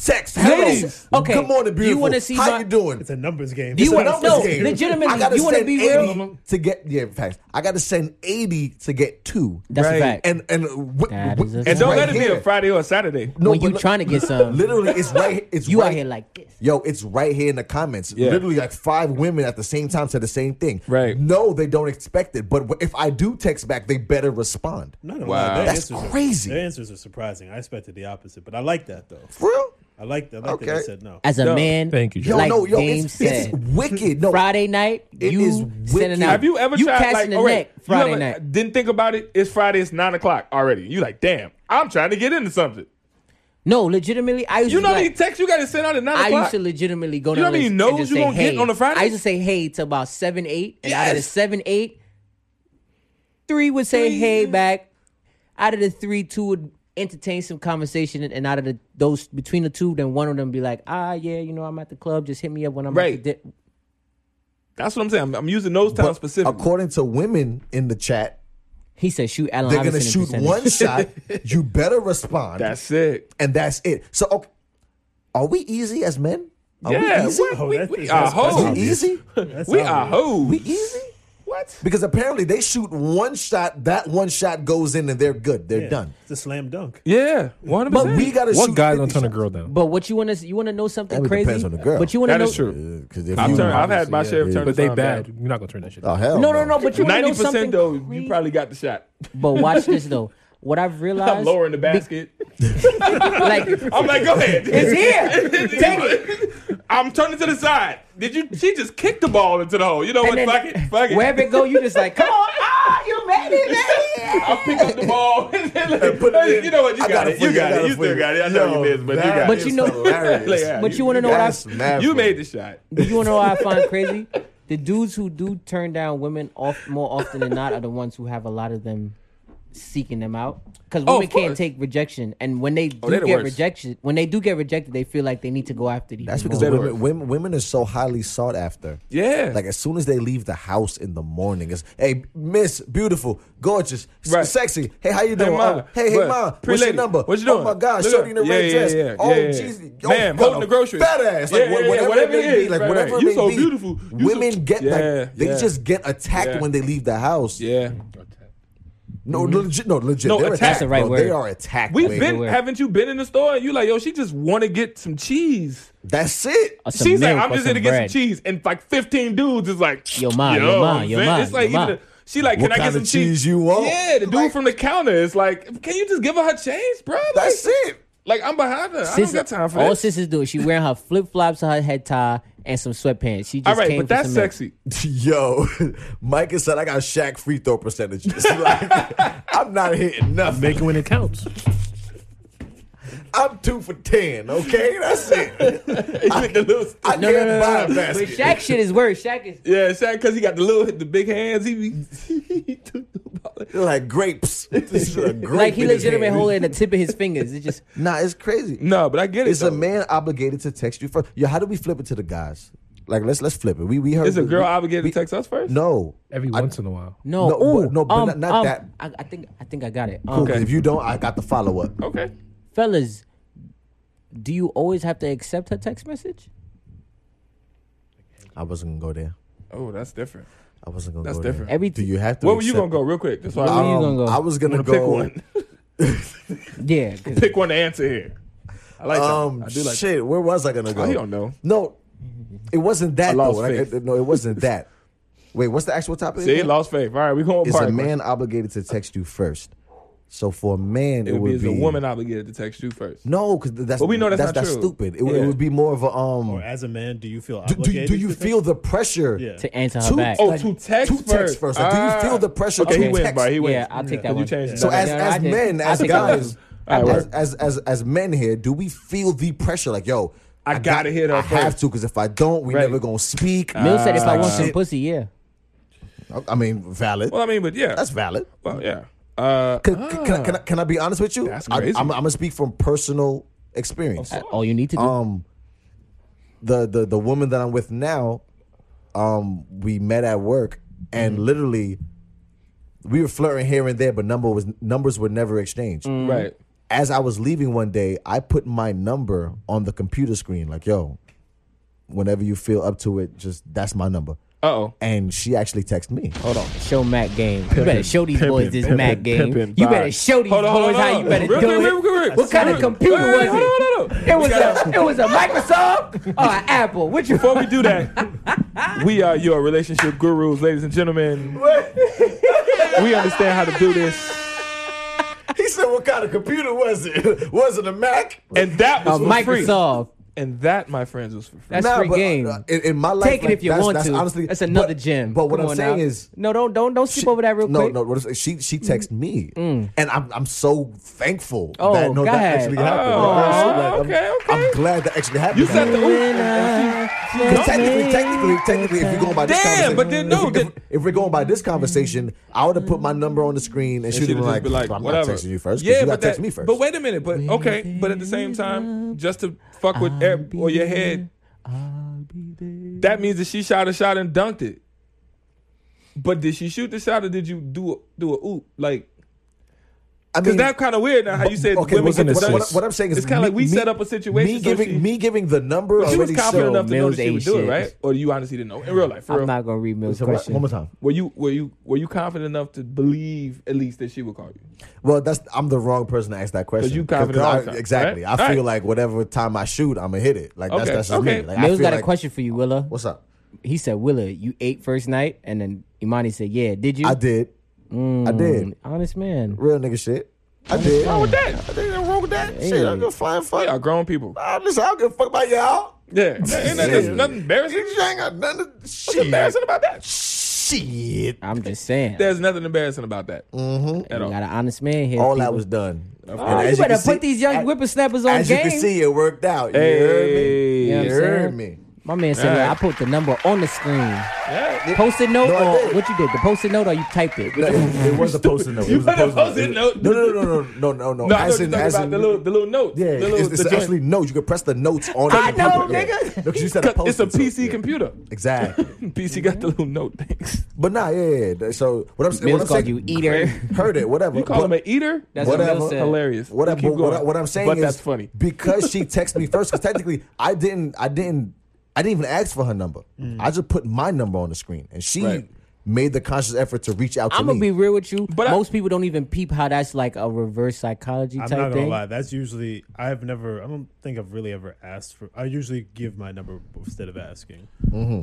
S1: text. Hello,
S2: Ladies.
S3: Okay,
S1: Come on,
S3: you
S1: and beautiful.
S3: wanna see
S1: how
S3: my-
S1: you doing?
S5: It's a numbers game.
S3: Do you
S5: It's a
S3: wanna-
S5: numbers
S3: no,
S5: game.
S3: legit- legitimately,
S1: I gotta
S3: you wanna
S1: send
S3: be real?
S1: 80 to get yeah, facts. I gotta send eighty to get two.
S3: That's
S2: Right.
S3: a fact.
S1: and and w-
S3: That
S1: w-
S3: is a
S1: it's
S2: And don't
S1: right
S2: let it be
S1: here.
S2: a Friday or a Saturday.
S1: No,
S3: when
S1: but
S3: you
S1: li-
S3: trying to get some,
S1: Literally, it's right. It's
S3: you
S1: right
S3: out here like this.
S1: Yo, it's right here in the comments.
S2: Yeah.
S1: Literally, like five women at the same time said the same thing.
S2: Right.
S1: No, they don't expect it. But if I do text back, they better respond.
S5: No, no,
S2: Wow.
S5: wow. Their
S1: That's
S5: answers
S1: crazy.
S5: Are, their answers are surprising. I expected the opposite, but I like that though.
S1: For real?
S5: I like that. I like that
S1: Okay.
S5: they said no.
S3: As a
S2: No.
S3: man,
S6: Thank you, Joe.
S1: Yo,
S3: Like
S1: no, yo,
S3: Dame
S1: it's, it's
S3: said.
S1: wicked. No,
S3: Friday night,
S1: It
S3: you
S1: is wicked.
S3: sending out.
S2: Have you ever
S3: you
S2: tried
S3: casting
S2: like
S3: the
S2: oh, wait,
S3: net
S2: you
S3: Friday
S2: ever-
S3: night?
S2: Didn't think about it. It's Friday. It's nine o'clock already. You like, damn. I'm trying to get into something.
S3: No, legitimately, I used
S2: You
S3: to
S2: know how
S3: like-
S2: many texts you got to send out at nine
S3: I
S2: o'clock.
S3: used to legitimately go to
S2: You know
S3: the
S2: how many
S3: list
S2: no's
S3: and just
S2: you
S3: say,
S2: gonna get
S3: hey.
S2: on a Friday?
S3: I used to say hey to about seven, eight, and out of the
S2: Yes.
S3: seven, eight, three would say
S2: Three.
S3: hey back. Out of the three, two would entertain some conversation, and- and out of the those between the two, then one of them be like, ah, yeah, you know, I'm at the club. Just hit me up when I'm
S2: Right.
S3: At the di-.
S2: That's what I'm saying. I'm, I'm using those
S1: but
S2: times specifically.
S1: according to women in the chat,
S3: He said, shoot, Allen.
S1: they're gonna
S3: Iverson in
S1: shoot
S3: percentage."
S1: one shot. You better respond,
S2: That's it.
S1: and that's it. So, okay, are we easy as men? Are
S2: yeah,
S1: we easy?
S2: what?
S5: Oh,
S2: we,
S5: that-
S2: we
S5: that's-
S2: are
S5: that's
S1: Are
S2: hoes.
S1: we
S5: obvious.
S1: easy?
S5: That's
S2: We
S5: how
S2: are
S5: it is.
S2: hoes.
S1: We easy?
S2: What?
S1: Because apparently they shoot one shot, that one shot goes in, and they're good. They're
S5: Yeah,
S1: done.
S5: It's a slam dunk.
S2: Yeah, one hundred
S1: But
S2: percent.
S1: we gotta
S6: What
S1: shoot.
S6: guy's gonna
S1: 50
S6: turn a girl down?
S3: But what you want to you want to know something
S1: That
S3: crazy?
S1: depends on the girl.
S3: But you want to
S2: That
S3: know
S2: is true.
S1: Because if
S2: I've
S1: you,
S2: turned, I've had my
S6: Obviously,
S2: share of
S1: yeah.
S2: turn.
S6: But they bad. You're not gonna turn that shit.
S1: oh
S6: down.
S1: hell,
S3: No, no, no. But you want to
S2: Ninety
S3: know something
S2: percent though,
S3: crazy?
S2: you probably got the shot.
S3: But watch this though. What I've
S2: I'm
S3: realized,
S2: lowering the basket.
S3: like,
S2: I'm like, go ahead.
S3: It's here. Take
S2: it. I'm turning to the side. Did you? She just kicked the ball into the hole. You know what?
S3: then
S2: Fuck it. Fuck it.
S3: wherever it go, you just like, come on, ah, you made it, man.
S2: I'll pick up the ball. and then like,
S1: put it in.
S2: you know what? You
S1: I
S2: got,
S1: got it
S2: it.
S1: for you.
S2: You
S1: I
S2: got
S1: got
S2: it.
S1: it
S2: You
S1: for
S2: still
S1: you.
S2: got it. I know
S1: Yo,
S2: you missed, but you
S1: that
S2: got
S3: But
S2: it.
S3: you know-
S1: hilarious.
S2: Yeah,
S3: But you want to know what
S1: That's
S3: I?
S1: mad
S2: You
S1: funny.
S2: made the shot.
S3: You want to know what I find crazy? The dudes who do turn down women off more often than not are the ones who have a lot of them seeking them out because
S2: Oh,
S3: women
S2: of
S3: can't
S2: course. Oh,
S3: take rejection, and when they do
S2: they're the
S3: get
S2: worst.
S3: rejection, when they do get rejected, they feel like they need to go after these.
S1: That's
S3: people
S1: because
S3: more.
S1: women, women, women are so highly sought after.
S2: Yeah.
S1: Like as soon as they leave the house in the morning, it's hey, Miss, beautiful, gorgeous, s-
S2: Right.
S1: sexy. Hey, how you doing?
S2: ma,
S1: Oh, hey, hey,
S2: what?
S1: ma,
S2: Pretty
S1: what's your
S2: lady,
S1: number?
S2: what you doing?
S1: Oh my God,
S2: Look
S1: shorty in the
S2: up. Yeah,
S1: red
S2: yeah,
S1: dress.
S2: yeah, yeah,
S1: oh
S2: yeah, yeah.
S1: Jesus,
S2: Ma'am, holding the groceries.
S1: fat ass. Like
S2: Yeah, yeah, yeah,
S1: whatever,
S2: whatever
S1: it
S2: it
S1: may be,
S2: is.
S1: like
S2: Right,
S1: whatever it
S2: right. You
S1: may
S2: so
S1: be.
S2: beautiful. You so-
S1: women get
S2: Yeah,
S1: like they
S2: yeah.
S1: just get attacked
S2: Yeah.
S1: when they leave the house.
S2: Yeah. Mm-hmm.
S1: No, legit. No, legit.
S2: No,
S1: They're
S2: attack. That's
S1: attacked.
S2: the
S3: right
S1: bro.
S3: word.
S1: They are attacked.
S2: We've
S1: man.
S2: been,
S3: were.
S2: haven't you been in the store? And you like, yo, she just want to get some cheese.
S1: That's it.
S3: Or some
S2: She's like,
S3: milk
S2: I'm
S3: or
S2: just here to
S3: some
S2: get
S3: bread.
S2: some cheese. And like 15 dudes is like,
S3: Yo, ma, yo, ma,
S2: I'm
S3: yo,
S2: saying?
S3: ma,
S2: It's like,
S3: yo, ma.
S2: even the- she like,
S1: What
S2: can I
S1: kind
S2: get some
S1: of cheese you want?
S2: Yeah, the dude
S1: Like-
S2: from the counter is like, can you just give her her change, bro? Like,
S1: That's it.
S2: Like, I'm behind her. I
S3: Sis-
S2: don't got time for
S3: all
S2: that.
S3: sisters do. is She wearing her flip flops, her head tie, and some sweatpants. She just
S2: All right,
S3: came
S2: but
S3: for
S2: that's
S3: some milk.
S2: sexy.
S1: Yo, Micah said I got Shaq free throw percentages. like, I'm not hitting nothing.
S6: Make it when it counts.
S1: I'm two for ten. Okay, that's it.
S2: I, the little,
S1: I
S3: No, no,
S1: can't
S3: no,
S1: buy
S3: no,
S1: a
S3: no. But
S1: basket.
S3: Shaq shit is worse. Shaq is.
S2: yeah, Shaq, because he got the little, the big hands. He be, he took the ball.
S1: They're like grapes. This is a grape
S3: Like he
S1: in his
S3: legitimately
S1: hand.
S3: holding the tip of his fingers. It's just
S1: Nah, it's crazy.
S2: No, but I get it.
S1: Is a
S2: though.
S1: man obligated to text you first? Yo, how do we flip it to the guys? Like let's let's flip it. We we heard
S2: Is a
S1: the-
S2: girl
S1: we-
S2: obligated to text us first?
S1: No,
S6: Every once in a while.
S3: No,
S1: No,
S3: ooh,
S1: but- no, but
S3: um,
S1: not- not
S3: um,
S1: that.
S3: I, I think I think I got it.
S1: Cool,
S3: Um,
S1: 'cause
S2: Okay.
S1: If you don't, I got the follow up.
S2: Okay.
S3: Fellas, do you always have to accept her text message?
S1: I wasn't gonna go there.
S2: Oh, that's different.
S1: I wasn't gonna
S2: That's
S1: go there.
S2: different.
S3: Every
S1: Do you have to?
S2: Where were you
S1: accept
S2: gonna go? Real quick. That's why
S1: it?
S3: Where
S2: I
S3: you gonna
S1: Um,
S3: go?
S1: I was gonna
S2: want to pick
S1: go.
S2: one.
S3: yeah, 'cause-
S2: Pick one to answer here. I like
S1: Um,
S2: that. I do like.
S1: shit. Where was I gonna go?
S2: I don't know.
S1: No, it wasn't that
S2: lost
S1: though. Like,
S2: faith.
S1: it- no, it wasn't that. Wait, what's the actual topic?
S2: See,
S1: again?
S2: lost faith. All right, we going
S1: Is
S2: part.
S1: a man obligated to text you first? So for a man,
S2: It would be, is a woman obligated to text you first.
S1: No, because that's
S2: But we know that's
S1: that's,
S2: not
S1: that's
S2: true.
S1: stupid. It, would-
S2: Yeah.
S1: it would be more of a
S5: Or
S1: um.
S5: as a man, do you feel
S1: Do, do,
S5: obligated?
S1: do you
S5: to text?
S1: feel the pressure?
S5: Yeah.
S3: to answer her
S1: To-
S3: back.
S2: Oh,
S1: Like,
S2: to text
S1: to
S2: first. Ah.
S1: text first. Like, do you feel the pressure
S2: Okay,
S1: to
S2: he wins,
S1: text?
S2: bro. He wins.
S3: yeah, I'll take that
S2: Because
S3: one.
S2: you changed.
S3: Yeah.
S1: So as
S2: that.
S3: no, I
S1: as
S3: did.
S1: men,
S3: I
S1: as
S3: think that
S1: guys,
S3: was-
S2: All right,
S1: as,
S2: word.
S1: as as as men here, do we feel the pressure? Like, yo,
S2: I gotta hit her
S1: I have
S2: first.
S1: to, because if I don't, we
S2: Right. Ah,
S1: never gonna speak.
S3: Mill said if I
S1: Like
S3: want some
S1: shit.
S3: pussy, yeah.
S1: I mean, valid.
S2: well, I mean, but yeah,
S1: That's valid.
S2: well, yeah. Uh,
S1: Can, can, can, I, can, I, can I be honest with you?
S2: That's
S1: I-
S2: crazy.
S1: I'm, I'm gonna speak from personal experience.
S3: Uh, All you need to do.
S1: Um, the the the woman that I'm with now, um, we met at work, and literally, we were flirting here and there, but number was numbers were never exchanged.
S2: right.
S1: As I was leaving one day, I put my number on the computer screen, like, "Yo, whenever you feel up to it, just that's my number."
S2: Uh oh.
S1: And she actually texted me.
S2: Hold on.
S3: show Mac game. You better show these boys this
S2: pimpin',
S3: Mac game.
S2: pimpin',
S3: you
S2: bye.
S3: better show these
S2: Hold on, hold
S3: boys
S2: on,
S3: how
S2: hold
S3: you
S2: on.
S3: better
S2: Real
S3: do
S2: quick,
S3: it.
S2: real quick, real quick.
S3: What kind of
S2: Wait,
S3: computer
S2: wait,
S3: was it?
S2: hold on, hold on.
S3: It was a it was a Microsoft or an Apple. Which one?
S2: Before we do that, we are your relationship gurus, ladies and gentlemen. we understand how to do this,
S1: He said, "What kind of computer was it? was it a Mac?"
S2: and that was
S3: Uh,
S2: for free.
S3: Microsoft.
S2: And that that, my friends, was for free.
S3: That's free
S1: but,
S3: game.
S1: uh, in, in my life,
S3: Take it
S1: like,
S3: if you
S1: that's-
S3: want
S1: that's
S3: to.
S1: Honestly,
S3: that's another
S1: but-
S3: gem.
S1: But what
S3: Come
S1: I'm
S3: on
S1: saying
S3: now.
S1: is,
S3: no, don't don't don't skip over that real
S1: no,
S3: quick. Mm.
S1: no. What I'm saying, she she texted me, and I'm I'm so thankful
S3: Oh,
S1: that no,
S3: go
S1: that
S3: ahead.
S1: actually happened.
S2: Oh,
S1: Like, I'm-
S2: okay,
S1: I'm,
S2: okay.
S1: glad that actually happened.
S2: You set the oop. and she- she
S1: Because
S2: dumped it.
S1: technically, technically, technically, if we're going by this
S2: Damn,
S1: conversation,
S2: but then, no,
S1: if, we-
S2: then-
S1: if, if we're going by this conversation, I would have put my number on the screen and, she
S2: She'd
S1: would have been
S2: just
S1: like,
S2: be like,
S1: "I'm
S2: whatever.
S1: not texting you first. 'cause
S2: Yeah,
S1: you got
S2: but
S1: to text
S2: that-
S1: me first.
S2: But wait a minute. But okay. But at the same time, just to fuck with air or your head, that means that she shot a shot and dunked it. But did she shoot the shot or did you do a, do a oop like?
S1: I
S2: Because that's kind of weird. Now how you said
S1: okay,
S2: women
S1: what,
S2: can
S1: what,
S2: dunk.
S1: what, what I'm saying is,
S2: it's kind of
S1: me-
S2: like we
S1: me-
S2: set up a situation.
S1: Me
S2: so
S1: giving
S2: she,
S1: me giving the number
S2: but she was
S1: already
S2: confident
S1: showed.
S2: enough to know
S3: Mills
S2: that she would
S3: ain't
S2: do
S3: shit.
S2: it, right? Or you honestly didn't know in real life. For
S3: I'm
S2: real,
S3: not gonna read Mill's
S1: So what-
S3: question.
S1: One more time.
S2: were you were you were you confident enough to believe at least that she would call you?
S1: Well, that's I'm the wrong person to ask that question.
S2: you confident
S1: 'Cause
S2: all
S1: I-
S2: the time,
S1: exactly.
S2: right?
S1: I feel
S2: Right.
S1: like whatever time I shoot, I'm gonna hit it. Like that's
S2: Okay,
S1: that's just
S2: okay.
S1: me. Like, I
S3: Mill's
S1: feel
S3: got
S1: like-
S3: a question for you, Willa.
S1: What's up?
S3: He said, Willa, you ate first night, and then Imani said, Yeah, did you?
S1: I did.
S3: Mm.
S1: I did.
S3: Honest man.
S1: Real nigga shit. I did.
S2: Wrong with that?
S1: I think nothing wrong with that. Shit, I'm just flying fuck.
S2: We are grown people.
S1: I, listen, I don't give a fuck about y'all.
S2: Yeah, ain't nothing, there's nothing embarrassing.
S1: You ain't got nothing. to- Shit.
S2: embarrassing about that?
S1: Shit.
S3: I'm just saying.
S2: There's nothing embarrassing about that. Mm-hmm. At
S3: You
S2: all.
S3: got an honest man here.
S1: All
S3: people.
S1: that was done.
S3: Oh, you better put these young whippersnappers on
S1: As you
S3: game.
S1: can see, it worked out. You
S2: Hey.
S1: heard
S3: You know
S1: me. You
S3: what I'm
S1: heard
S3: saying?
S1: me.
S3: My man said,
S2: All right.
S3: "Well, I put the number on the screen.
S2: Yeah.
S3: Post-it note
S1: No, I
S3: or
S1: did.
S3: what you did? The post-it note or you typed it?
S1: No, it, it was a post-it note. It
S2: You
S1: was a
S2: better
S1: post-it
S2: post-it note.
S1: No, no, no, no, no, no, no.
S2: No, I know
S1: as
S2: you're
S1: in,
S2: talking
S1: as
S2: about
S1: in,
S2: the little the little notes.
S1: Yeah,
S2: the little,
S1: it's, it's
S2: the joint.
S1: actually notes. You could press the notes on.
S3: I
S1: the
S3: know,
S1: computer.
S3: nigga.
S1: No, 'cause you said a
S2: it's
S1: post.
S2: a PC computer.
S1: Exactly.
S2: PC
S1: Mm-hmm.
S2: got the little note things.
S1: But nah, yeah, yeah. yeah. So what I'm, what
S3: Mills
S1: I'm
S3: called
S1: saying,
S3: you eater.
S1: heard it, whatever.
S2: You call
S1: But-
S2: him an eater?
S3: That's
S1: Whatever.
S3: what Mills said.
S2: hilarious.
S1: What, I-
S2: Keep
S1: but what, I-
S2: going.
S1: what I'm saying
S2: but
S1: is,
S2: that's funny.
S1: because she texted me first. Because technically, I didn't, I didn't, I didn't even ask for her number.
S3: Mm.
S1: I just put my number on the screen, and she
S2: Right.
S1: made the conscious effort to reach out to
S3: I'm
S1: me.
S3: gonna be real with you.
S2: But I-
S3: most people don't even peep how that's like a reverse psychology
S5: I'm
S3: type
S5: not gonna
S3: thing.
S5: lie. That's usually I've never. I don't think I've really ever asked for. I usually give my number instead of asking. Mm-hmm.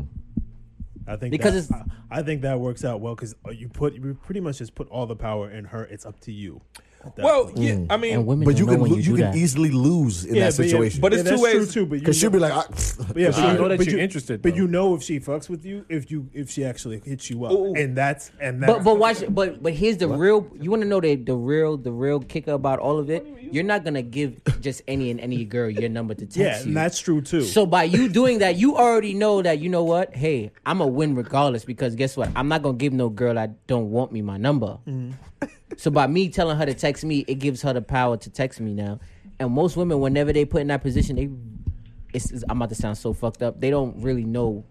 S5: I think
S3: Because
S5: that-
S3: it's-
S5: I, I think that works out well because you put you pretty much just put all the power in her. It's up to you. at that
S2: Well,
S5: point.
S2: yeah,
S1: Mm.
S2: I mean,
S3: And women
S1: but
S3: don't
S1: you
S3: know
S1: can,
S3: when
S1: lo-
S3: you,
S1: you
S3: do
S1: can
S3: that.
S1: easily lose in
S5: Yeah,
S1: that
S5: but yeah,
S1: situation.
S2: But it's
S5: yeah,
S2: two
S5: that's
S2: ways.
S5: True too, but you
S1: because she'll
S5: know-
S1: be like, I,
S5: But yeah,
S6: you
S5: but
S6: know that
S5: but
S6: you're interested,
S5: But
S6: though.
S5: you know if she fucks with you, if you if she actually hits you up,
S2: Ooh.
S5: and that's and that's
S3: But but watch. But but here's the real. You want to know the the real the real kicker about all of it. You're not gonna give just any and any girl your number to text
S5: yeah,
S3: you.
S5: and that's true too.
S3: So by you doing that, you already know that you know what? Hey, I'm a win regardless because guess what? I'm not gonna give no girl that don't want me my number.
S2: Mm-hmm.
S3: so by me telling her to text me, it gives her the power to text me now. And most women, whenever they put in that position, they it's, it's- I'm about to sound so fucked up. They don't really know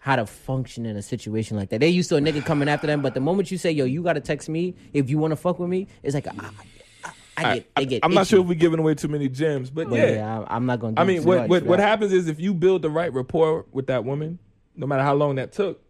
S3: how to function in a situation like that. They used to a nigga coming after them, but the moment you say, "Yo, you gotta text me if you want to fuck with me," it's like ah, I, I, I get, they get.
S2: I'm not sure if
S3: itchy.
S2: we're giving away too many gems, but
S3: But
S2: yeah.
S3: yeah, I, am not gonna. Do
S2: I mean,
S3: too
S2: what
S3: much
S2: what,
S3: for
S2: what
S3: that.
S2: happens is if you build the right rapport with that woman, no matter how long that took,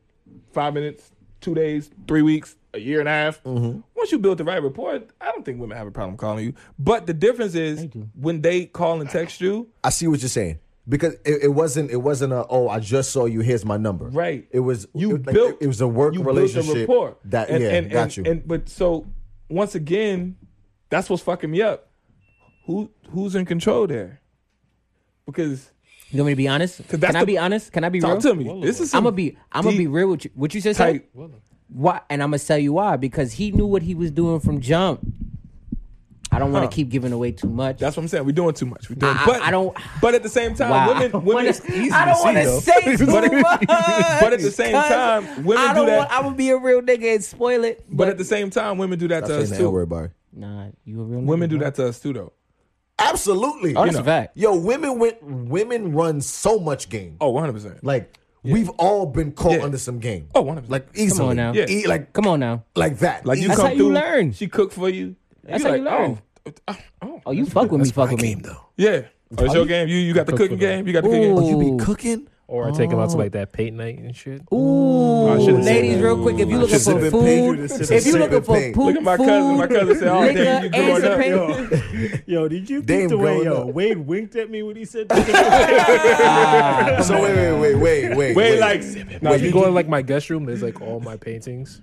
S2: five minutes, two days, three weeks, a year and a half.
S1: Mm-hmm.
S2: Once you build the right rapport, I don't think women have a problem calling you. But the difference is when they call and text you,
S1: I see what you're saying because it, it wasn't it wasn't a oh I just saw you here's my number
S2: Right.
S1: it was
S2: you
S1: it, like,
S2: built
S1: it was a work
S2: you built the
S1: relationship
S2: rapport.
S1: that
S2: and,
S1: yeah
S2: and,
S1: got
S2: and,
S1: you
S2: And but so once again, that's what's fucking me up. Who who's in control there? Because
S3: You want me to be honest? Can
S2: that's
S3: I
S2: the-
S3: be honest? Can I be
S2: talk
S3: real?
S2: to me. This is
S3: I'm
S2: some
S3: gonna be. I'm gonna
S2: deep,
S3: be real with you. What you just said.
S2: tight-
S3: Why? And I'm gonna tell you why. Because he knew what he was doing from jump. I don't want
S2: Huh.
S3: to keep giving away too much.
S2: That's what I'm saying. We're doing too much. We're doing,
S3: I- I-
S2: but
S3: I don't-
S2: But at the same time,
S3: Wow. I
S2: women,
S3: don't
S2: women,
S3: wanna-
S2: it's easy
S3: I
S2: to
S3: don't
S2: see,
S3: want to
S2: though.
S3: say too
S2: But-
S3: much.
S2: but at the same
S3: 'cause
S2: time, women
S3: I
S2: do
S3: don't
S2: that-
S3: Want, I'm gonna be a real nigga and spoil it. But,
S2: But at the same time, women do that
S1: Stop
S2: to
S1: saying
S2: us
S1: the N
S2: too.
S1: word, Barry.
S3: nah, you a real nigga.
S2: Women do
S6: Mm-hmm.
S3: bro.
S2: that to us too, though.
S1: Absolutely.
S3: Oh, that's a fact.
S1: Yo, women went women run so much game.
S2: Oh, 100 percent.
S1: Like we've all been caught
S2: Yeah.
S1: under some game.
S2: Oh, 100%.
S1: Like easily.
S3: on now.
S2: Yeah.
S1: E- like
S3: Come on now.
S1: like that.
S2: Like you
S1: Easily.
S2: come
S3: how you
S2: through,
S3: learn.
S2: She cook for you.
S3: That's
S2: you
S3: how you
S2: like,
S3: learn.
S2: Oh, oh,
S3: Oh, you fuck with me. Fuck
S1: my
S3: with me.
S1: game though.
S2: yeah. Oh, it's your game. You you got the
S6: cook
S2: cooking
S6: for
S2: game. You got the cooking. game.
S1: You
S3: Ooh.
S1: be cooking?
S6: Or I take him out to like that paint night and shit.
S3: Ooh,
S2: I should've said
S3: ladies,
S2: that.
S3: real quick, if you
S2: I
S3: looking
S1: should've
S3: for
S1: been paid.
S3: food,
S5: You
S3: if
S5: should've
S3: you
S5: said
S3: looking
S1: been
S3: for
S1: paid.
S3: poop,
S2: Look at my cousin. My
S3: food,
S2: cousin said, "Oh,
S3: liquor,
S2: damn, you growing
S3: and some
S2: up."
S3: paint.
S5: Yo, yo, did you
S1: They
S5: peep the
S1: ain't
S5: way
S1: growing
S5: yo
S1: up.
S5: Wade winked at me when he said?
S1: so wait, wait, wait, wait, wait.
S2: Wait, like
S6: Now, if you
S1: you
S6: go in like my guest room, there's like all my paintings.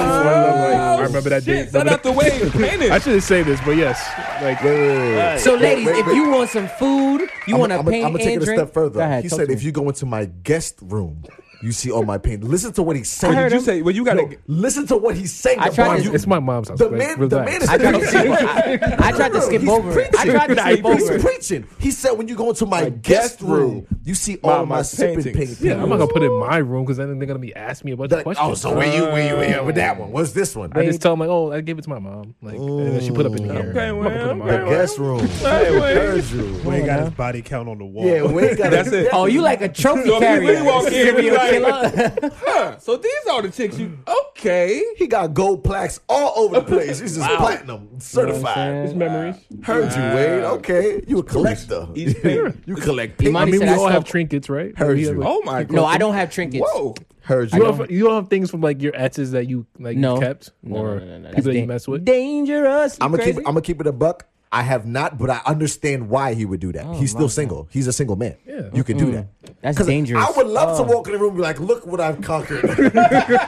S6: I remember that
S2: Oh, shit.
S6: day.
S2: Shout out the way painted.
S6: I should have saved this, but yes, like
S1: Wait, wait, wait, wait.
S3: So, ladies,
S1: wait,
S3: if
S1: wait.
S3: you want some food, you want to
S1: I'm
S3: paint
S1: gonna take it
S3: and
S1: a
S3: drink.
S1: step further.
S3: Go ahead,
S1: he
S3: talk
S1: said
S3: to
S1: if
S3: me.
S1: you go into my guest room, you see all my paint. Listen to what he's saying.
S2: Did you say? Well, you got
S1: No,
S2: to.
S1: listen to what he's saying.
S3: I tried
S1: LeBron.
S3: to-
S1: You-
S6: it's my mom's house.
S1: the
S6: like,
S1: man, the
S6: relax.
S1: man is
S3: I tried to
S1: preaching.
S3: skip. I, I tried to skip
S1: He's
S3: over it. I
S1: preaching.
S3: tried to
S2: Nah,
S3: skip
S2: he
S3: over
S1: He's
S3: it.
S1: preaching. He said, "When you go into my guest
S2: guest
S1: room,
S2: room,
S1: you see
S2: all
S1: all
S2: my
S1: my sipping
S2: paintings."
S1: paint."
S6: yeah, I'm not gonna put it in my room because then they're gonna be asking me a bunch of
S1: Like,
S6: questions.
S1: oh, so where you where you where you with that one? What's this one?
S6: I just tell them like, oh, I gave it to my mom, like, and then she put up in here.
S2: Okay,
S6: I'm
S2: well,
S6: not gonna put it in my
S2: okay, well.
S6: room.
S1: guest room.
S2: Hey, wait.
S1: Guest room.
S5: Wade got his body count on the wall.
S1: Yeah, Wade got
S2: That's it.
S3: Oh, you like a trophy
S2: So if
S3: carrier.
S2: we walk in, we
S3: Serial
S2: like-
S3: killer.
S2: Huh, so these are the chicks you okay?
S1: He got gold plaques all over the place. He's just platinum certified.
S6: memories.
S1: Heard you, Wade. Okay, you a collector.
S2: Each paint.
S1: You collect
S3: Imani
S1: paint.
S6: I mean,
S3: said
S6: we
S3: I
S6: all
S3: saw-
S6: have trinkets, right?
S1: Heard
S6: We
S1: you.
S6: have, like-
S2: Oh my god.
S3: No, I don't have trinkets.
S2: Whoa.
S1: Heard
S6: You
S1: you.
S6: don't, have, you don't have things from like your exes that you like
S3: No.
S6: you kept
S3: No,
S6: or
S3: no, no, no, no.
S6: people that
S3: That's
S6: you
S3: da-
S6: mess with.
S3: Dangerous.
S1: I'm gonna keep.
S3: crazy?
S1: I'm gonna keep it a buck. I have not, but I understand why he would do
S3: Oh,
S1: that. He's still single. He's a single man.
S6: Yeah.
S1: You can do that.
S3: That's
S1: 'Cause
S3: Mm-hmm. dangerous. Oh.
S1: I would love to walk in the room and be like, "Look what I've conquered. look,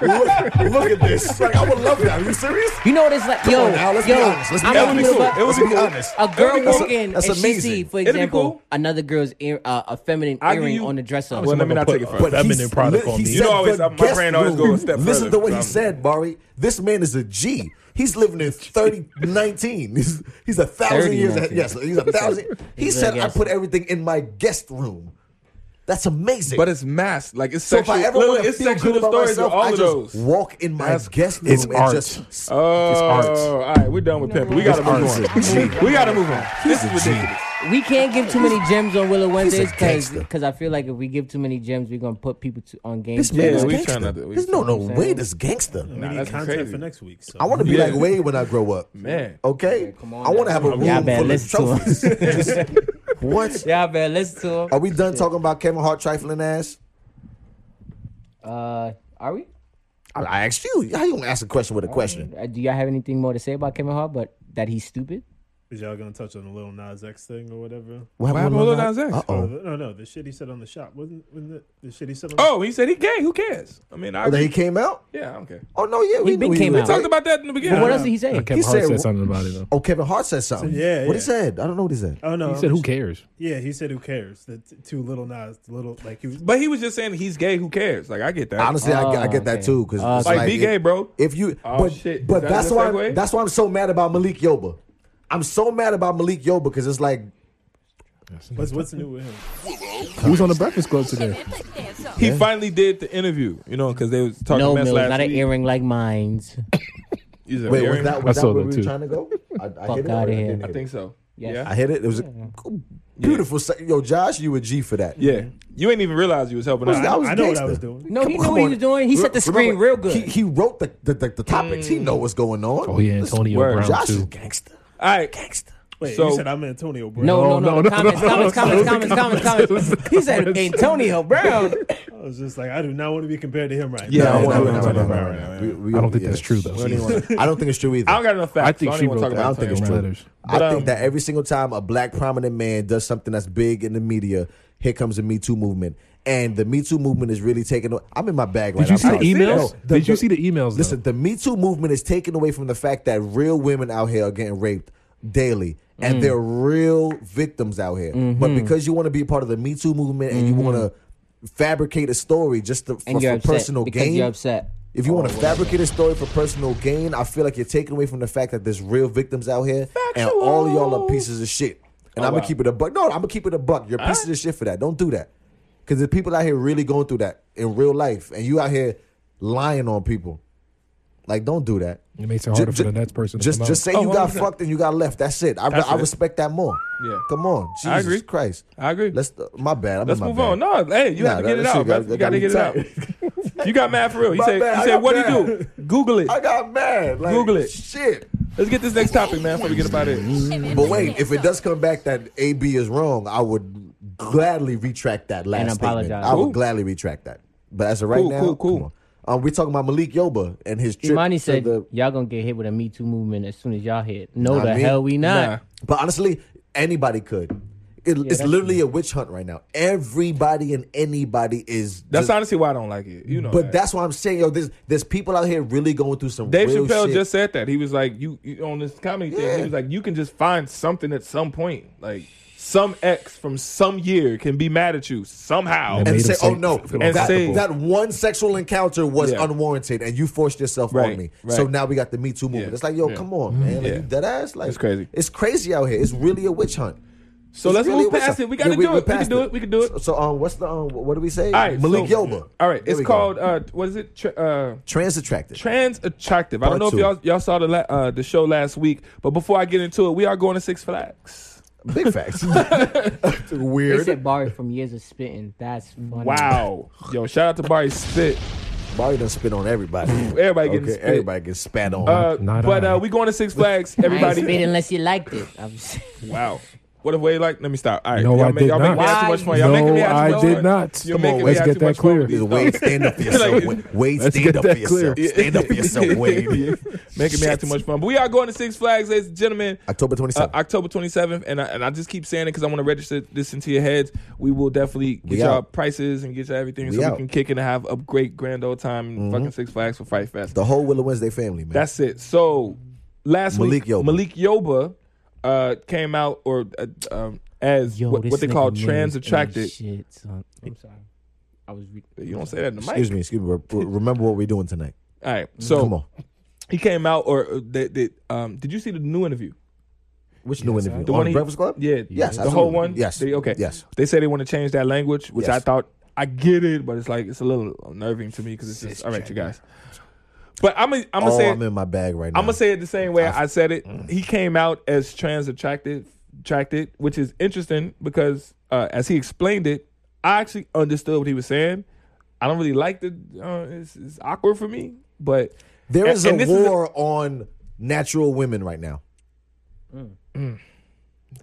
S1: look at this. Like, I would love that. Are you serious?
S3: You know what it's like? yo,
S1: on now, let's
S3: yo,
S1: be honest. Let's be
S3: I'm
S2: That
S3: gonna
S2: would be
S3: give
S2: cool.
S3: up-
S2: It would
S1: Let's
S2: be
S1: be
S2: cool.
S1: honest.
S3: A girl
S1: That's-
S3: walk in and
S1: that's
S3: she see,
S1: amazing.
S3: for
S2: It'd be
S3: example,
S2: cool.
S3: another girl's ear, uh, a feminine
S2: I'll give
S3: earring
S2: you-
S3: on the dresser.
S2: Well, let me
S6: gonna
S2: not
S6: put
S2: take it
S6: a
S2: first.
S6: feminine product on
S1: he
S6: me.
S1: said
S2: You know, always-
S1: the
S2: my brain
S1: guest
S2: always
S1: room.
S2: goes a step
S1: Listen
S2: further,
S1: to what
S2: so
S1: he
S2: I'm-
S1: said, Bari. This man is a G. He's living in 3019. He's, he's a thousand
S3: 30,
S1: years ahead.
S3: 19.
S1: Yes, he's a thousand. He
S3: He's a
S1: said, I
S3: guest.
S1: put everything in my guest room. That's amazing.
S2: But it's mass. Like it's
S1: so if
S2: sexual.
S1: I ever
S2: Look,
S1: want to
S2: it's
S1: feel
S2: sexual
S1: good about
S2: stories with
S1: myself,
S2: all
S1: I
S2: of
S1: just
S2: those.
S1: walk in my guest room
S6: it's
S1: and
S6: art.
S1: just.
S2: Oh, all right. We're done with pimping. We gotta
S1: It's
S2: move
S1: art.
S2: on. We gotta move on. This is
S1: a G.
S2: ridiculous.
S3: we can't give too many gems on Willow Wednesdays
S1: gangster.
S3: because I feel like if we give too many gems, we're gonna put people to, on game.
S1: This
S3: jam.
S1: man
S2: Yeah,
S1: is
S2: we
S1: gangster.
S2: trying not to- we-
S1: There's no no
S3: You know what I'm
S1: way
S3: saying?
S1: this gangster.
S5: we need
S2: that's
S5: content
S2: crazy.
S5: for next week. So
S1: I want to be
S2: Yeah.
S1: like Wade when I grow up,
S2: Man.
S1: Okay,
S3: come on
S1: I want to
S3: now.
S1: have a room
S3: Y'all better
S1: full of
S3: listen to him.
S1: trophies. Just- what?
S3: Yeah, man, listen to him.
S1: Are we done talking about Kevin Hart trifling ass? Oh.
S3: Uh, are we?
S1: I, I asked you. How you gonna ask a question with a question?
S3: Uh, do y'all have anything more to say about Kevin Hart? But that he's stupid.
S5: is y'all gonna touch on the little Nas X thing or whatever?
S1: What
S2: happened with Lil Nas X?
S1: Uh
S5: Oh.
S1: oh.
S5: No, no, the shit he said on the shop wasn't, wasn't it the shit he said. On the
S2: Oh, he said he gay. Who cares? I mean, I
S1: Oh, Then he came out.
S2: yeah, I don't care.
S1: Oh no, yeah, we
S3: He been
S1: knew
S3: came
S1: was
S3: out.
S1: gay.
S2: Talked about that in the beginning.
S3: what else did he say?
S6: Kevin
S1: He
S6: Hart
S1: said-
S6: said something about it though.
S1: Oh, Kevin Hart said something.
S5: Yeah,
S1: What
S5: yeah.
S1: he said? I don't know what he said.
S5: Oh no,
S6: He said, "Who cares?"
S5: Yeah, he said, "Who cares?" The t- two little Nas, the little like he was.
S2: But he was just saying he's gay. Who cares? Like I get that.
S1: Honestly, I, get- I
S3: Oh,
S1: get that
S3: okay.
S1: too because
S3: Oh,
S2: like, be gay, bro.
S1: If you,
S2: Oh,
S1: but
S2: shit.
S1: but
S2: That
S1: that's
S2: was a
S1: why
S2: segue?
S1: that's why I'm so mad about Malik Yoba. I'm so mad about Malik Yoba because it's like
S5: What's what's new with him?
S6: Who's on the Breakfast Club today?
S2: He finally did the interview, you know, because they was talking
S3: No,
S2: mess
S3: Mills,
S2: last
S3: not an
S2: week.
S3: earring like mine's.
S2: Is it
S1: wait, was
S2: earring?
S1: that was that
S6: I saw
S1: where
S6: that
S1: we were
S6: too.
S1: trying to go? I, I
S3: Fuck
S1: hit it or
S3: outta
S1: I
S3: here.
S1: didn't
S2: I
S1: hit it?
S2: think so.
S3: Yes.
S2: Yeah.
S1: I hit it. It was a beautiful. se- Yo, Josh, you a G for that.
S2: Yeah, you ain't even realize you was helping
S1: That
S2: out.
S1: was
S5: I know what I
S1: gangsta.
S5: was doing.
S3: No, he
S1: Come
S3: knew what he
S1: on.
S3: was doing. He set the screen
S1: Remember,
S3: real good. Mm.
S1: He, he wrote the the, the, the topics. He know what's going on.
S6: Oh yeah,
S1: This-
S6: Antonio
S2: word.
S6: Brown
S1: Josh is
S6: too.
S1: gangster.
S2: All right,
S1: Gangster.
S5: Wait,
S2: So-
S5: you said I'm Antonio Brown.
S3: no, no,
S6: No,
S3: no,
S6: no, no,
S3: Comments,
S6: no,
S3: comments,
S6: no,
S3: comments,
S6: no,
S3: comments,
S6: no,
S3: comments,
S6: it was
S3: comments.
S6: the
S3: He said
S6: comments.
S3: Antonio Brown.
S5: I was just like, I do not want to be compared to him right
S2: Yeah,
S5: now.
S2: I
S1: No,
S2: don't
S1: no,
S2: wanna-
S1: no,
S2: I don't
S1: no, no,
S2: wanna-
S1: no, no. We- we
S6: I
S1: don't-
S6: don't think
S1: yeah.
S6: that's true though.
S1: We don't even wanna- I don't think it's true either.
S2: I don't got enough facts.
S6: I think
S2: so I
S6: she
S2: don't even
S6: wrote
S2: wanna
S6: that.
S1: I
S2: talk
S1: don't think it's
S2: Antonio
S1: true.
S2: Brown.
S6: Letters.
S1: I
S2: But,
S1: think
S2: um,
S1: that every single time a black prominent man does something that's big in the media, here comes the Me Too movement. And the Me Too movement is really taking. o- I'm in my bag right
S6: Did you
S1: now.
S6: see the
S1: I'm sorry.
S6: emails?
S1: No, the-
S6: Oh, Did you
S1: the-
S6: see the emails? though?
S1: Listen, the Me Too movement is taken away from the fact that real women out here are getting raped daily. And
S3: Mm.
S1: they're real victims out here.
S3: Mm-hmm.
S1: But because you want to be a part of the Me Too movement and you want to fabricate a story just to, for,
S3: And you're
S1: for
S3: upset
S1: personal
S3: because
S1: gain,
S3: you're upset.
S1: if you
S2: Oh,
S1: want to fabricate a story for personal gain, I feel like you're taking away from the fact that there's real victims out here, and all of y'all are pieces of shit. And I'm gonna
S2: Oh, wow.
S1: keep it a buck. No, I'm gonna keep it a buck. You're pieces of shit for that. Don't do that, because the people out here really going through that in real life, and you out here lying on people. Like, don't do that.
S6: it makes it
S1: Ju-
S6: harder
S1: ju-
S6: for the next person. to
S1: Just,
S6: come out.
S1: just say
S2: Oh,
S1: you got
S2: 100%.
S1: fucked and you got left. That's it. I,
S2: That's
S1: I
S2: it.
S1: respect that more.
S2: Yeah.
S1: Come on, Jesus
S2: I agree.
S1: Christ.
S2: I agree.
S1: Let's. uh, My bad. I'm
S2: Let's
S1: in my
S2: move
S1: bag.
S2: on. No, hey, you
S1: Nah,
S2: have
S1: that-
S2: to get it
S1: that shit
S2: out,
S1: got-
S2: bro.
S1: that
S2: You got to
S1: got
S2: get it out.
S1: me
S2: You got mad for real. You
S1: My
S2: said,
S1: bad,
S2: you
S1: I
S2: said,
S1: got
S2: what do you
S1: mad.
S2: do? Google it.
S1: I got mad. Like,
S2: Google it.
S1: Shit.
S2: Let's get this next topic, man, before we get up out of here.
S1: But wait, if it does come back that AB is wrong, I would gladly retract that last
S3: And
S1: statement.
S3: apologize.
S1: I
S2: Cool.
S1: would gladly retract that. But as of right
S2: Cool,
S1: now,
S2: cool, cool.
S1: come on. Um, we're talking about Malik Yoba and his trip
S3: Imani
S1: to
S3: said,
S1: the.
S3: "Y'all gonna get hit with a Me Too movement as soon as y'all hit." No,
S1: Not
S3: the
S1: me.
S3: hell we not.
S2: Nah.
S1: But honestly, anybody could. It, it's
S3: that's
S1: literally a witch hunt right now. Everybody and anybody is.
S2: That's
S1: just-
S2: honestly why I don't like it. You know,
S1: but
S2: that.
S1: that's why I'm saying, yo, there's there's people out here really going through some
S2: Dave
S1: real
S2: Chappelle
S1: shit.
S2: just said that he was like, you, you on this comedy thing. He
S1: Yeah.
S2: was like, you can just find something at some point, like some ex from some year can be mad at you somehow.
S6: made
S1: and
S6: him
S1: say,
S6: say-
S1: "Oh no,
S6: feel
S1: that,
S2: uncomfortable.
S1: that one sexual encounter was
S2: Yeah.
S1: unwarranted, and you forced yourself
S2: Right,
S1: on me."
S2: right.
S1: So now we got the Me Too movement.
S2: Yeah,
S1: It's like, yo,
S2: yeah. Mm-hmm.
S1: come on, man, like,
S2: Yeah.
S1: you dead ass. Like
S2: It's crazy.
S1: It's crazy out here. It's really a witch hunt.
S2: so
S1: It's
S2: let's
S1: really a
S2: move
S1: witch
S2: past
S1: hunt.
S2: it. We got to
S1: Yeah,
S2: do
S1: we're
S2: it. We can
S1: past
S2: do it. We can do it.
S1: So, so, um, what's the um, what do we say?
S2: All right,
S1: Malik
S2: so-
S1: Yoba.
S2: All right,
S1: There
S2: it's
S1: we go.
S2: called uh, what is it? Tra- uh,
S1: trans attracted.
S2: trans attractive. I
S1: Part
S2: don't know
S1: two.
S2: if y'all y'all saw the la- uh, the show last week, but before I get into it, we are going to Six Flags.
S1: Big facts.
S3: They
S1: Weird.
S3: said Barry from years of spitting. That's funny.
S2: Wow, yo! Shout out to Barry Spit.
S1: Barry done spit on everybody.
S2: Everybody getting
S1: Okay,
S2: spit.
S1: everybody gets spat on.
S2: Uh,
S6: Not
S2: but
S6: I.
S2: uh, we going to Six Flags.
S3: I ain't spit
S2: Everybody.
S3: unless you liked it. I'm just,
S2: Wow. What if way like? Let me stop. All right.
S6: No,
S2: y'all
S6: I
S2: ma-
S6: did
S2: y'all making
S6: not.
S2: me have too much fun.
S3: Why?
S2: Y'all making me
S6: No,
S2: have too
S6: I
S2: much
S6: did
S2: fun.
S6: not.
S2: You're
S6: Come
S2: making
S6: on,
S2: me
S6: let's
S2: have
S6: get
S2: too
S6: that
S2: much fun
S6: clear.
S2: with these
S1: Is Wade, stand up for yourself.
S2: Like-
S1: Wade, Wade,
S6: Let's
S1: stand
S6: get
S1: up
S6: that
S1: for yourself.
S6: clear.
S1: Stand up for yourself, Wade.
S2: making me have
S1: Shit.
S2: too much fun. But we are going to Six Flags, ladies and gentlemen.
S1: October
S2: Uh,
S1: 27th.
S2: October 27th, and I, and I just keep saying it because I want to register this into your heads. We will definitely get
S1: We
S2: y'all
S1: out.
S2: prices and get y'all everything
S1: We
S2: so
S1: out. Mm-hmm.
S2: we can kick it and have a great grand old time in fucking Six Flags for Fight Fest.
S1: the whole Willow Wednesday family, man.
S2: That's it. So last
S1: Malik
S2: week,
S1: Yoba.
S2: Malik Yoba uh, came out or uh, um, as
S3: Yo,
S2: what,
S3: this
S2: what they
S3: nigga
S2: call
S3: name
S2: trans
S3: is
S2: attracted.
S3: Shit, son. I'm sorry. I was. Re-
S2: You don't say that in the mic.
S1: Excuse me, excuse me. Re- re- Remember what we're doing tonight.
S2: All right. So
S1: Come on.
S2: he came out, or uh, they, they, um, did you see the new interview?
S1: Which new interview?
S2: The
S1: on
S2: one he-
S1: Breakfast Club?
S2: Yeah.
S1: Yes,
S2: The whole
S1: absolutely.
S2: one.
S1: Yes.
S2: They, okay.
S1: Yes.
S2: They say they want to change that language, which
S1: Yes.
S2: I thought I get it, but it's like it's a little unnerving to me because it's just all right, you guys. But I'm gonna I'm gonna
S1: oh,
S2: say
S1: I'm in my bag right now. Mm.
S2: I'm gonna say it the same way I, said it. He came out as trans attracted, attracted, which is interesting because uh, as he explained it, I actually understood what he was saying. I don't really like the. Uh, it's, it's awkward for me, but
S1: there
S2: and-
S1: is
S2: and
S1: a
S2: this is a-
S1: war on natural women right now.
S2: Mm.
S1: And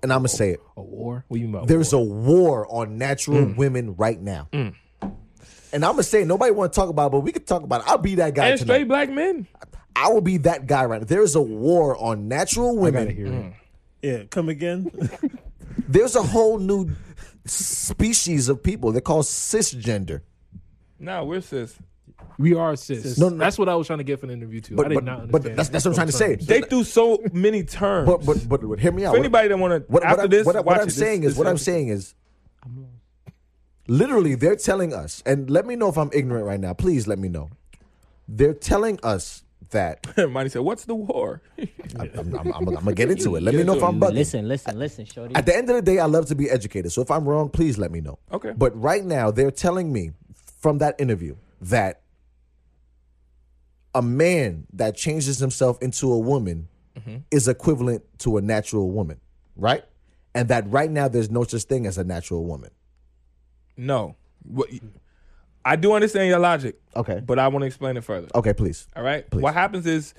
S1: I'm gonna say it.
S6: a war. What you mean? by
S1: There's
S6: war?
S1: a war on natural
S2: Mm.
S1: women right now. And I'm gonna say it, nobody want to talk about, it, but we could talk about it. I'll be that guy
S2: and
S1: tonight.
S2: straight black men.
S1: I will be that guy right now. There is a war on natural
S6: gotta
S1: women. Mm.
S6: hear it.
S5: Yeah, come again.
S1: There's a whole new species of people. They're called cisgender.
S2: No, we're cis.
S6: We are cis.
S1: No, no.
S6: That's what I was trying to get from the interview too. I
S1: But
S6: did
S1: but,
S6: not
S1: but
S6: understand.
S1: that's, that's what I'm trying to say.
S2: They threw so many terms.
S1: But but but, but hear me out.
S2: for anybody that want to
S1: what,
S2: after
S1: what, I-
S2: this,
S1: what, I-
S2: watch
S1: what I'm
S2: it. This-
S1: saying
S2: this
S1: is what I'm
S2: episode.
S1: saying is literally they're telling us, and let me know if I'm ignorant right now. Please let me know. They're telling us that
S2: Monty said, "What's the war?"
S1: I'm, I'm, I'm, I'm gonna get into it. Let me know if I'm bugging.
S3: listen, listen, listen, Shorty.
S1: At the end of the day, I love to be educated. So if I'm wrong, please let me know.
S2: Okay.
S1: But right now, they're telling me from that interview that a
S2: Mm-hmm.
S1: man that changes himself into a woman is equivalent to a natural woman. right? And that right now there's no such thing as a natural woman.
S2: No. What, I do understand your logic,
S1: Okay.
S2: but I want to explain it further.
S1: Okay, please.
S2: All right. What happens is,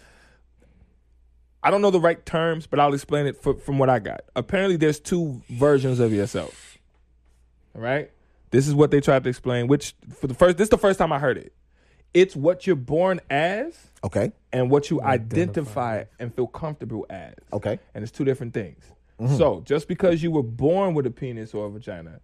S2: I don't know the right terms, but I'll explain it fr- from what I got. Apparently, there's two versions of yourself. All right. This is what they tried to explain. Which for the first, this is the first time I heard it. It's what you're born as
S1: Okay.
S2: and what you identify and feel comfortable as.
S1: Okay. Mm-hmm.
S2: And it's two different things. So just because you were born with a penis or a vagina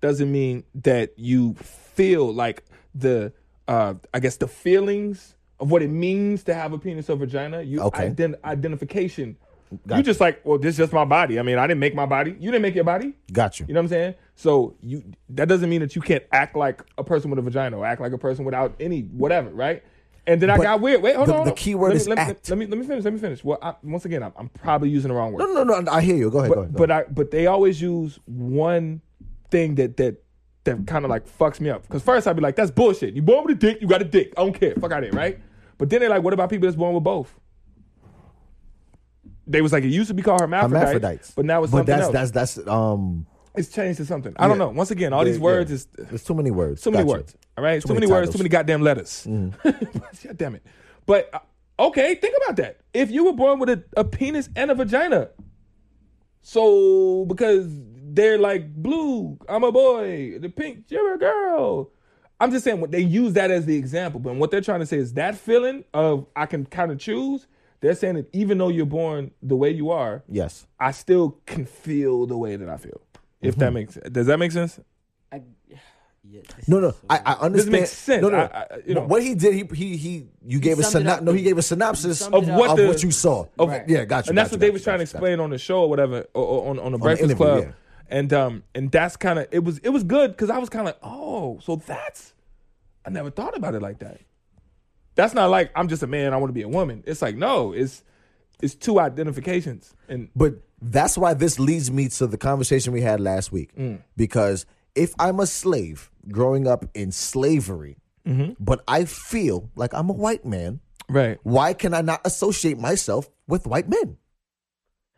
S2: doesn't mean that you feel like the uh I guess the feelings of what it means to have a penis or vagina, you
S1: Okay.
S2: ident- identification.
S1: Gotcha.
S2: You just like, well, this is just my body. I mean, I didn't make my body. You didn't make your body.
S1: Got you.
S2: You know what I'm saying? So you that doesn't mean that you can't act like a person with a vagina or act like a person without any whatever, right? And then I
S1: But
S2: got weird. Wait, hold
S1: the-
S2: on. hold
S1: the
S2: on.
S1: key word
S2: let me,
S1: is
S2: let me,
S1: act.
S2: Let me, let me finish. Let me finish. Well, I, once again, I'm, I'm probably using the wrong word.
S1: No, no, no, no. I hear you. Go ahead. go
S2: but
S1: ahead. go
S2: but
S1: ahead.
S2: I but they always use one thing that that that kind of like fucks me up. Because first I'd be like, that's bullshit. You born with a dick, you got a dick. I don't care. Fuck out of it, right? But then they're like, what about people that's born with both? They was like, it used to be called hermaphrodites,
S1: hermaphrodites.
S2: but now it's
S1: but
S2: something
S1: that's
S2: else.
S1: that's that's um.
S2: it's changed to something. I don't
S1: Yeah.
S2: know. Once again, all these
S1: yeah,
S2: words
S1: yeah.
S2: is
S1: There's too many words.
S2: so many
S1: Gotcha.
S2: words. All right,
S1: Too
S2: too,
S1: many
S2: many, words,
S1: titles. Mm.
S2: too many goddamn letters. God damn it! But uh, okay, think about that. If you were born with a, a penis and a vagina, so because they're like blue, I'm a boy. The pink, you're a girl. I'm just saying what they use that as the example, but what they're trying to say is that feeling of I can kind of choose. They're saying that even though you're born the way you are,
S1: Yes.
S2: I still can feel the way that I feel. If that makes does that make sense?
S3: I, yeah, this
S1: No,
S3: is
S1: no.
S3: so-
S1: I, I understand.
S2: makes sense.
S1: No, no.
S2: I- I- you know.
S1: What he did, he he he. You gave a
S3: summed it
S1: synopsis.
S3: up.
S1: No, he gave a
S3: He
S1: synopsis
S3: summed
S1: of
S3: it up.
S2: what the-
S1: what you saw.
S2: of-
S1: Yeah, got you.
S2: and that's
S1: got you,
S2: what they
S1: got
S2: was
S1: you,
S2: trying
S1: got you, got
S2: to
S1: you.
S2: explain on the show or whatever, or, or on on the Breakfast
S1: interview,
S2: Club,
S1: yeah.
S2: and um and that's kind of it was it was good because I was kind of like oh so that's I never thought about it like that. That's not like I'm just a man. I want to be a woman. It's like no, it's it's two identifications and
S1: But that's why this leads me to the conversation we had last week.
S2: Mm.
S1: Because if I'm a slave growing up in slavery,
S2: Mm-hmm.
S1: but I feel like I'm a white man,
S2: right
S1: why can I not associate myself with white men?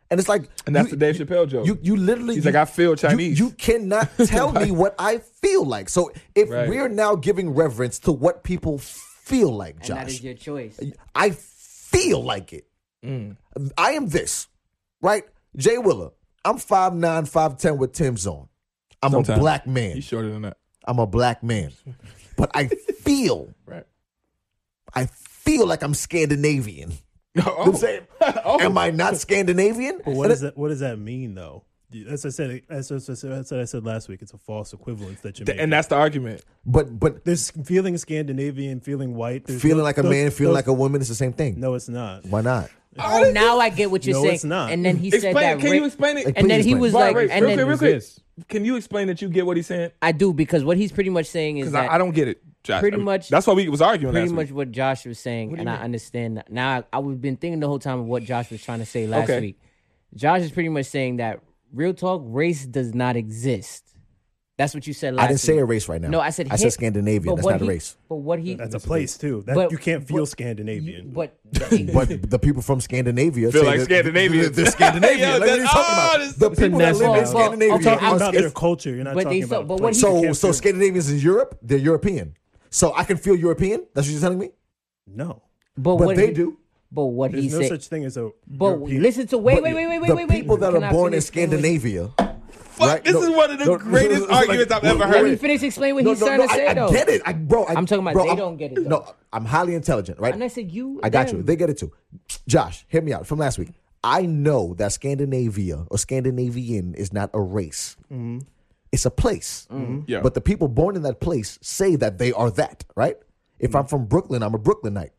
S1: And it's like
S2: and that's
S1: you-
S2: the Dave Chappelle joke.
S1: You you literally
S2: He's
S1: you-
S2: like, "I feel
S1: you-
S2: Chinese."
S1: You, cannot tell me what I feel like. So if
S2: Right.
S1: we're now giving reverence to what people feel like,
S3: and that
S1: Josh,
S3: is your choice.
S1: I feel like it.
S2: Mm.
S1: I am this, right? Jay Willer. I'm 5'9", 5'10", with Tim's on. I'm
S2: Sometimes.
S1: a black man.
S2: He's shorter than that,
S1: I'm a black man. But I feel,
S2: right?
S1: I feel like I'm Scandinavian.
S2: Oh.
S1: You know what I'm saying? Am I not Scandinavian?
S5: But
S1: And
S5: what, is that, what does that mean, though? That's what I said. That's what I said, that's what I said last week. It's a false equivalence that you're making.
S2: and that's the argument.
S1: But but
S5: there's feeling Scandinavian, feeling white, there's
S1: feeling
S5: those-
S1: like a
S5: those-
S1: man, feeling
S5: those-
S1: like a woman is the same thing.
S5: No, it's not.
S1: Why not?
S3: Oh, now I get what you're
S5: No,
S3: saying.
S5: it's not.
S3: And then he
S2: Explain.
S3: said that.
S2: it. Can
S3: ra-
S2: you explain it?
S1: Like,
S3: and then
S1: Please
S3: he
S1: explain.
S3: was
S2: Right,
S3: like,
S2: right.
S3: and then
S2: real quick, real quick.
S6: Yes.
S2: Can you explain that you get what he's saying?
S3: I do because what he's pretty much saying is
S2: Because
S3: that
S2: I, I don't get it, Josh.
S3: pretty
S2: I mean,
S3: much-
S2: That's why we was arguing.
S3: pretty
S2: last
S3: much
S2: week.
S3: what Josh was saying, and I understand that. Now I, I've been thinking the whole time of what Josh was trying to say last
S2: Okay.
S3: week. Josh is pretty much saying that real talk, race does not exist. That's what you said last
S1: I didn't say
S3: week.
S1: a race right now.
S3: No, I said
S1: I
S3: hit-
S1: said Scandinavian.
S3: but
S1: That's
S3: what
S1: not a
S3: he-
S1: race.
S3: But what he
S5: That's a place too. That
S3: But-
S5: you can't feel
S3: but-
S5: Scandinavian.
S3: but
S1: But the people from Scandinavia
S2: Feel
S1: say
S2: like
S1: that-
S2: Scandinavian.
S1: They're Scandinavian.
S2: Yo,
S1: like, what are you
S2: that's-
S1: talking
S2: oh,
S1: about?
S2: this-
S1: the
S2: this
S1: people that
S3: is
S1: live in
S3: national. Well,
S1: Scandinavia.
S3: well, okay,
S1: are
S5: talking about
S1: Scan-
S5: their culture. You're not
S3: but they-
S5: talking
S3: so-
S5: about.
S3: but
S5: the
S3: what
S5: place.
S3: he-
S1: so
S5: You can't
S1: so
S5: feel-
S1: Scandinavians in Europe, they're European. So I can feel European. That's what you're telling me.
S5: no,
S3: but,
S1: But
S3: what
S1: they
S3: he,
S1: do.
S3: But what he
S5: there's no
S3: said.
S5: such thing as a.
S3: but
S5: European-
S3: listen to wait,
S1: But
S3: wait, wait, wait, wait,
S1: the
S3: wait, wait.
S1: people that
S3: Can
S1: are
S3: I
S1: born in
S3: finish-
S1: Scandinavia.
S2: Fuck,
S1: right?
S2: this
S1: No,
S2: is one of the
S1: no,
S2: greatest
S1: it's like-
S2: arguments I've ever
S1: no,
S2: heard.
S3: Let me finish explaining what
S1: No,
S3: he's
S1: no,
S3: trying
S1: no,
S3: to say
S1: I,
S3: though.
S1: I get it. I, bro, I,
S3: I'm talking about
S1: bro,
S3: they
S1: I'm-
S3: don't get it, though.
S1: No, I'm highly intelligent, right?
S3: And I said you.
S1: I got you.
S3: them.
S1: They get it too. Josh, hear me out from last week. I know that Scandinavia or Scandinavian is not a race. It's a place.
S2: Yeah.
S1: But the people born in that place say that they are that, right? If I'm from Brooklyn, I'm a Brooklynite.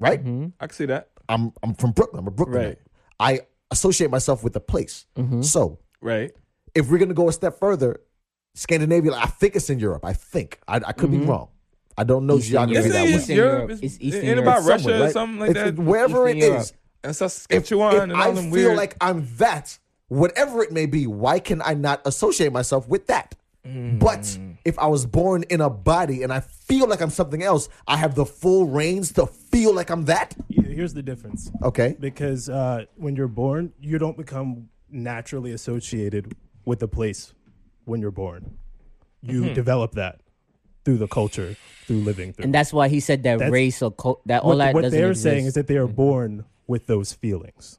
S1: Right?
S3: Mm-hmm.
S2: I can see that.
S1: I'm I'm from Brooklyn. I'm a Brooklynite.
S2: Right.
S1: I associate myself with the place.
S3: Mm-hmm.
S1: So
S2: Right.
S1: if we're gonna go a step further, Scandinavia, I think it's in Europe. I think. I, I could be wrong. I don't know
S3: Eastern
S1: geography
S2: This
S3: Europe.
S1: that well.
S2: is
S3: It's Eastern
S2: Europe.
S3: Europe.
S2: It's,
S3: It's
S2: ain't
S3: Eastern
S2: it
S3: Europe.
S2: about Russia
S1: Somewhere,
S2: or
S1: right?
S2: something like
S1: It's-
S2: that.
S1: Wherever it
S3: Eastern Europe.
S1: is,
S2: and
S1: if,
S2: Saskatchewan
S1: if
S2: and all
S1: I
S2: them
S1: feel
S2: weird.
S1: like I'm that, whatever it may be, why can I not associate myself with that? But if I was born in a body and I feel like I'm something else, I have the full reins to feel like I'm that.
S5: Here's the difference.
S1: Okay.
S5: because uh, when you're born, you don't become naturally associated with a place when you're born. You develop that through the culture, through living through.
S3: And that's why he said that
S5: That's-
S3: race or cult, that all
S5: what
S3: that
S5: what
S3: doesn't
S5: they're
S3: exist.
S5: saying is that they are born with those feelings.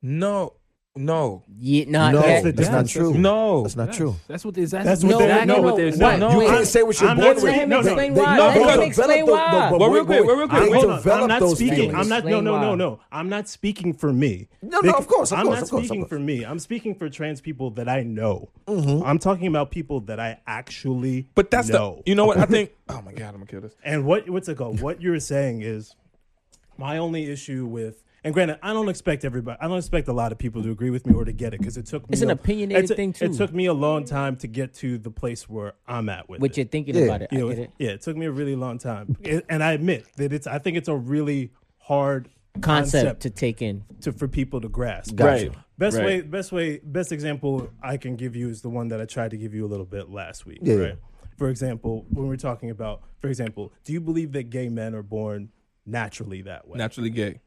S2: No, no,
S3: yeah, nah,
S1: no,
S3: that-
S5: the
S1: that's not
S5: difference.
S1: true.
S2: no.
S1: That's not true.
S6: That's what they. That's,
S5: That's
S6: that's
S5: what
S6: what
S5: they-
S6: they're,
S5: no,
S6: no, what they're
S3: no,
S6: saying.
S3: what?
S1: You
S3: Wait.
S1: can't say what you're
S5: I'm
S1: born
S5: not
S1: with.
S5: saying- Let him
S1: No, no,
S3: explain
S1: they-
S3: why.
S1: no, they
S3: Let
S2: him
S1: develop
S3: explain
S1: the-
S3: why.
S1: the- but
S2: Well,
S1: wait,
S2: real quick,
S1: wait,
S2: well, real quick,
S1: they
S2: wait. Hold on,
S1: develop
S5: I'm not
S1: those
S5: speaking.
S1: feelings.
S5: I'm not. No,
S3: Explain
S5: no, no,
S3: why.
S5: no. I'm not speaking for me.
S1: No, no, of course, of
S5: I'm
S1: course,
S5: not
S1: of course, of
S5: speaking
S1: course.
S5: for me. I'm speaking for trans people that I know. I'm talking about people that I actually.
S2: But that's
S5: know.
S2: the. You know what? I think. Oh my god, I'm gonna kill this.
S5: And what what's it called? What you're saying is my only issue with. And granted, I don't expect everybody. I don't expect a lot of people to agree with me or to get it because it took me.
S3: It's an
S5: a-
S3: opinionated
S5: it took-
S3: thing,
S5: It
S3: too.
S5: took me a long time to get to the place where I'm at with
S3: what
S5: it.
S3: you're thinking
S1: Yeah.
S3: about it. I
S5: You know,
S3: get it.
S5: Yeah, it took me a really long time, It- and I admit that it's. I think it's a really hard
S3: Concept, to take in.
S5: to for people to grasp.
S1: Gotcha.
S2: Right.
S5: Best
S2: Right.
S5: way, best way, best example I can give you is the one that I tried to give you a little bit last week.
S1: Yeah.
S5: Right. For example, when we're talking about, for example, do you believe that gay men are born naturally that way?
S2: Naturally gay.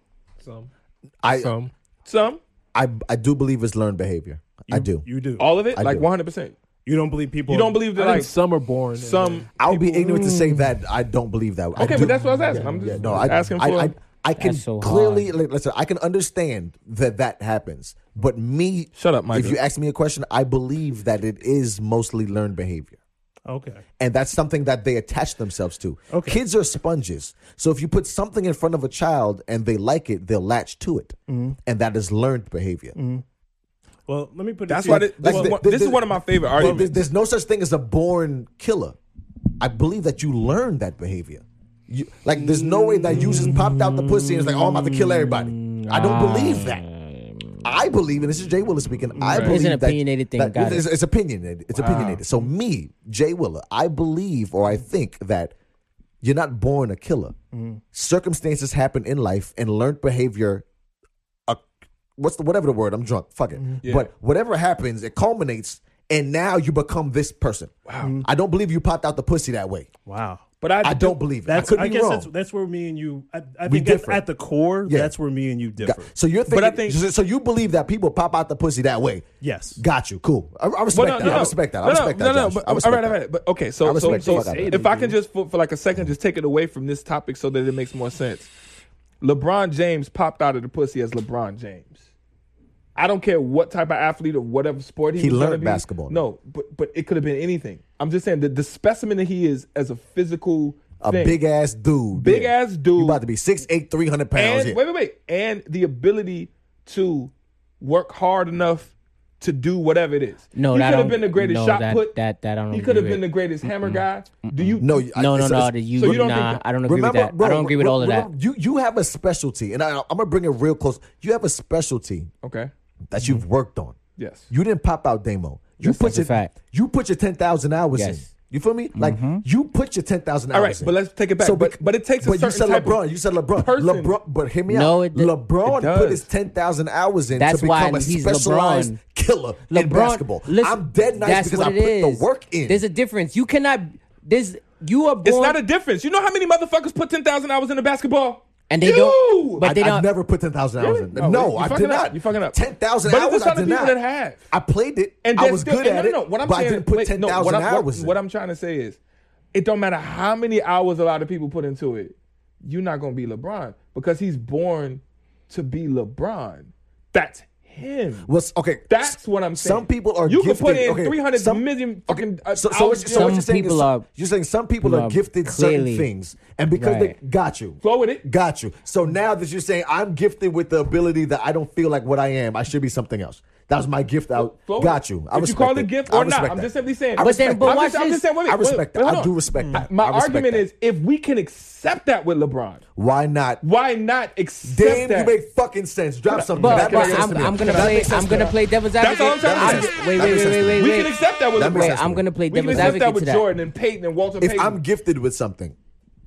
S1: I,
S6: Some.
S2: Some.
S1: I, I do believe it's learned behavior. I do.
S5: You do.
S2: All of it.
S1: I
S2: like
S1: do.
S2: 100. percent
S5: you don't believe people.
S2: You don't believe
S6: I
S2: that
S6: think
S2: like
S6: some are born.
S2: some.
S1: I would be ignorant to say that I don't believe that.
S2: Mm. Okay, but that's what I was asking. I'm just asking
S1: I,
S2: for-
S1: I, I can
S3: That's so
S1: clearly li- listen. I can understand that that happens, but me,
S2: Shut up, Micah.
S1: If you ask me a question, I believe that it is mostly learned behavior.
S5: Okay.
S1: And that's something that they attach themselves to. Kids are sponges. So if you put something in front of a child and they like it, they'll latch to it. And that is learned behavior.
S5: Well, let me put.
S2: That's
S5: it to
S2: why
S5: you-
S2: this, this
S1: Like
S2: is
S1: the-
S2: one,
S1: the-
S2: this is
S1: the-
S2: one of my favorite
S1: There-
S2: arguments.
S1: There's, no such thing as a born killer. I believe that you learn that behavior. You, like, there's no way that you just popped out the pussy and it's like, oh, I'm about to kill everybody. I don't believe that. I believe, and this is Jay Willer speaking. I believe
S3: It's an
S1: that-
S3: opinionated thing,
S1: that-
S3: got
S1: it's, it's opinionated. It's opinionated. So me, Jay Willer, I believe or I think that you're not born a killer. Circumstances happen in life, and learned behavior what's the whatever the word I'm drunk fuck it but whatever happens it culminates and now you become this person wow I don't believe you popped out the pussy that way
S5: Wow.
S2: but I,
S1: I
S2: do-
S1: don't believe it I
S5: That's.
S1: could
S5: I,
S1: be
S5: guess
S1: wrong
S5: that's that's where me and you. I, I
S1: We
S5: think at,
S1: differ.
S5: at the core,
S1: Yeah.
S5: that's where me and you differ.
S1: Got- so you're thinking
S2: I think-
S1: so, so you believe that people pop out the pussy that way
S5: Yes.
S1: got you cool I, I respect that I respect that I respect
S2: no,
S1: that
S2: No, no,
S1: Josh.
S2: but,
S1: I respect
S2: all right,
S1: that.
S2: all right. But okay, so,
S1: I
S2: so,
S1: respect
S2: so
S1: the fuck out of
S2: if
S1: that.
S2: I can just for, for like a second just take it away from this topic so that it makes more sense. LeBron James popped out of the pussy as LeBron James. I don't care what type of athlete or whatever sport he,
S1: He
S2: was gonna
S1: learned
S2: be.
S1: basketball.
S2: No, but but it could have been anything. I'm just saying that the specimen that he is as a physical
S1: a
S2: thing,
S1: big ass dude
S2: Big ass dude.
S1: you about to be 6'8 300 pounds
S2: and
S1: here
S2: wait, wait, wait, and the ability to work hard enough to do whatever it is.
S3: No,
S2: he
S3: that
S2: could have
S3: don't-
S2: been the greatest
S3: no,
S2: shot
S3: that-
S2: put.
S3: that- that I don't
S2: He could have
S3: agree
S2: been the
S3: with.
S2: greatest hammer guy. Do you?
S1: no I-
S3: No, no,
S1: it's-
S3: no.
S1: it's-
S3: that You,
S2: so you don't
S3: nah,
S2: think that-
S3: I don't agree
S1: Remember,
S3: with that.
S1: bro,
S3: I don't agree with all of
S1: re-
S3: that.
S1: re- You you have a specialty, and I, I'm gonna bring it real close. You have a specialty
S2: Okay.
S3: Mm-hmm.
S1: that you've worked on.
S2: Yes.
S1: You didn't pop out demo. You
S3: Yes,
S1: put
S3: that's a
S1: your
S3: fact.
S1: you put your ten thousand hours in.
S3: Yes. Mm-hmm.
S1: You feel me? Like you put your ten thousand hours.
S2: All right,
S1: in.
S2: but let's take it back. But-
S1: bec-
S2: but it takes a
S1: But you
S2: certain
S1: said
S2: type of
S1: LeBron. You said LeBron.
S2: person.
S1: LeBron. But hear me
S3: No,
S1: out.
S3: it d-
S1: LeBron
S2: It does.
S1: put his ten thousand hours in
S3: That's
S1: to become
S3: why
S1: a
S3: he's
S1: specialized
S3: LeBron.
S1: killer in
S3: LeBron-
S1: basketball.
S3: listen,
S1: I'm dead nice
S3: that's
S1: because
S3: what
S1: I
S3: it
S1: put
S3: is.
S1: the work in.
S3: There's a difference. You cannot. There's you are born.
S2: It's not a difference. You know how many motherfuckers put ten thousand hours in the basketball?
S3: and they
S2: You!
S3: don't. But
S1: I,
S3: they
S1: I
S3: don't.
S1: never put ten thousand hours in.
S2: Really?
S1: No,
S2: you
S1: I
S2: fucking
S1: did
S2: up.
S1: not.
S2: You fucking up.
S1: Ten thousand
S2: But it's
S1: hours.
S2: the kind
S1: I
S2: of
S1: did
S2: people
S1: not.
S2: that have.
S1: I played it.
S2: And
S1: I
S2: that's
S1: was
S2: still-
S1: good
S2: and
S1: at
S2: no,
S1: it.
S2: no, no. What I'm
S1: but
S2: saying,
S1: I didn't put
S2: wait,
S1: ten
S2: no, what
S1: thousand
S2: I'm- what-
S1: hours in.
S2: What I'm trying to say is, it don't matter how many hours a lot of people put into it. You're not gonna be LeBron because he's born to be LeBron. That's him.
S1: What's okay?
S2: That's what I'm saying.
S1: Some people are
S2: You can
S1: gifted.
S2: put in
S1: okay,
S2: 300
S1: some-
S2: million fucking, uh,
S1: Okay, so, so, what you- so what
S3: Some
S1: you're saying
S3: people
S1: is,
S3: are-
S1: you're saying some people are
S3: are
S1: gifted certain
S3: clearly-
S1: things, and because they
S3: Right.
S1: got you,
S2: Flow with it.
S1: got you. So now that you're saying I'm gifted with the ability that I don't feel like what I am, I should be something else. That was my gift. I
S2: Flow
S1: got
S2: with it.
S1: you. I
S2: if you
S1: respect
S2: call it
S1: it
S2: a gift
S1: I
S2: or not,
S1: respect
S2: I'm
S1: that.
S2: just simply saying.
S1: I
S3: But then-
S1: respect
S3: but
S1: that.
S2: I'm
S3: watch
S2: just, I'm
S3: this.
S2: just saying, wait, wait,
S1: I respect
S2: wait,
S1: that.
S2: hold
S1: I
S2: on.
S1: do respect that.
S2: My
S1: I respect
S2: argument
S1: that.
S2: is, if we can accept that with LeBron,
S1: why not?
S2: why not accept
S1: Damn,
S2: that?
S1: you make fucking sense. Drop something.
S3: But,
S1: that
S3: but
S1: makes sense
S3: I'm,
S1: to me.
S3: I'm gonna
S1: That
S3: play.
S1: makes sense
S3: I'm
S1: to
S3: gonna
S1: me.
S3: play devil's
S2: That's
S3: advocate.
S2: all I'm trying to
S3: I'm-
S1: say.
S3: Wait,
S1: That
S3: wait,
S1: makes
S3: wait,
S1: sense to
S3: wait,
S1: me.
S3: wait.
S2: we can accept that with
S1: That
S2: LeBron.
S1: makes
S3: Wait,
S1: sense to
S3: I'm
S1: me.
S3: gonna play
S2: we can
S3: devil's
S2: accept that
S3: advocate
S2: with
S3: to that.
S2: Jordan and Peyton and Walter
S1: If
S2: Payton.
S1: I'm gifted with something,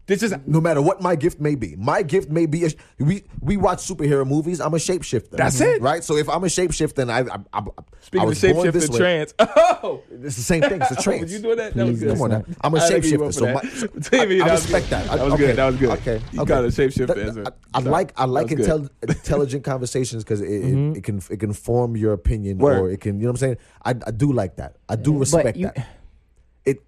S2: This is
S1: No matter what my gift may be, my gift may be a, we we watch superhero movies. I'm a shapeshifter. Mm-hmm.
S2: That's it.
S1: right? So if I'm a shapeshifter, and I, I, I, I
S2: speaking of
S1: was born this
S2: shapeshifter
S1: way.
S2: trans. Oh,
S1: It's the same thing. It's a trance.
S2: you doing that? That was good.
S1: Come on now. I'm a
S2: I didn't give you up
S1: shapeshifter,
S2: for
S1: so
S2: that.
S1: my,
S2: Timmy,
S1: I,
S2: that
S1: I
S2: was
S1: respect
S2: good.
S1: that. I-
S2: That was
S1: okay.
S2: good. That was good.
S1: Okay.
S2: You
S1: okay.
S2: got a shapeshifter
S1: That-
S2: answer.
S1: I, I
S2: That-
S1: like I like
S2: that was Mm-hmm.
S1: intel- intelligent conversations because it, it, it can it can form your opinion
S2: Word.
S1: or it can you know what I'm saying. I, I do like that. I do respect
S3: you-
S1: that. It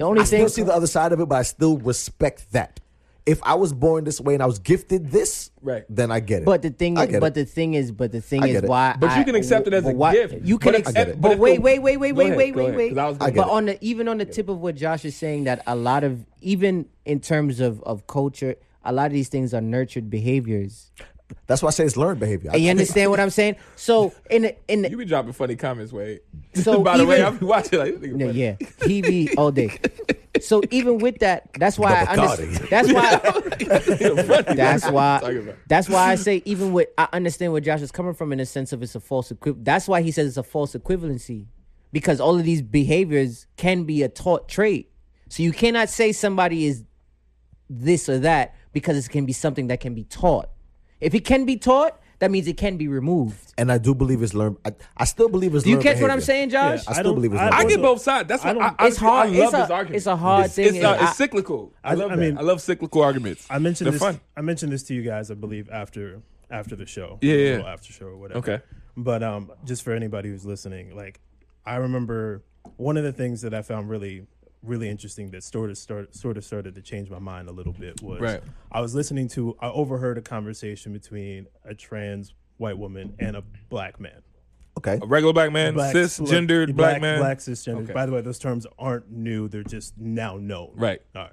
S3: The only
S1: I still
S3: thing
S1: see the other side of it, but I still respect that. If I was born this way and I was gifted this,
S2: Right.
S1: then I get it.
S3: But the thing,
S1: I get
S3: but
S1: it.
S3: the thing is, but the thing
S1: I
S3: is
S1: get it.
S3: why.
S2: But you
S3: I-
S2: can accept it as
S3: but
S2: a
S3: why-
S2: gift.
S3: You can
S2: But if-
S1: I get
S3: accept,
S1: it.
S2: but
S3: but
S2: if
S3: wait,
S2: the-
S3: wait, wait, wait,
S2: Go
S3: wait,
S2: ahead,
S3: wait,
S2: go
S3: wait,
S2: ahead,
S3: wait.
S2: 'cause I was
S1: I
S2: gonna-
S1: get
S3: But
S1: it.
S3: on the even on the tip of what Josh is saying, that a lot of even in terms of of culture, a lot of these things are nurtured behaviors.
S1: That's why I say it's learned behavior. I-
S3: You understand what I'm saying? So in the, in the,
S2: you be dropping funny comments, Wade.
S3: So
S2: by the way,
S3: even-
S2: I be watching like this nigga
S3: Yeah,
S2: funny.
S3: yeah. He be all day. So even with that, that's why I
S1: Double
S3: understand. That's why. that's
S2: Talking
S3: why.
S2: about.
S3: That's why I say even with I understand where Josh is coming from in the sense of it's a false equiv. That's why he says it's a false equivalency because all of these behaviors can be a taught trait. So you cannot say somebody is this or that because it can be something that can be taught. If it can be taught, that means it can be removed.
S1: and I do believe it's learned. I, I still believe it's
S3: Do you
S1: learned
S3: catch what I'm
S1: behavior.
S3: saying, Josh?
S1: I
S5: I
S1: still
S5: don't-
S1: believe it's
S5: I
S1: learned
S5: don't
S2: I
S1: behavior.
S2: get both sides. That's
S5: I
S2: what I,
S5: don't-
S2: I,
S3: It's hard-
S2: I
S3: it's
S2: love
S3: a-
S2: this argument.
S3: it's a hard
S2: it's,
S3: thing,
S2: It's, uh,
S3: and I-
S2: it's cyclical. I,
S5: I-
S2: love
S5: I
S2: that.
S5: mean-
S2: I love cyclical arguments.
S5: I mentioned
S2: They're
S5: this.
S2: fun.
S5: I mentioned this to you guys, I believe, after after the show.
S2: Yeah,
S5: a
S2: yeah.
S5: little after show or whatever.
S2: Okay.
S5: But um, just for anybody who's listening, like I remember one of the things that I found really really interesting that sort of start sort of started to change my mind a little bit was
S2: Right.
S5: I was listening to I overheard a conversation between a trans white woman and a black man.
S1: Okay.
S2: A regular black man,
S5: Black-
S2: cisgendered black, man.
S5: black cisgendered.
S2: Okay.
S5: By the way, those terms aren't new; they're just now known.
S2: Right.
S5: All right.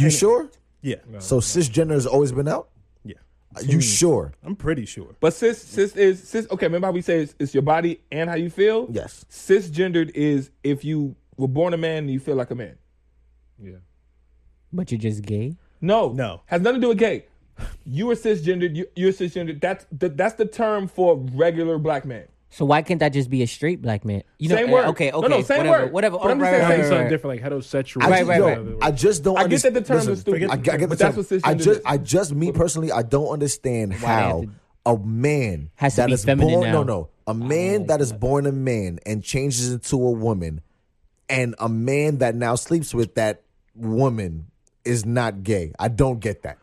S1: You sure?
S5: Yeah.
S1: So cisgender has always been out.
S5: Yeah.
S1: Are you
S5: Hmm.
S1: sure?
S5: I'm pretty sure.
S2: But cis, cis is cis. Okay, remember how we say it's, it's your body and how you feel.
S1: Yes.
S2: Cisgendered is if you were born a man and you feel like a man.
S6: Yeah.
S3: But you're just gay.
S2: No,
S5: No.
S2: has nothing to do with gay. You are cisgendered. You, you're cisgendered. That's the, that's the term for regular black man.
S3: So why can't that just be a straight black man? You
S2: Same
S3: know,
S2: word.
S3: uh, Okay,
S2: No,
S3: okay,
S2: no, same
S3: whatever,
S2: word.
S3: whatever.
S2: But
S3: Oh,
S2: I'm just
S3: right,
S2: saying-
S3: right,
S6: Saying
S3: right,
S6: something
S3: right.
S6: different, like heterosexual.
S1: I
S3: Right,
S1: just,
S3: right,
S1: yo,
S3: right.
S1: I just don't.
S2: I get that the terms
S1: listen,
S2: are stupid.
S5: forget
S1: I, get- I get the
S2: But that's
S1: term.
S2: what cisgender
S1: I just,
S2: is.
S1: I just, me personally, I don't understand how
S3: have
S1: a man
S3: Has to
S1: that
S3: be
S1: is
S3: feminine
S1: born. No,
S3: now.
S1: no, a
S2: Oh,
S1: man that is born a man and changes into a woman, and a man that now sleeps with that woman is not gay. I don't get that.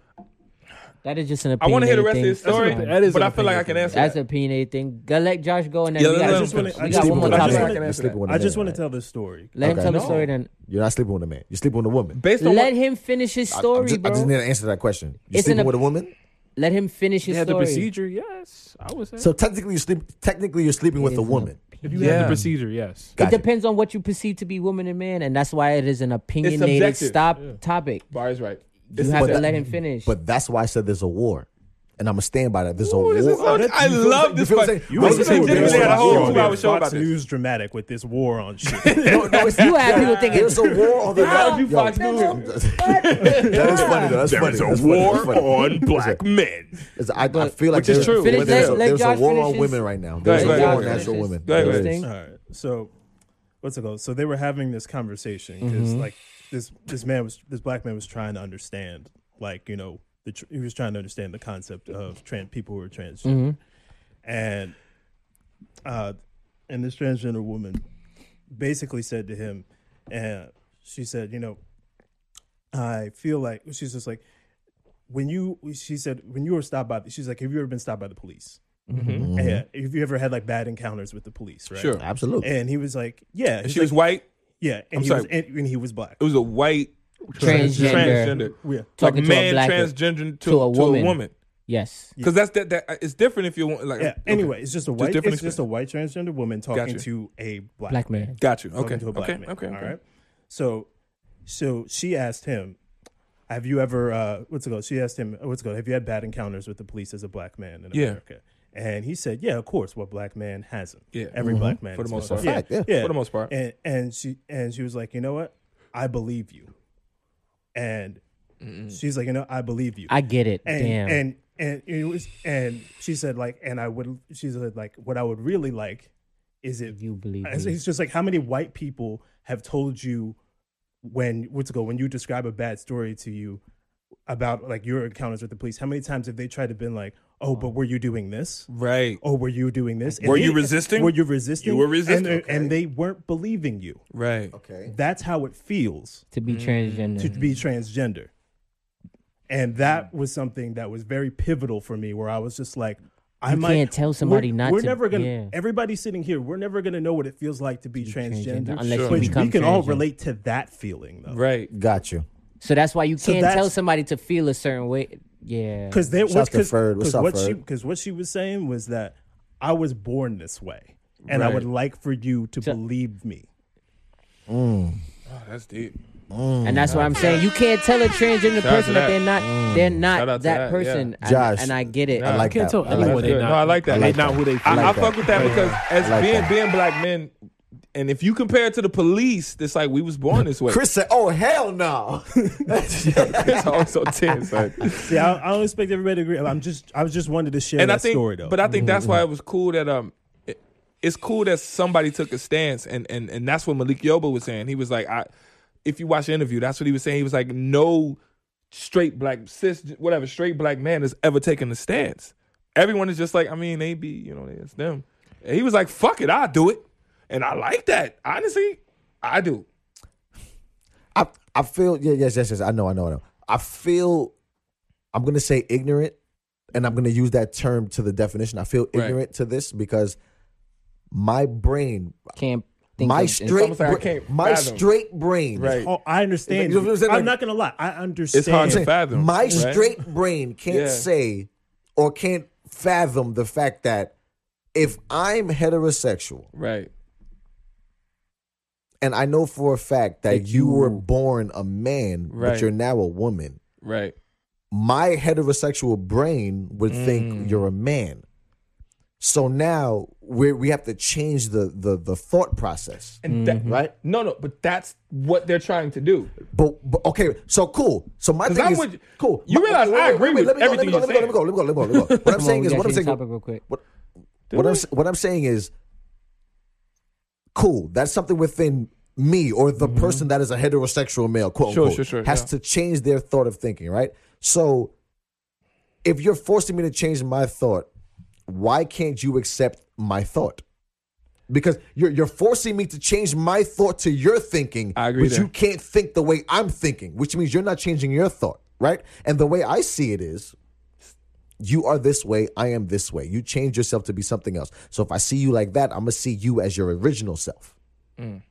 S3: That is just an
S2: I
S3: opinion.
S2: want to hear the rest of his
S6: That's
S2: story,
S6: an- that is
S2: but
S6: an
S2: I feel like I
S6: opinion.
S2: can answer
S3: That's
S2: that.
S3: an opinionated thing. Go let Josh go and then
S2: Yeah,
S3: we
S2: let
S3: got,
S2: him
S3: we
S5: finish. I
S3: got
S5: just
S3: one more
S5: wanna- I just
S3: topic.
S5: wanna-
S1: You're sleeping with a
S5: I just
S1: man.
S5: want to tell this story.
S3: Let him
S1: Okay.
S3: tell the
S1: No.
S3: story then.
S1: You're not sleeping with a man. You're sleeping with a woman.
S2: Based on
S3: Let
S2: what,
S3: him finish his
S1: I- I
S3: story,
S1: just- I
S3: bro.
S1: just need to answer that question. You're
S3: It's an
S1: sleeping
S3: op-
S1: with a woman.
S3: Let him finish
S6: They
S3: his
S6: had the
S3: story.
S6: procedure, yes. I would say.
S1: So technically, you sleep. Technically, you're sleeping with
S3: is
S1: a
S3: an
S1: woman.
S6: if you
S2: Yeah.
S6: had the procedure, yes.
S3: It
S1: Gotcha.
S3: depends on what you perceive to be woman and man, and that's why it is an opinionated
S2: subjective.
S3: stop topic.
S2: Bar is right.
S3: You have
S1: but
S3: to
S1: that-
S3: let him finish.
S1: But that's why I said there's a war, and I'm gonna stand by that. There's a war.
S2: Ooh, this is so-
S5: that-
S2: I
S5: you feel
S2: love
S1: you
S2: this
S1: feel
S2: question.
S1: saying-
S5: You
S2: We
S1: were
S5: was
S2: should
S1: saying
S2: have
S5: saying
S1: there
S2: literally
S1: was
S2: had a
S1: a war.
S2: whole two-hour show about
S5: Fox
S2: this.
S5: News dramatic with this war on shit.
S1: no, no, it's
S3: you have people thinking
S1: There's a war on the
S2: How you
S1: Yo,
S2: Fox News?
S1: That is funny though. That's
S7: There
S1: funny.
S7: is a
S1: That's funny.
S7: war
S1: That's funny.
S7: on black men.
S1: It's- I, I feel like
S2: Which is
S1: there's-
S2: true.
S1: There's,
S2: Finish-
S1: there's,
S3: let- let
S1: there's a
S3: Josh
S1: war
S3: finish
S1: on
S3: his-
S1: women right now.
S2: ahead,
S1: There's a
S2: go
S1: war
S2: ahead,
S1: on
S2: go ahead.
S1: actual women.
S2: Go ahead, go
S1: There
S2: ahead.
S1: is.
S5: All right. So, what's it called? So they were having this conversation because like this this man was this black man was trying to understand like you know the tr- he was trying to understand the concept of trans people who are transgender, and uh, and this transgender woman basically said to him, and she said, you know, I feel like she's just like when you she said when you were stopped by the, she's like have you ever been stopped by the police yeah have you ever had like bad encounters with the police right
S2: Sure.
S1: Absolutely.
S5: and he was like yeah
S2: And
S5: He's
S2: she was
S5: like,
S2: white.
S5: yeah and
S2: I'm
S5: he
S2: sorry.
S5: was and, and he was black
S2: It was a white
S3: Transgender.
S2: transgender.
S5: yeah
S2: Like
S3: Talking to a
S2: man
S3: black-
S2: transgender to,
S3: to a
S2: to a
S3: woman.
S2: woman.
S3: yes.
S2: Because that's that, that it's different if you want like
S5: yeah
S2: okay.
S5: anyway it's just a white
S2: different
S5: it's just a white transgender woman talking
S2: Gotcha.
S5: to a black,
S3: Black man.
S2: Got you.
S5: talking
S2: Okay.
S5: to a black
S2: okay.
S5: man
S2: Okay. Okay.
S5: all right so so she asked him have you ever uh what's it called she asked him what's it called have you had bad encounters with the police as a black man in
S2: Yeah.
S5: america and he said yeah of course what black man hasn't
S2: Yeah.
S5: every black man
S2: For the most
S5: has gone-
S2: part. Fact,
S1: yeah.
S2: For the most part.
S5: and and she and she was like you know what i believe you and she's like you know i believe you
S3: I get it.
S5: and
S3: Damn.
S5: and and it was and she said like and I would she said like what I would really like is if
S3: you believe
S5: it's,
S3: me.
S5: it's just like how many white people have told you when what's it called when you describe a bad story to you about like your encounters with the police, how many times have they tried to been like, oh, but were you doing this?
S2: Right.
S5: Oh, were you doing this? And
S2: Were
S5: they-
S2: you resisting?
S5: Were you resisting?
S2: You were
S5: And
S2: resisting.
S5: they- and they weren't believing you.
S2: Right.
S1: Okay.
S5: That's how it feels
S3: to be transgender.
S5: Mm-hmm. to be transgender. And that was something that was very pivotal for me where I was just like, I
S3: You
S5: might
S3: can't tell somebody
S5: we're,
S3: not
S5: We're
S3: to-
S5: never gonna
S3: yeah.
S5: everybody sitting here, we're never gonna know what it feels like to be,
S3: transgender,
S5: transgender.
S3: unless you
S5: But we
S3: become
S5: can all
S3: transgender.
S5: relate to that feeling though.
S2: Right.
S1: Got you.
S3: so that's why you
S5: So
S3: can't tell
S5: that's-
S3: somebody to feel a certain way. Yeah.
S5: Because there
S1: Shout out
S5: was
S1: to Ferg. What's
S5: because
S1: up,
S5: what she
S1: Ferg?
S5: because what she was saying was that I was born this way. And I
S2: Right.
S5: would like for you to believe me.
S2: Oh, that's deep.
S3: And that's what I'm saying. You can't tell a transgender
S2: Shout out
S3: person
S2: to
S3: that
S2: that.
S3: they're not
S2: Mm.
S3: they're not
S2: Shout out
S3: that,
S2: to that,
S3: person.
S1: yeah.
S3: And-
S1: Josh,
S3: and I get it.
S1: I like
S6: can't
S1: that.
S6: tell
S1: I like
S6: anyone
S1: that.
S6: they
S2: Good.
S6: not.
S2: No, I like that.
S6: They
S1: like
S6: not
S1: that.
S6: who they.
S1: I
S2: I,
S1: like
S2: I
S1: that.
S2: fuck with that
S1: I like
S2: because
S1: that.
S2: as
S1: I like
S2: being
S1: that.
S2: being black men, and if you compare it to the police, it's like we was born this way.
S1: Chris said, "Oh hell no."
S2: Chris always so tense. Like.
S5: See, I, I don't expect everybody to agree. I'm just I was just wanted to share
S2: and
S5: that
S2: I think,
S5: story though. Mm-hmm,
S2: but I think that's why it was cool that um, it, it's cool that somebody took a stance, and and and that's what Malik Yoba was saying. He was like, I, if you watch the interview, that's what he was saying. He was like, no straight black cis whatever straight black man has ever taken a stance. Everyone is just like, I mean, they be you know, it's them. And he was like, fuck it, I do it, and I like that. Honestly, I do.
S1: I I feel yeah, yes yes yes I know I know I know I feel I'm gonna say ignorant and I'm gonna use that term to the definition I feel
S2: Right.
S1: ignorant to this because my brain
S3: Can't think
S1: my
S3: of-
S1: straight
S2: almost like I
S1: bra-
S2: can't
S1: my
S2: fathom.
S1: straight brain
S2: Right.
S5: Oh, I understand.
S1: You know what I'm saying?
S5: I'm
S1: Like-
S5: not gonna lie. I understand.
S2: It's hard to fathom.
S1: my
S2: right?
S1: straight brain can't
S2: Yeah.
S1: say or can't fathom the fact that if I'm heterosexual
S2: Right.
S1: and I know for a fact that,
S3: That
S1: you were
S3: you-
S1: born a man but
S2: Right.
S1: you're now a woman
S2: Right.
S1: my heterosexual brain would
S2: Mm.
S1: think you're a man. So now we we have to change the the the thought process.
S2: And
S5: Mm-hmm.
S2: that,
S1: Right.
S2: No, no, but that's what they're trying to do.
S1: But, but okay, so cool. So my thing
S2: I'm
S1: is
S2: with-
S1: cool.
S2: you
S1: My-
S2: realize I agree
S1: wait,
S2: with
S1: let me go,
S2: everything
S1: Let me go.
S2: you're
S1: Let me go. Let me go. Let me go. Let me go. Let me go. What I'm
S3: Come on,
S1: saying
S3: we
S1: is
S3: gotta
S1: what I'm
S3: change
S1: saying.
S3: topic real quick.
S1: What, what I'm s- what I'm saying is cool. That's something within me or the person that is a heterosexual male, quote
S2: Mm-hmm. Sure,
S1: unquote,
S2: sure, sure,
S1: has
S2: yeah.
S1: to change their thought of thinking. Right. So if you're forcing me to change my thought, why can't you accept my thought? Because you're you're forcing me to change my thought to your thinking.
S2: I agree
S1: But
S2: there.
S1: you can't think the way I'm thinking, which means you're not changing your thought, right? And the way I see it is you are this way, I am this way. You change yourself to be something else. So if I see you like that, I'm gonna see you as your original self.
S3: Mm.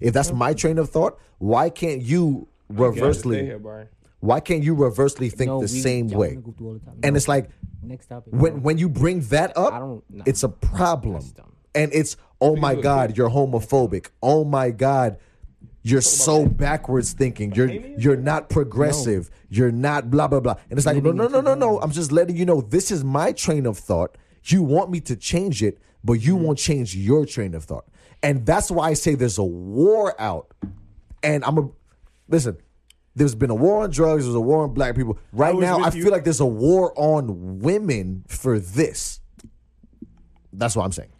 S1: If that's my train of thought, why can't you
S2: Stay
S1: reversely
S2: here, Brian.
S1: why can't you reversely think
S3: No,
S1: the
S3: we-
S1: same
S3: y'all
S1: way?
S3: wanna go through all the time.
S1: And
S3: No.
S1: it's like
S3: next topic.
S1: when when you bring that up,
S3: Mm. I don't- nah.
S1: it's a problem.
S3: That's dumb.
S1: And it's oh my god, you're homophobic. Oh my god, you're so backwards thinking. You're you're not progressive. You're not blah blah blah. And it's like no no no no no. I'm just letting you know this is my train of thought. You want me to change it, but
S3: Mm.
S1: you won't change your train of thought. And that's why I say there's a war out. And I'm a listen. There's been a war on drugs. There's a war on black people. Right
S5: was
S1: now,
S5: with
S1: I
S5: you-
S1: feel like there's a war on women for this. That's what I'm saying.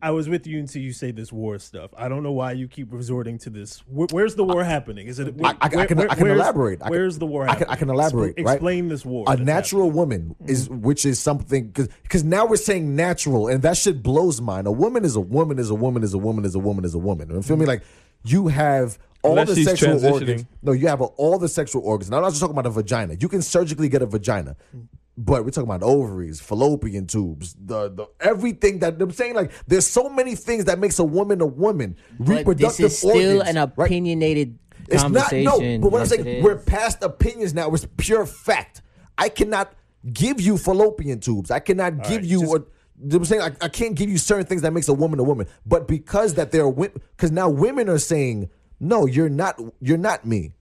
S5: I was with you until you say this war stuff. I don't know why you keep resorting to this. Where, where's the war happening? Is it?
S1: I, I, I can, I can
S5: where's-
S1: elaborate. I can-
S5: where's the war?
S1: I can,
S5: happening?
S1: I can elaborate.
S5: Expl-
S1: right?
S5: Explain this war.
S1: A
S5: that's
S1: natural woman is,
S3: Mm-hmm.
S1: which is something, because now we're saying natural, and that shit blows mine. A woman is a woman is a woman is a woman is a woman is a woman. You feel me? Like you have all
S2: Unless
S1: the
S2: she's
S1: sexual
S2: transitioning.
S1: organs. No, you have all the sexual organs. Now, I'm not just talking about a vagina. You can surgically get a vagina,
S3: Mm.
S1: but we're talking about ovaries, fallopian tubes, the the everything that I'm saying. Like, there's so many things that makes a woman a woman.
S3: but
S1: Reproductive
S3: this is still
S1: organs,
S3: an
S1: right?
S3: opinionated
S1: It's not
S3: conversation.
S1: no, but what
S3: Yes,
S1: I'm
S3: it
S1: saying,
S3: is.
S1: we're past opinions now. It's pure fact. I cannot give you fallopian tubes. I cannot give you. a, you know what I'm saying I, I can't give you certain things that makes a woman a woman. But because that there are because now women are saying no, you're not. You're not me.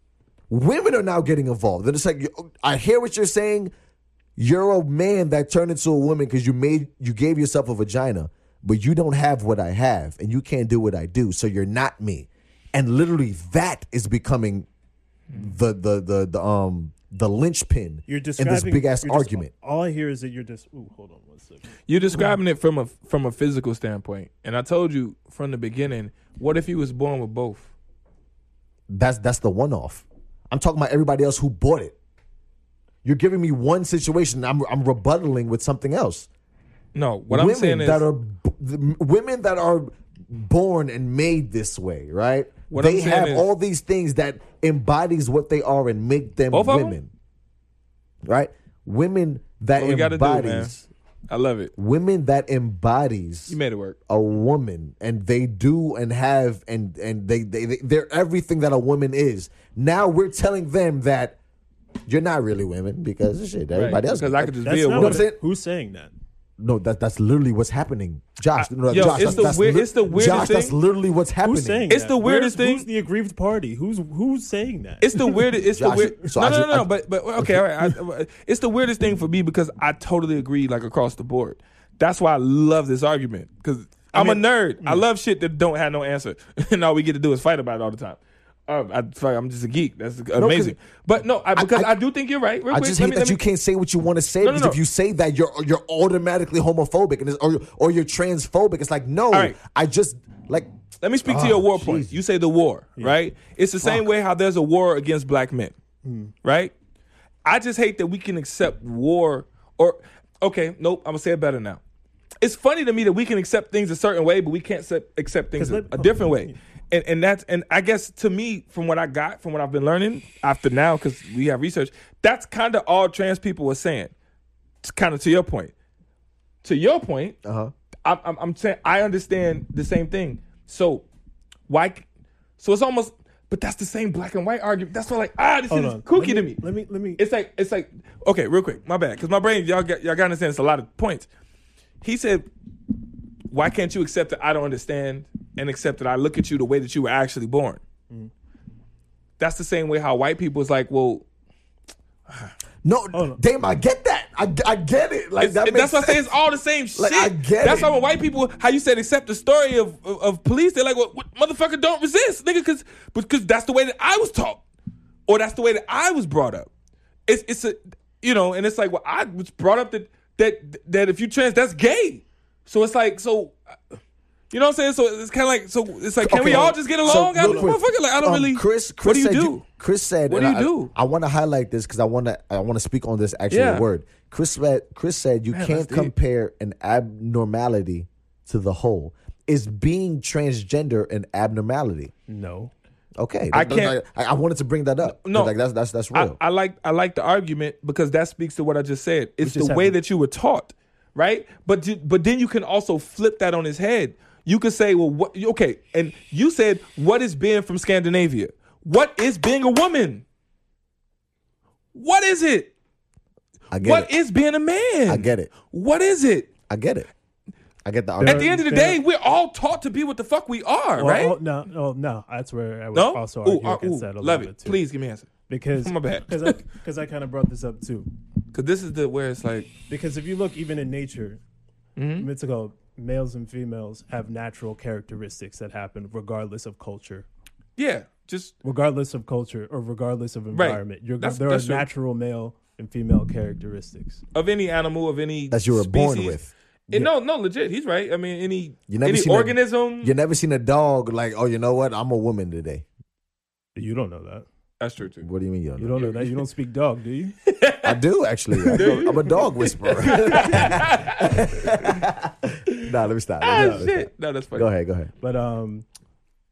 S1: Women are now getting involved. They're just like, I hear what you're saying. You're a man that turned into a woman because you made you gave yourself a vagina, but you don't have what I have, and you can't do what I do, so you're not me. And literally, that is becoming the the the the um the linchpin
S5: You're
S1: in
S5: describing
S1: this big ass
S5: you're just-
S1: argument.
S5: all I hear is that you're just. Ooh, hold on one second.
S2: You're describing it from a from a physical standpoint, and I told you from the beginning. What if he was born with both?
S1: That's that's the one off. I'm talking about everybody else who bought it. You're giving me one situation. I'm I'm rebuttaling with something else.
S2: No, what
S1: women
S2: I'm saying is
S1: that are b- the, women that are born and made this way, right?
S2: What
S1: they
S2: I'm saying
S1: have
S2: is-
S1: all these things that embodies what they are and make them
S2: Both of 'em?
S1: women, right? Women that
S2: what we got to do, man.
S1: embodies
S2: I love it.
S1: women that embodies
S2: You made it work.
S1: a woman and they do and have and and they, they they they're everything that a woman is now we're telling them that you're not really women because shit everybody else
S2: because I could just
S5: That's
S2: be a
S5: not
S2: woman.
S5: what
S1: woman.
S5: it- who's saying that.
S1: no that that's literally what's happening josh no,
S2: Uh, yo,
S1: josh
S2: it's
S1: that's,
S2: the
S1: that's
S2: weir- it's the weirdest
S1: josh that's
S2: thing.
S1: literally what's happening
S5: Who's saying
S2: It's
S5: that?
S2: the weirdest
S5: Where's-
S2: thing-
S5: Who's the aggrieved party? Who's who's saying that?
S2: It's the weirdest. It's
S1: Josh,
S2: the weird.
S1: so
S2: no,
S1: I
S2: no,
S1: just-
S2: no, no.
S1: I-
S2: But but okay, all right. I, it's the weirdest thing for me because I totally agree, like across the board. That's why I love this argument because I'm
S5: mean-
S2: a nerd. I love shit that don't have no answer, and all we get to do is fight about it all the time. Um, I, sorry, I'm just a geek. That's amazing. but no, I, because I,
S1: I-
S2: do think you're right. Real
S1: I
S2: quick,
S1: just
S2: let
S1: hate
S2: me-
S1: that
S2: let
S1: you
S2: me-
S1: can't say what you want to say
S2: No, no,
S1: because if
S2: no.
S1: you say that you're you're automatically homophobic and it's, or or you're transphobic. It's like no,
S2: right.
S1: I just like
S2: Let me speak to your war point. You say the war, right? It's the same way how there's a war against black men, right? I just hate that we can accept war or okay, nope. I'm gonna say it better now. It's funny to me that we can accept things a certain way, but we can't se- accept things a,
S5: let-
S2: a different way. And and that's and I guess to me, from what I got, from what I've been learning after now, because we have research, that's kind of all trans people are saying. Kind of to your point. To your point,
S1: uh-huh.
S2: I'm, I'm, I'm saying I understand the same thing. So why? c- So it's almost, but that's the same black and white argument. That's why like ah, this shit
S5: Hold
S2: is
S5: on.
S2: kooky
S5: Let
S2: to me.
S5: Let me let me.
S2: It's like it's like okay, real quick, my bad, because my brain y'all got y'all got to understand it's a lot of points. He said, why can't you accept that I don't understand and accept that I look at you the way that you were actually born?
S5: Mm.
S2: That's the same way how white people is like, well,
S1: no,
S5: on.
S1: damn, I get that. I, I get it. Like
S2: It's-
S1: that makes
S2: that's why I say
S1: sense.
S2: it's all the same shit.
S1: Like, I get
S2: that's
S1: it.
S2: why when white people, how you said, accept the story of of, of police, they're like, well, what, motherfucker, don't resist, nigga, because because that's the way that I was taught, or that's the way that I was brought up. It's it's a you know, and it's like, well, I was brought up that that that if you trans, that's gay. So it's like so. uh, You know what I'm saying? So it's kind of like so. It's like, can we
S1: Okay, um,
S2: all just get
S1: so
S2: along? I,
S1: real quick,
S2: motherfucker, like I
S1: um,
S2: don't really.
S1: Chris, Chris
S2: what do you
S1: said
S2: do?
S1: Chris said.
S2: What do
S1: and
S2: you
S1: I-
S2: do?
S1: I, want to highlight this because I want to. I want to speak on this actual
S2: Yeah.
S1: word. Chris said. Chris said you
S2: that's
S1: can't
S2: deep.
S1: compare an abnormality to the whole. Is being transgender an abnormality?
S5: no.
S1: Okay,
S2: I
S1: that-
S2: can't-
S1: I, I wanted to bring that up.
S2: No.
S1: like that's that's that's
S2: I-
S1: real.
S2: I, like I like the argument because that speaks to what I just said. It's the
S5: just
S2: way
S5: happened.
S2: that you were taught, right? But you- but then you can also flip that on his head. You could say, well, what? Okay, and you said, what is being from Scandinavia? What is being a woman? What is it?
S1: I get
S2: What
S1: it.
S2: is being a man?
S1: I get it.
S2: What is it?
S1: I get it. I get the
S2: At
S1: argument.
S2: the end of the
S5: Fair.
S2: day, we're all taught to be what the fuck we are,
S5: Well,
S2: right?
S5: oh, no, no, no. That's where I would
S2: no.
S5: also
S2: Ooh,
S5: argue
S2: uh,
S5: against
S2: ooh,
S5: that a little
S2: love
S5: bit
S2: it.
S5: too.
S2: Please give me an answer
S5: because
S2: My bad.
S5: Because I, 'cause I kind of brought this up too.
S2: because this is the where it's like
S5: Because if you look even in nature,
S2: Mm-hmm.
S5: mythical males and females have natural characteristics that happen regardless of culture,
S2: yeah, just
S5: regardless of culture, or regardless of environment. You're,
S2: That's-
S5: there
S2: that's
S5: are
S2: true.
S5: natural male and female characteristics.
S2: of any animal of any
S1: That you were born
S2: species.
S1: with.
S2: And No, no, legit. He's right. I mean, any
S1: You never
S2: any
S1: seen a-
S2: organism.
S1: You never seen a dog like, oh, you know what? I'm a woman today.
S5: You don't know that.
S2: that's true too.
S1: What do you mean you don't?
S5: You
S1: know?
S5: don't know that. You don't speak dog, do you?
S1: I do actually. I am a dog whisperer. nah, let me stop. Let me
S2: Ah,
S1: stop.
S2: shit. No, that's funny.
S1: Go ahead, go ahead.
S5: But um,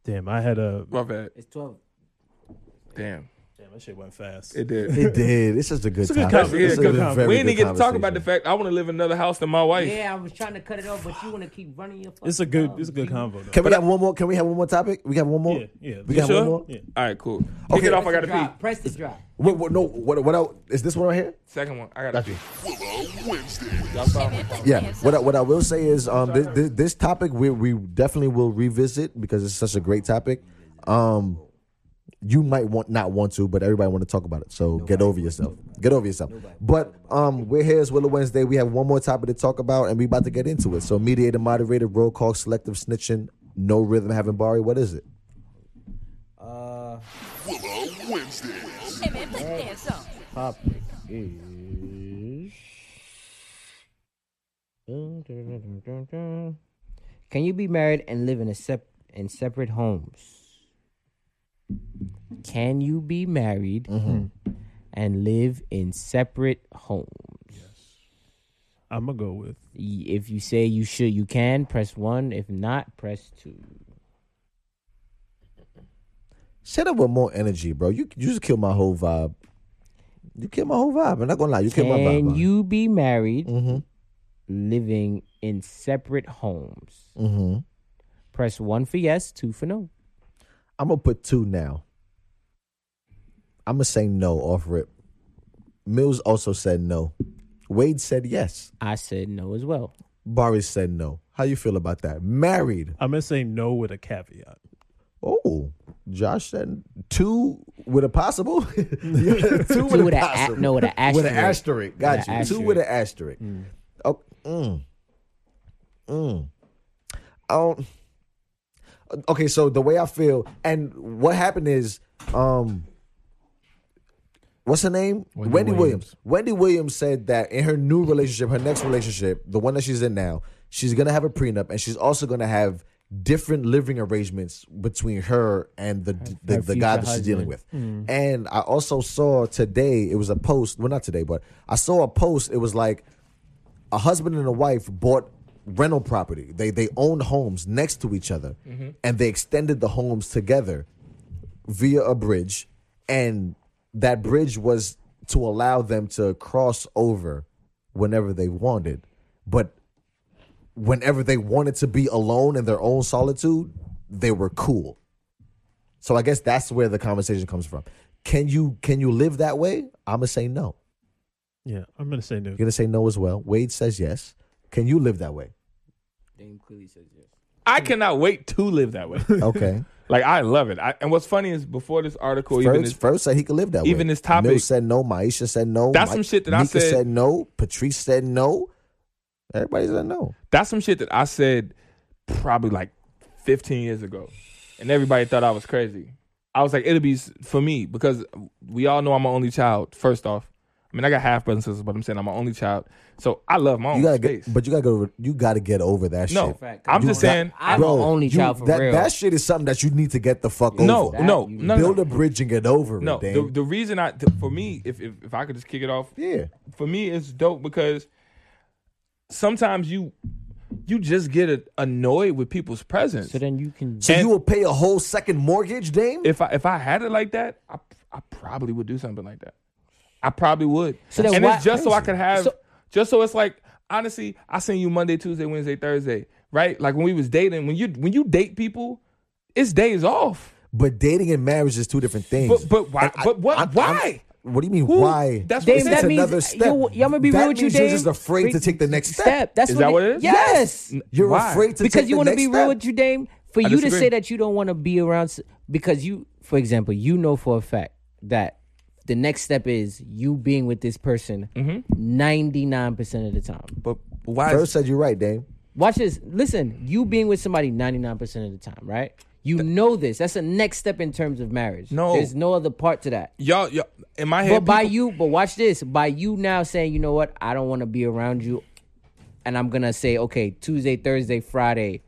S5: damn, I had a
S2: My bad.
S3: It's twelve.
S2: Damn,
S5: damn. That shit went fast.
S2: it did.
S1: It did. It's just a good
S5: a good
S1: time.
S5: conversation.
S2: Yeah,
S5: It's a good
S2: because
S5: very
S2: we didn't get to talk about the fact I want to live in another house than my wife.
S3: Yeah, I was trying to cut it off, but you want to keep running your.
S5: it's a
S3: fucking
S5: good.
S2: Um,
S3: mouth.
S5: It's a good convo. Though.
S1: Can we have one more? Can we have one more topic? We got one more.
S5: Yeah, yeah.
S1: We
S5: You
S1: got
S2: sure?
S1: one more.
S5: Yeah.
S2: All right, cool. Pick
S1: Okay.
S2: it off. I
S3: Press
S2: gotta
S3: the drop.
S2: pee.
S3: Press the drop.
S1: What, what? No. What? What? Else? Is this one right here?
S2: Second one. I gotta pee.
S1: Yeah. What I, what I will say is um this this, this topic we we definitely will revisit because it's such a great topic. Um you might want not want to, but everybody want to talk about it. So get over yourself. Get over yourself. But um we're here it's Willow Wednesday. We have one more topic to talk about and we about to get into it. So mediator, moderator, roll call, selective snitching, no rhythm having Bari, what is it?
S3: Uh,
S7: Hey man, put your dance on.
S3: topic is. Can you be married and live in a sep- in separate homes? Can you be married and live in separate homes?
S5: I'm gonna go with
S3: Y- If you say you should, you can, press one. If not, press two.
S1: Set up with more energy, bro. You you just killed my whole vibe. You killed my whole vibe. I'm not gonna lie. You killed my vibe.
S3: Can
S1: man.
S3: you be married living in separate homes?
S1: Mhm.
S3: Press one for yes, two for no.
S1: I'm gonna put two now. I'm gonna say no off rip. Mills also said no. Wade said yes.
S3: I said no as well.
S1: Barry said no. How you feel about that? Married.
S5: I'm gonna say no with a caveat.
S1: Oh, Josh said two with a possible. two with,
S3: Two with an a, no with an asterisk.
S1: With an asterisk. Got
S3: With
S1: you.
S3: an
S1: Two with an asterisk. Oh, mm. Mm. I don't- Okay, so the way I feel, and what happened is, um, what's her name? Wendy,
S6: Wendy
S1: Williams. Wendy Williams said that in her new relationship, her next relationship, the one that she's in now, she's gonna have a prenup, and she's also gonna have different living arrangements between her Mm. and the the, the guy that
S3: future
S1: she's dealing
S3: husband.
S1: with. And I also saw today it was a post. Well, not today, but I saw a post. It was like a husband and a wife bought rental property. They they owned homes next to each other, and they extended the homes together via a bridge, and that bridge was to allow them to cross over whenever they wanted, but whenever they wanted to be alone in their own solitude, they were cool. So I guess that's where the conversation comes from. Can you can you live that way? I'm gonna say no.
S5: Yeah, I'm gonna say no.
S1: You're gonna say no as well. Wade says yes. Can you live that way?
S2: I cannot wait to live that way.
S1: Okay.
S2: like I love it. I, and what's funny is before this article even
S1: First,
S2: is,
S1: first said he could live that way.
S2: even this topic-
S1: Mill said no. Maisha said no.
S2: That's
S1: Mi-
S2: some shit that I
S1: Mika
S2: said-
S1: no. Patrice said no. Everybody said no.
S2: that's some shit that I said probably like 15 years ago, and everybody thought I was crazy. I was like, it'll be s- for me because we all know I'm an only child. First off, I mean I got half brothers and sisters, but I'm saying I'm an only child, so I love my own
S1: You gotta
S2: space.
S1: get, but you gotta go. You gotta get over that
S2: Oh, no,
S1: shit.
S3: Fact.
S2: I'm
S1: You
S2: just
S1: got-
S2: saying.
S3: I'm
S1: Bro,
S3: an only
S1: you-
S3: child for
S1: that,
S3: real.
S1: That shit is something that you need to get the fuck
S2: No,
S1: over.
S2: no,
S3: That-
S2: no,
S1: Build
S2: no,
S1: a bridge and get over it.
S2: no. The,
S1: Dame.
S2: the reason I, for me, if, if if I could just kick it off,
S1: yeah.
S2: for me it's dope because sometimes you you just get a, annoyed with people's presence.
S3: So then you can.
S1: So
S2: And-
S1: you will pay a whole second mortgage, Dame?
S2: if I if I had it like that, I I probably would do something like that. I probably would.
S3: So then
S2: and
S3: why-
S2: it's just so I
S1: Crazy.
S2: could have
S3: So-
S2: just so it's like honestly, I seen you Monday, Tuesday, Wednesday, Thursday, right? Like when we was dating, when you when you date people, it's days off.
S1: but dating and marriage is two different things.
S2: But but why
S1: And I-
S2: but what
S1: I'm- I'm-
S2: why?
S1: what do you mean?
S2: Who-
S1: Why?
S2: That's what
S3: Dame,
S2: it's
S1: It's
S3: that means
S1: another step.
S3: Yo, yo, I'm gonna be
S1: that
S3: real with you,
S1: means
S3: Dame.
S1: You're just afraid to take the next step.
S3: That's
S2: Is that what it is?
S3: Yes.
S1: You're
S2: Why?
S1: afraid to
S3: because
S1: take
S3: you
S1: the
S3: want to
S1: next
S3: be
S1: step.
S3: real with you, Dame. For you to
S2: disagree.
S3: say that you don't want to be around, s- because you, for example, you know for a fact that the next step is you being with this person
S2: Mm-hmm.
S3: 99 percent of the time.
S2: But why
S1: First said you're right, Dame.
S3: Watch this. Listen, you being with somebody 99 percent of the time, right? You know this. That's the next step in terms of marriage.
S2: No.
S3: there's no other part to that.
S2: y'all y'all in my
S3: But
S2: head
S3: by
S2: people-
S3: you, but watch this. By you now saying, you know what, I don't want to be around you, and I'm gonna say, okay, Tuesday, Thursday, Friday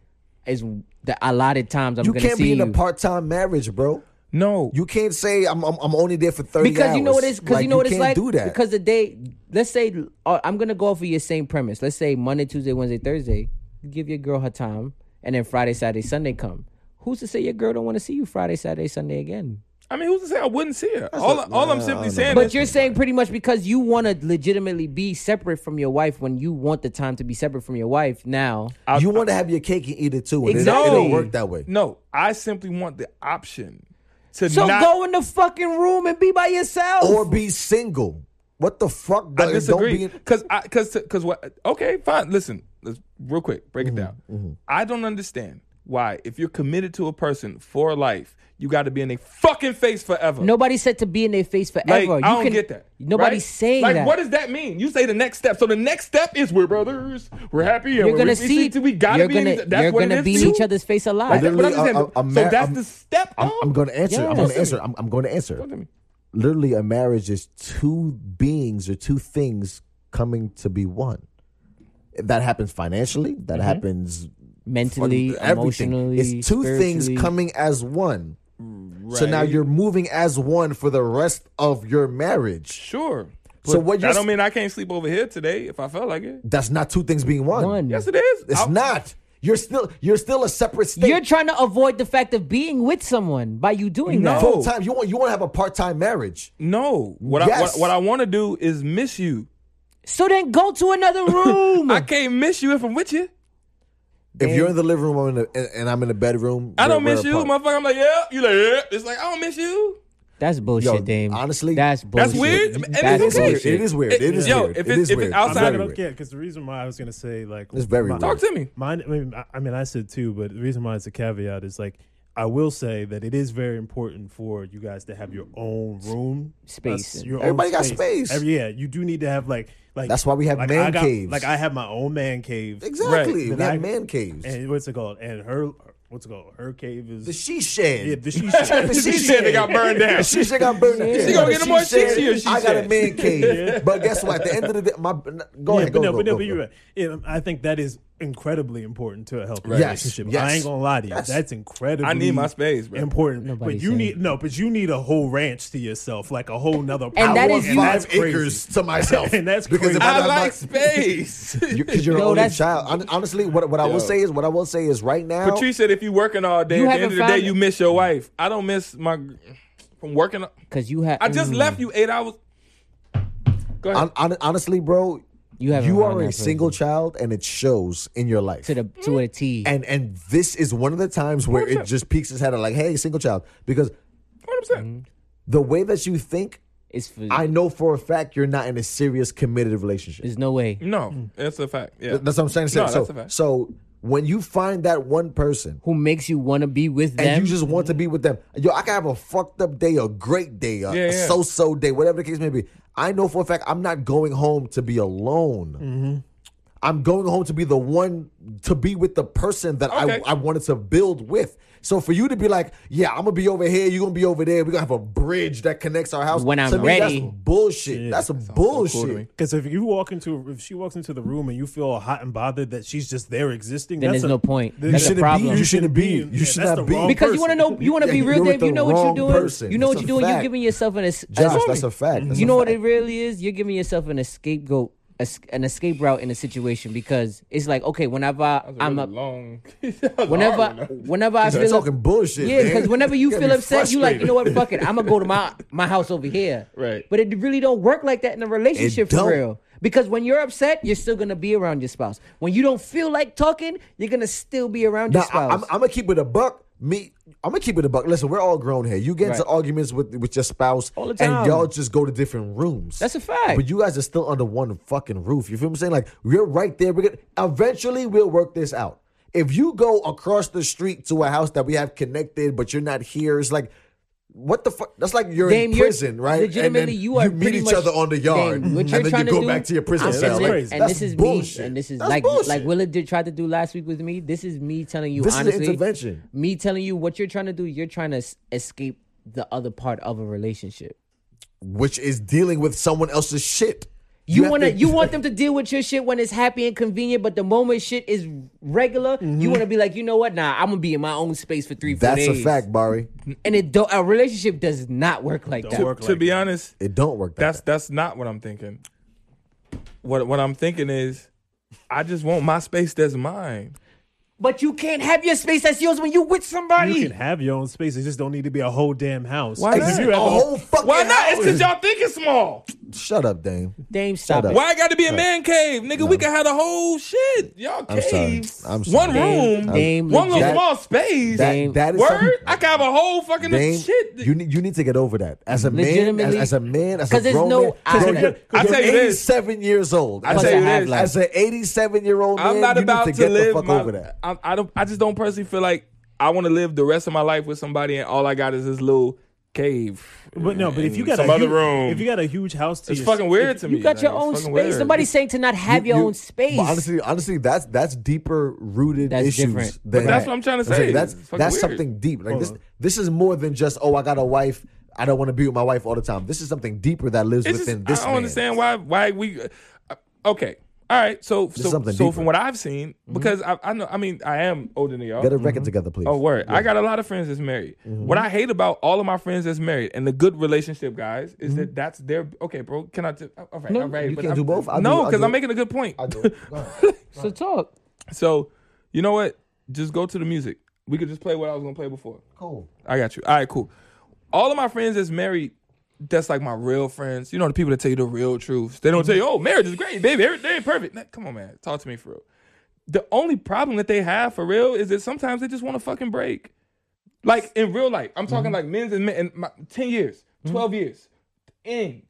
S3: is the allotted times I'm
S1: You
S3: gonna
S1: can't
S3: see
S1: be in
S3: you.
S1: a part-time marriage, bro.
S2: No.
S1: You can't say I'm I'm, I'm only there for thirty
S3: because you know
S1: hours.
S3: what it's because
S1: Like,
S3: you know what it's
S1: can't
S3: like.
S1: Do that
S3: Because the day, let's say uh, I'm gonna go off of your same premise. Let's say Monday, Tuesday, Wednesday, Thursday. You give your girl her time, and then Friday, Saturday, Sunday come. Who's to say your girl don't want to see you Friday, Saturday, Sunday again?
S2: I mean who's to say I wouldn't see her? All,
S1: a-
S2: all I'm
S1: nah, I
S2: simply
S1: don't
S2: saying
S1: know.
S2: is
S3: But you're saying pretty much because you want to legitimately be separate from your wife when you want the time to be separate from your wife now.
S1: you want to have your cake and eat it too. And
S3: Exactly.
S1: it, don't work that way.
S2: No, I simply want the option to
S3: So
S2: not.
S3: go in the fucking room and be by yourself.
S1: Or be single. What the fuck? Don't-
S2: I
S1: Don't be
S2: disagree
S1: in-
S2: because because because what? Okay, fine. Listen, let's real quick break
S1: Mm-hmm,
S2: it down. I don't understand why if you're committed to a person for life, you got to be in a fucking face forever.
S3: Nobody said to be in their face
S2: Like,
S3: forever.
S2: I
S3: you
S2: don't
S3: can,
S2: get that.
S3: Nobody's
S2: right?
S3: saying
S2: like,
S3: that.
S2: what does that mean? You say the next step. So the next step is we're brothers, we're happy, and
S3: you're
S2: we're
S3: gonna
S2: we
S3: see.
S2: see. We gotta
S3: you're
S2: be. in
S3: gonna,
S2: each- that's
S3: you're
S2: what it
S3: gonna
S2: is
S3: be
S2: to
S3: in
S2: you?
S3: each other's face a lot.
S2: Like, that's what I'm
S1: Literally,
S2: saying.
S1: a- a- a
S2: so
S1: mar-
S2: that's
S1: a-
S2: the step.
S1: I'm,
S2: though.
S1: I'm going to answer. I'm going
S3: Yes.
S1: to answer. I'm, I'm going to answer.
S2: Talk to me.
S1: Literally, a marriage is two beings or two things coming to be one. That happens financially. That happens
S3: Mentally,
S1: fucking everything.
S3: emotionally,
S1: It's two things
S3: spiritually.
S1: coming as one. So now
S2: Right.
S1: you're moving as one for the rest of your marriage.
S2: Sure.
S1: So what
S2: That
S1: you're-
S2: don't mean I can't sleep over here today if I felt like it.
S1: That's not two things being one.
S3: One.
S2: Yes, it is.
S1: It's
S2: I'll-
S1: not. You're still you're still a separate state.
S3: You're trying to avoid the fact of being with someone by you doing
S2: No.
S3: that.
S1: full time. You want you want to have a part time marriage.
S2: No. What I
S1: Yes.
S2: what, what I want to do is miss you.
S3: So then go to another room.
S2: I can't miss you if I'm with you.
S1: If you're in the living room I'm in the, and, and I'm in the bedroom,
S2: I don't
S1: we're-
S2: miss
S1: we're
S2: you,
S1: apart.
S2: motherfucker. I'm like, yeah. You like, yeah. It's like I don't miss you.
S3: That's bullshit,
S1: Yo,
S3: Dame.
S1: honestly,
S3: that's bullshit.
S2: that's weird, and it's
S1: It is
S2: okay.
S1: weird. It is weird. It is
S2: Yo,
S1: weird.
S2: if
S1: it
S2: it's-
S1: is
S2: if it's
S1: weird.
S2: outside
S1: very
S2: of-
S5: I don't
S1: weird.
S5: care because the reason why I was gonna say like
S1: It's very
S5: my-
S1: weird.
S2: Talk to me.
S5: Mine, I mean, I- I mean, I said too, but the reason why it's a caveat is like I will say that it is very important for you guys to have your own room
S3: space.
S5: That's your own
S1: Everybody got space.
S5: Every, yeah, you do need to have like like.
S1: That's why we have
S5: like,
S1: man
S5: I got-
S1: caves.
S5: Like I have my own man cave.
S1: Exactly.
S5: That
S1: We
S5: I-
S1: have man caves.
S5: And what's it called? And her, what's it called? Her cave is
S1: the she shed.
S5: yeah, the she shed.
S1: The she
S2: She said they got burned down.
S1: The she shed got burned. Yeah.
S2: She gonna get
S1: The
S2: more
S1: shed,
S2: chicks here, she
S1: I got a
S2: said.
S1: man cave. But guess what? At the end of the day, my go
S5: yeah,
S1: ahead.
S5: but
S1: Go,
S5: no,
S1: go,
S5: but no,
S1: go,
S5: but
S1: go.
S5: you're right. Yeah, I think that is incredibly important to a healthy
S1: Yes,
S5: relationship.
S1: yes.
S5: I ain't gonna lie to you.
S1: Yes.
S5: That's incredibly.
S2: I need my space, bro.
S5: Important,
S3: Nobody's
S5: but you
S3: saying-
S5: need no, but you need a whole ranch to yourself, like a whole nother.
S3: And that
S5: I
S3: is
S5: want
S3: you-
S5: that's
S1: five
S5: crazy.
S1: acres to myself.
S5: And that's
S1: because if
S5: crazy.
S1: I
S2: I
S1: got
S2: like
S1: my,
S2: space.
S1: because you're
S3: Yo,
S1: an only
S3: that's-
S1: child. Hon- Honestly, what what I
S2: Yo.
S1: will say is what I will say is right now.
S2: Patrice said if you working all day,
S3: You
S2: at the end of
S3: haven't
S2: the day,
S3: found-
S2: you miss your wife. I don't miss my from working.
S3: Because you mm, have.
S2: I just
S1: Mm.
S2: left you eight hours. Go ahead.
S1: hon- hon- honestly, bro,
S3: You haven't
S1: you
S3: found
S1: are
S3: that
S1: a
S3: person.
S1: single child, and it shows in your life.
S3: to the to a T.
S1: and and this is one of the times where it just peeks its head out, like, hey, single child, because
S2: 100%.
S1: the way that you think,
S3: It's for,
S1: I know for a fact you're not in a serious committed relationship.
S3: there's no way.
S2: No, that's a fact. Yeah.
S1: That's what I'm saying.
S2: No,
S1: so,
S2: that's a fact.
S1: so when you find that one person
S3: Who makes you want to be with
S1: and
S3: them?
S1: you just want to be with them, yo, I can have a fucked up day, a great day, a
S2: Yeah, yeah.
S1: so-so day, whatever the case may be. I know for a fact I'm not going home to be alone.
S2: Mm-hmm.
S1: I'm going home to be the one to be with the person that
S2: Okay.
S1: I, I wanted to build with. So for you to be like, yeah, I'm gonna be over here, you're gonna be over there. We're gonna have a bridge that connects our house.
S3: When I'm
S1: to me,
S3: ready.
S1: that's bullshit. That's bullshit.
S2: me.
S5: Because if you walk into if she walks into the room and you feel hot and bothered that she's just there existing,
S3: Then
S5: that's
S3: there's
S5: a-
S3: no point.
S5: then
S1: you
S3: That's a
S1: shouldn't
S3: problem.
S1: be. You
S5: You
S1: shouldn't
S5: shouldn't
S1: be.
S5: be.
S1: You
S5: Yeah,
S1: should
S5: that's
S1: not
S5: the
S1: be.
S5: wrong
S1: Because
S3: because you want to know. You want to
S1: Yeah,
S3: be
S1: you're
S3: real,
S1: with
S3: Dave.
S1: the
S3: You know what
S1: wrong
S3: you're doing.
S1: person.
S3: You know
S1: That's
S3: what
S1: a
S3: you're doing. You're
S1: fact.
S3: giving yourself an. es-
S1: Josh,
S3: es-
S1: that's a fact. That's
S3: you
S1: a
S3: know what
S1: fact.
S3: it really is? You're giving yourself an escape goat, a s- an escape route in a situation because it's like okay, whenever I,
S2: That was a
S3: I'm
S2: really
S3: up,
S2: long. that was a hard
S3: whenever
S2: one, though.
S3: whenever I
S1: You're
S3: feel up-
S1: talking bullshit.
S3: Yeah,
S1: man.
S3: because whenever you
S1: gotta
S3: feel
S1: be
S3: upset, you like, you know what,
S1: frustrated.
S3: fuck it, I'm gonna go to my my house over here.
S2: Right.
S3: But it really don't work like that in a relationship for
S1: don't.
S3: real. Because when you're upset, you're still gonna be around your spouse. When you don't feel like talking, you're gonna still be around your
S1: Now, I,
S3: spouse.
S1: am gonna keep it a buck. Me, I'm gonna keep it a buck. Listen, we're all grown here. You get into
S3: Right.
S1: arguments with with your spouse,
S3: All the
S1: and
S3: time.
S1: y'all just go to different rooms.
S3: That's a fact.
S1: But you guys are still under one fucking roof. You feel what I'm saying? Like we're right there. We're gonna eventually we'll work this out. If you go across the street to a house that we have connected, but you're not here, it's like. What the fuck? That's like you're
S3: Dame,
S1: in
S3: you're-
S1: prison, right? And then
S3: legitimately, you are
S1: meet
S3: pretty
S1: each
S3: much-
S1: other on the yard,
S3: Dame, what
S1: and
S3: you're
S1: then you
S3: trying to
S1: go
S3: do-
S1: back to your prison
S5: I'm-
S1: cell.
S5: and
S1: Like,
S5: this-
S1: that's
S3: this is
S1: bullshit.
S3: me. And this is
S1: That's
S3: like
S1: bullshit.
S3: like Willa did tried to do last week with me. This is me telling you
S1: This is an
S3: honestly.
S1: intervention.
S3: Me telling you what you're trying to do. You're trying to es- escape the other part of a relationship.
S1: which is dealing with someone else's shit.
S3: You
S1: have
S3: want to you want them to deal with your shit when it's happy and convenient, but the moment shit is regular, you want to be like, you know what? Nah, I'm gonna be in my own space for three, four
S1: Mm-hmm. That's a
S3: days.
S1: fact, Barry.
S3: And it don't, a relationship does not work like that.
S5: Don't work
S2: to
S5: like
S2: be
S5: that.
S2: honest,
S1: It don't work. That
S2: that's
S1: that's
S2: that's not what I'm thinking. What what I'm thinking is, I just want my space that's mine.
S3: But you can't have your space that's yours when you with somebody.
S5: You can have your own space. It just don't need to be a whole damn house.
S2: Why
S5: 'Cause if
S2: not?
S5: you have
S1: a whole fucking.
S2: Why not? It's because
S1: house.
S2: y'all thinking small.
S1: Shut up, Dame.
S3: Dame, stop
S1: Shut
S3: it.
S1: up.
S2: Why I got to be a man cave, nigga? We can have the whole shit. Y'all
S1: I'm sorry.
S2: caves.
S1: I'm sorry.
S2: One
S3: Dame-
S2: room,
S3: Dame
S2: one little
S1: legit-
S2: small space.
S1: That,
S3: Dame,
S1: that is
S2: Word,
S1: something-
S2: I can have a whole fucking
S1: Dame,
S2: shit.
S1: you need you need to get over that as a man, as,
S3: Legitimately-
S1: as a man, as a
S3: 'Cause there's
S1: grown
S3: no
S1: man.
S3: outlet.
S2: I
S1: you're
S2: tell you this.
S1: 87 years old.
S2: I
S1: As
S2: tell
S1: a-
S2: you this.
S1: as an 87 year old man,
S2: I'm not
S1: you
S2: about
S1: need
S2: to,
S1: to, get the
S2: live
S1: fuck
S2: my,
S1: over that.
S2: I, I don't. I just don't personally feel like I want to live the rest of my life with somebody, and all I got is this little cave.
S5: But no, but if
S2: and
S5: you got
S2: some
S5: a
S2: other
S5: huge,
S2: room,
S5: if you got a huge house, to
S2: it's
S5: your-
S2: fucking weird to me.
S3: You got your
S2: Like, it's
S3: own
S2: fucking
S3: space.
S2: weird.
S3: Somebody's saying to not have your
S1: You-
S3: own space.
S1: But honestly, honestly, that's that's deeper rooted
S3: That's
S1: issues.
S3: different.
S1: Than
S2: But that's what I'm trying to say.
S1: That's
S2: It's fucking
S1: that's
S2: weird.
S1: something deep. Like this, this is more than just oh, I got a wife. I don't want to be with my wife all the time. This is something deeper that lives
S2: It's just,
S1: within
S2: I
S1: this
S2: don't
S1: man.
S2: understand why. Why we? uh, okay, All right, so
S1: Just
S2: so,
S1: something
S2: so
S1: deeper. Mm-hmm.
S2: from what I've seen, because I, I know, I mean, I am older than y'all.
S1: Get a record together, please.
S2: Oh, word. I got a lot of friends that's married.
S1: Mm-hmm.
S2: What I hate about all of my friends that's married and the good relationship guys is that that's their okay, bro. Can I? T- uh, all right, all right.
S1: Mm-hmm. you
S2: but
S1: can't
S2: I'm-
S1: do both. I'll do-
S2: no,
S1: I'll
S2: because
S1: do-
S2: I'm making a good point.
S1: I do it. Go ahead.
S3: So talk.
S2: So, you know what? Just go to the music. We could just play what I was gonna play before.
S1: Cool.
S2: I got you. All right, cool. All of my friends that's married, that's like my real friends. You know, the people that tell you the real truths. They don't tell you, oh, marriage is great, baby. Everything ain't perfect. Nah, come on, man. Talk to me for real. The only problem that they have for real is that sometimes they just want to fucking break. Like in real life, I'm talking like men's and men, and my, 10 years, 12 years. In.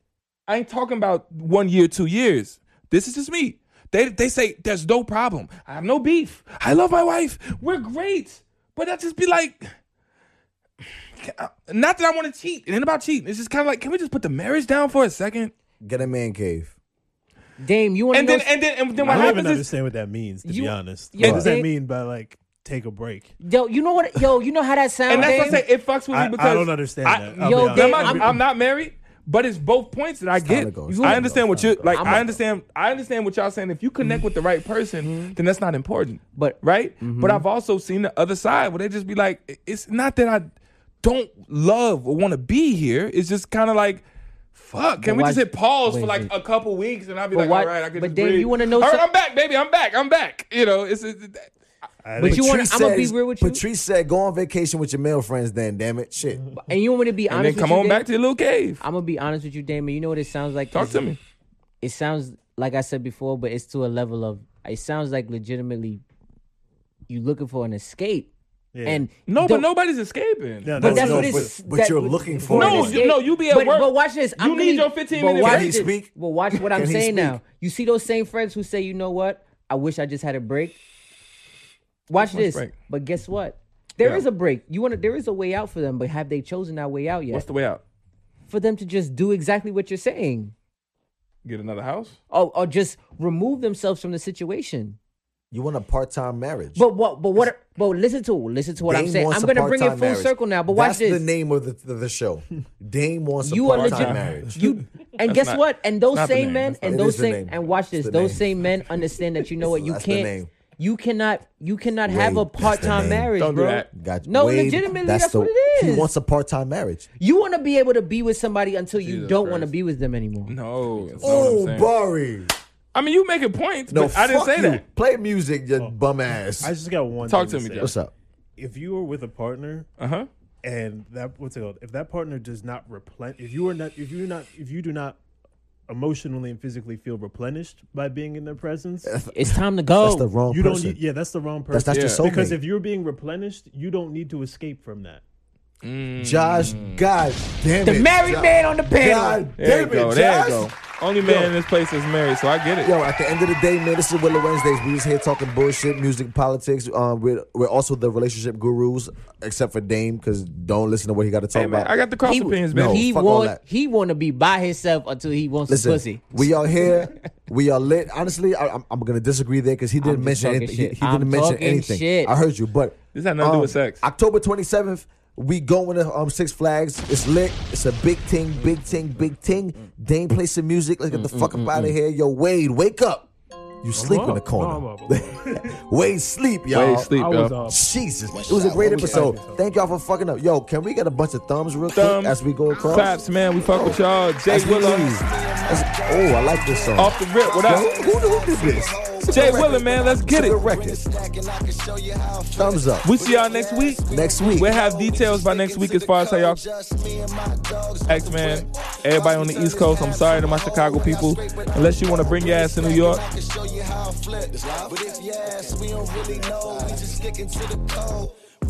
S2: I ain't talking about one year, two years. This is just me. They, they say there's no problem. I have no beef. I love my wife. We're great. But I just be like, not that I want to cheat. It ain't about cheating. It's just kind of like, can we just put the marriage down for a second?
S1: Get a man cave.
S3: Dame, you want to
S2: And
S3: know?
S2: then, and then, and then
S5: I
S2: what
S5: don't even
S2: happens is,
S5: understand what that means, to
S3: You-
S5: be honest.
S3: Yeah,
S5: what does that
S3: they-
S5: mean by like take a break?
S3: yo, you know what? Yo, you know how that sounds.
S2: and that's what I
S3: Dame?
S2: say. It fucks with
S5: I- I
S2: me because
S5: don't understand that. I'll
S3: be Yo, honest. Dave,
S2: I'm, not-
S3: I'm-
S2: I'm not married, but it's both points that I
S1: time to
S2: get.
S1: go. It's time
S2: I
S1: to
S2: understand
S1: go.
S2: what
S1: It's time
S2: you
S1: to go.
S2: like.
S3: I'm
S2: I
S3: a-
S2: understand. I understand what y'all saying. If you connect with the right
S1: Mm-hmm.
S2: person, then that's not important.
S3: But-
S2: right.
S3: Mm-hmm.
S2: But I've also seen the other side where they just be like, "I- it's not that I don't love or want to be here. It's just kind of like. Fuck! Can
S3: But
S2: we
S3: why-
S2: just hit pause
S3: wait,
S2: for like
S3: wait.
S2: a couple weeks, and I'll be
S3: But
S2: like,
S3: why-
S2: "All right, I can
S3: but
S2: just
S3: Dave,
S2: breathe.
S3: you wanna know
S2: All right,
S3: some-
S2: I'm back, baby. I'm back. I'm back. You know, it's, it's
S3: But
S5: I think-
S3: you want?
S1: Patrice
S3: I'm gonna be
S1: says-
S3: real with you,
S1: Patrice said, go on vacation with your male friends then, damn it. Shit.
S3: and you want me to be
S2: and
S3: honest.
S2: then come
S3: with you,
S2: on
S3: Dame?
S2: back to your little cave.
S3: I'm gonna be honest with you, Damon. You know what it sounds like?
S2: Talk
S3: It's-
S2: to me.
S3: It sounds like I said before, but it's to a level of. It sounds like legitimately, you looking for an escape,
S5: yeah.
S3: and
S2: No,
S3: the-
S2: but nobody's escaping.
S5: No,
S3: But that's
S1: No,
S3: what
S1: but-
S3: it's.
S1: but
S3: that-
S1: you're looking
S3: for
S1: for
S3: an
S1: it. No,
S3: escape.
S2: no, you be at
S3: but,
S2: work.
S3: But watch this.
S2: You
S3: I'm
S2: need
S3: gonna-
S2: your 15
S3: but
S2: minutes
S3: watch
S2: break.
S1: Can he
S3: this.
S1: speak?
S3: But watch what I'm
S1: Can he
S3: saying
S1: speak?
S3: now. You see those same friends who say, you know what? I wish I just had a break. Watch this.
S2: break.
S3: But guess what? There is
S2: Yeah.
S3: a break. You want to? There is a way out for them, but have they chosen that way out yet?
S2: What's the way out?
S3: for them to just do exactly what you're saying,
S2: Get another house?
S3: or, or just remove themselves from the situation.
S1: You want a part time marriage.
S3: But what? But what? But listen to listen to what I'm
S1: Dame
S3: saying.
S1: wants
S3: I'm
S1: a
S3: gonna bring it
S1: part-time
S3: full
S1: marriage.
S3: circle now. But watch
S1: That's
S3: this.
S1: the name of the, the, the show. Dame wants a
S3: you are
S1: part
S3: legit.
S1: time marriage.
S3: You and guess
S2: not-
S3: what? And those
S2: not the
S3: same
S2: name.
S3: men
S2: That's
S3: and
S1: not- It
S3: those
S1: is the
S3: same
S1: name.
S3: and watch
S1: It's
S3: this.
S1: the
S3: Those
S1: name.
S3: same men understand that you know what you
S1: That's the
S3: can't.
S1: name.
S3: You cannot. You cannot have a
S1: Wade, that's the
S3: part time
S1: name.
S3: marriage,
S2: Don't do
S3: bro.
S2: that.
S1: Gotcha.
S3: No,
S1: Wade,
S3: legitimately, that's, what it is.
S1: He wants a part time marriage.
S3: you want to be able to be with somebody until you
S2: Jesus
S3: don't want to
S2: Christ.
S3: be with them anymore.
S2: No. that's not what I'm
S1: Oh,
S2: saying.
S1: Barry.
S2: I mean, you making points,
S1: No,
S2: but I didn't
S1: fuck
S2: say
S1: you.
S2: that. Oh.
S1: Play music, you bum ass.
S5: I just got one.
S2: Talk
S5: thing
S2: to me,
S5: say.
S2: Josh.
S1: What's up?
S5: If you are with a partner
S2: Uh huh.
S5: and that what's it called? If that partner does not replenish, if you are not, if you not, if you do not emotionally and physically feel replenished by being in their presence,
S3: It's time to
S2: Oh,
S3: go.
S1: That's the wrong
S5: you don't.
S1: person.
S5: Need, yeah, that's the wrong person.
S1: That's not your
S2: Yeah.
S1: soulmate.
S5: because if you're being replenished, you don't need to escape from that.
S1: Josh, God damn it.
S3: the married
S1: Josh.
S3: man on the panel.
S1: God
S2: There Mm. you
S1: damn
S2: go.
S1: it,
S2: There you
S1: Josh.
S2: go. Only man in this place is married, so I get it.
S1: Yo, at the end of the day, man, this is Willow Wednesdays. We just here talking bullshit, music, politics. Um, we're, we're also the relationship gurus, except for Dame, because don't listen to what he got to talk
S2: hey, man,
S1: about.
S2: I got the cross
S3: He,
S2: opinions,
S1: no.
S2: baby.
S3: he
S1: fuck all
S3: want
S1: that.
S3: he want to be by himself until he wants
S1: Listen,
S3: some pussy.
S1: we are here. We are lit. Honestly, I, I'm, I'm gonna disagree there because he didn't
S3: just
S1: mention
S3: talking
S1: anything. He,
S3: shit.
S1: he
S3: I'm
S1: didn't mention
S3: talking
S1: anything.
S3: shit.
S1: I heard you, but um,
S2: This had nothing to do with sex.
S1: October 27th, we going to um Six Flags. It's lit. It's a big thing, big thing, big thing. Dane play some music. Let's get
S3: Mm,
S1: the fuck up out of here. Yo, Wade, wake up. You sleep in the
S6: up. I'm
S1: corner.
S6: up.
S1: Wade, sleep, y'all.
S2: Wade, sleep,
S6: I
S2: yo.
S6: was uh, up.
S1: Jesus, it was a great episode. Thank y'all for fucking up. Yo, can we get a bunch of thumbs real quick
S2: Thumbs.
S1: as we go across?
S2: Claps, um, man. We fuck with y'all. Jay
S1: That's
S2: Willow.
S1: Louise. That's- oh, I like this song.
S2: Off the rip. What
S1: Yo,
S2: up?
S1: who, who did this?
S2: Jay Willow, man. Let's get it.
S1: Good record. Thumbs up.
S2: We see y'all next week.
S1: Next week.
S2: We'll have details by next week as far as how y'all X Man, everybody on the East Coast. I'm sorry to my Chicago people. Unless you want to bring your ass to New York.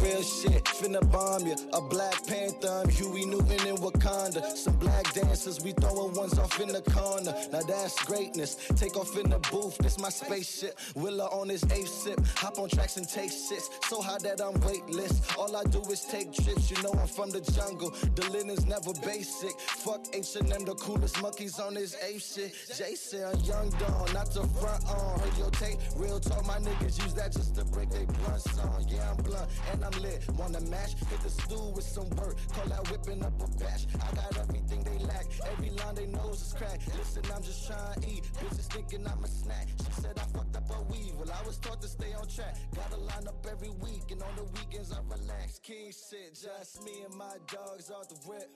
S7: Real shit, finna bomb ya. A black panther, I'm Huey Newton in Wakanda. Some black dancers, we throwing ones off in the corner. Now that's greatness. Take off in the booth, this my spaceship. Willa on his eighth sip. Hop on tracks and take shits. So high that I'm weightless. All I do is take trips, you know I'm from the jungle. The linen's never basic. Fuck H&M, the coolest monkeys on this ape shit. Jason, young Dawn, not to front on. Heard your tape, real talk, my niggas use that just to break they blunts on. Yeah, I'm blunt. done and I'm lit. Wanna match? Hit the stew with some work. Call that whipping up a batch. I got everything they lack. Every line they nose is cracked. Listen, I'm just trying to eat. Bitches thinking I'm a snack. She said I fucked up her weave. Well, I was taught to stay on track. Gotta line up every week and on the weekends I relax. King shit, just me and my dogs off the rip.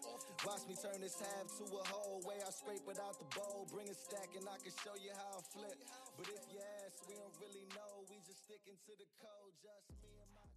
S7: Watch me turn this half to a whole way. I scrape it out the bowl, bring a stack and I can show you how I flip. But if you ask, we don't really know. We just sticking to the code. Just me and my.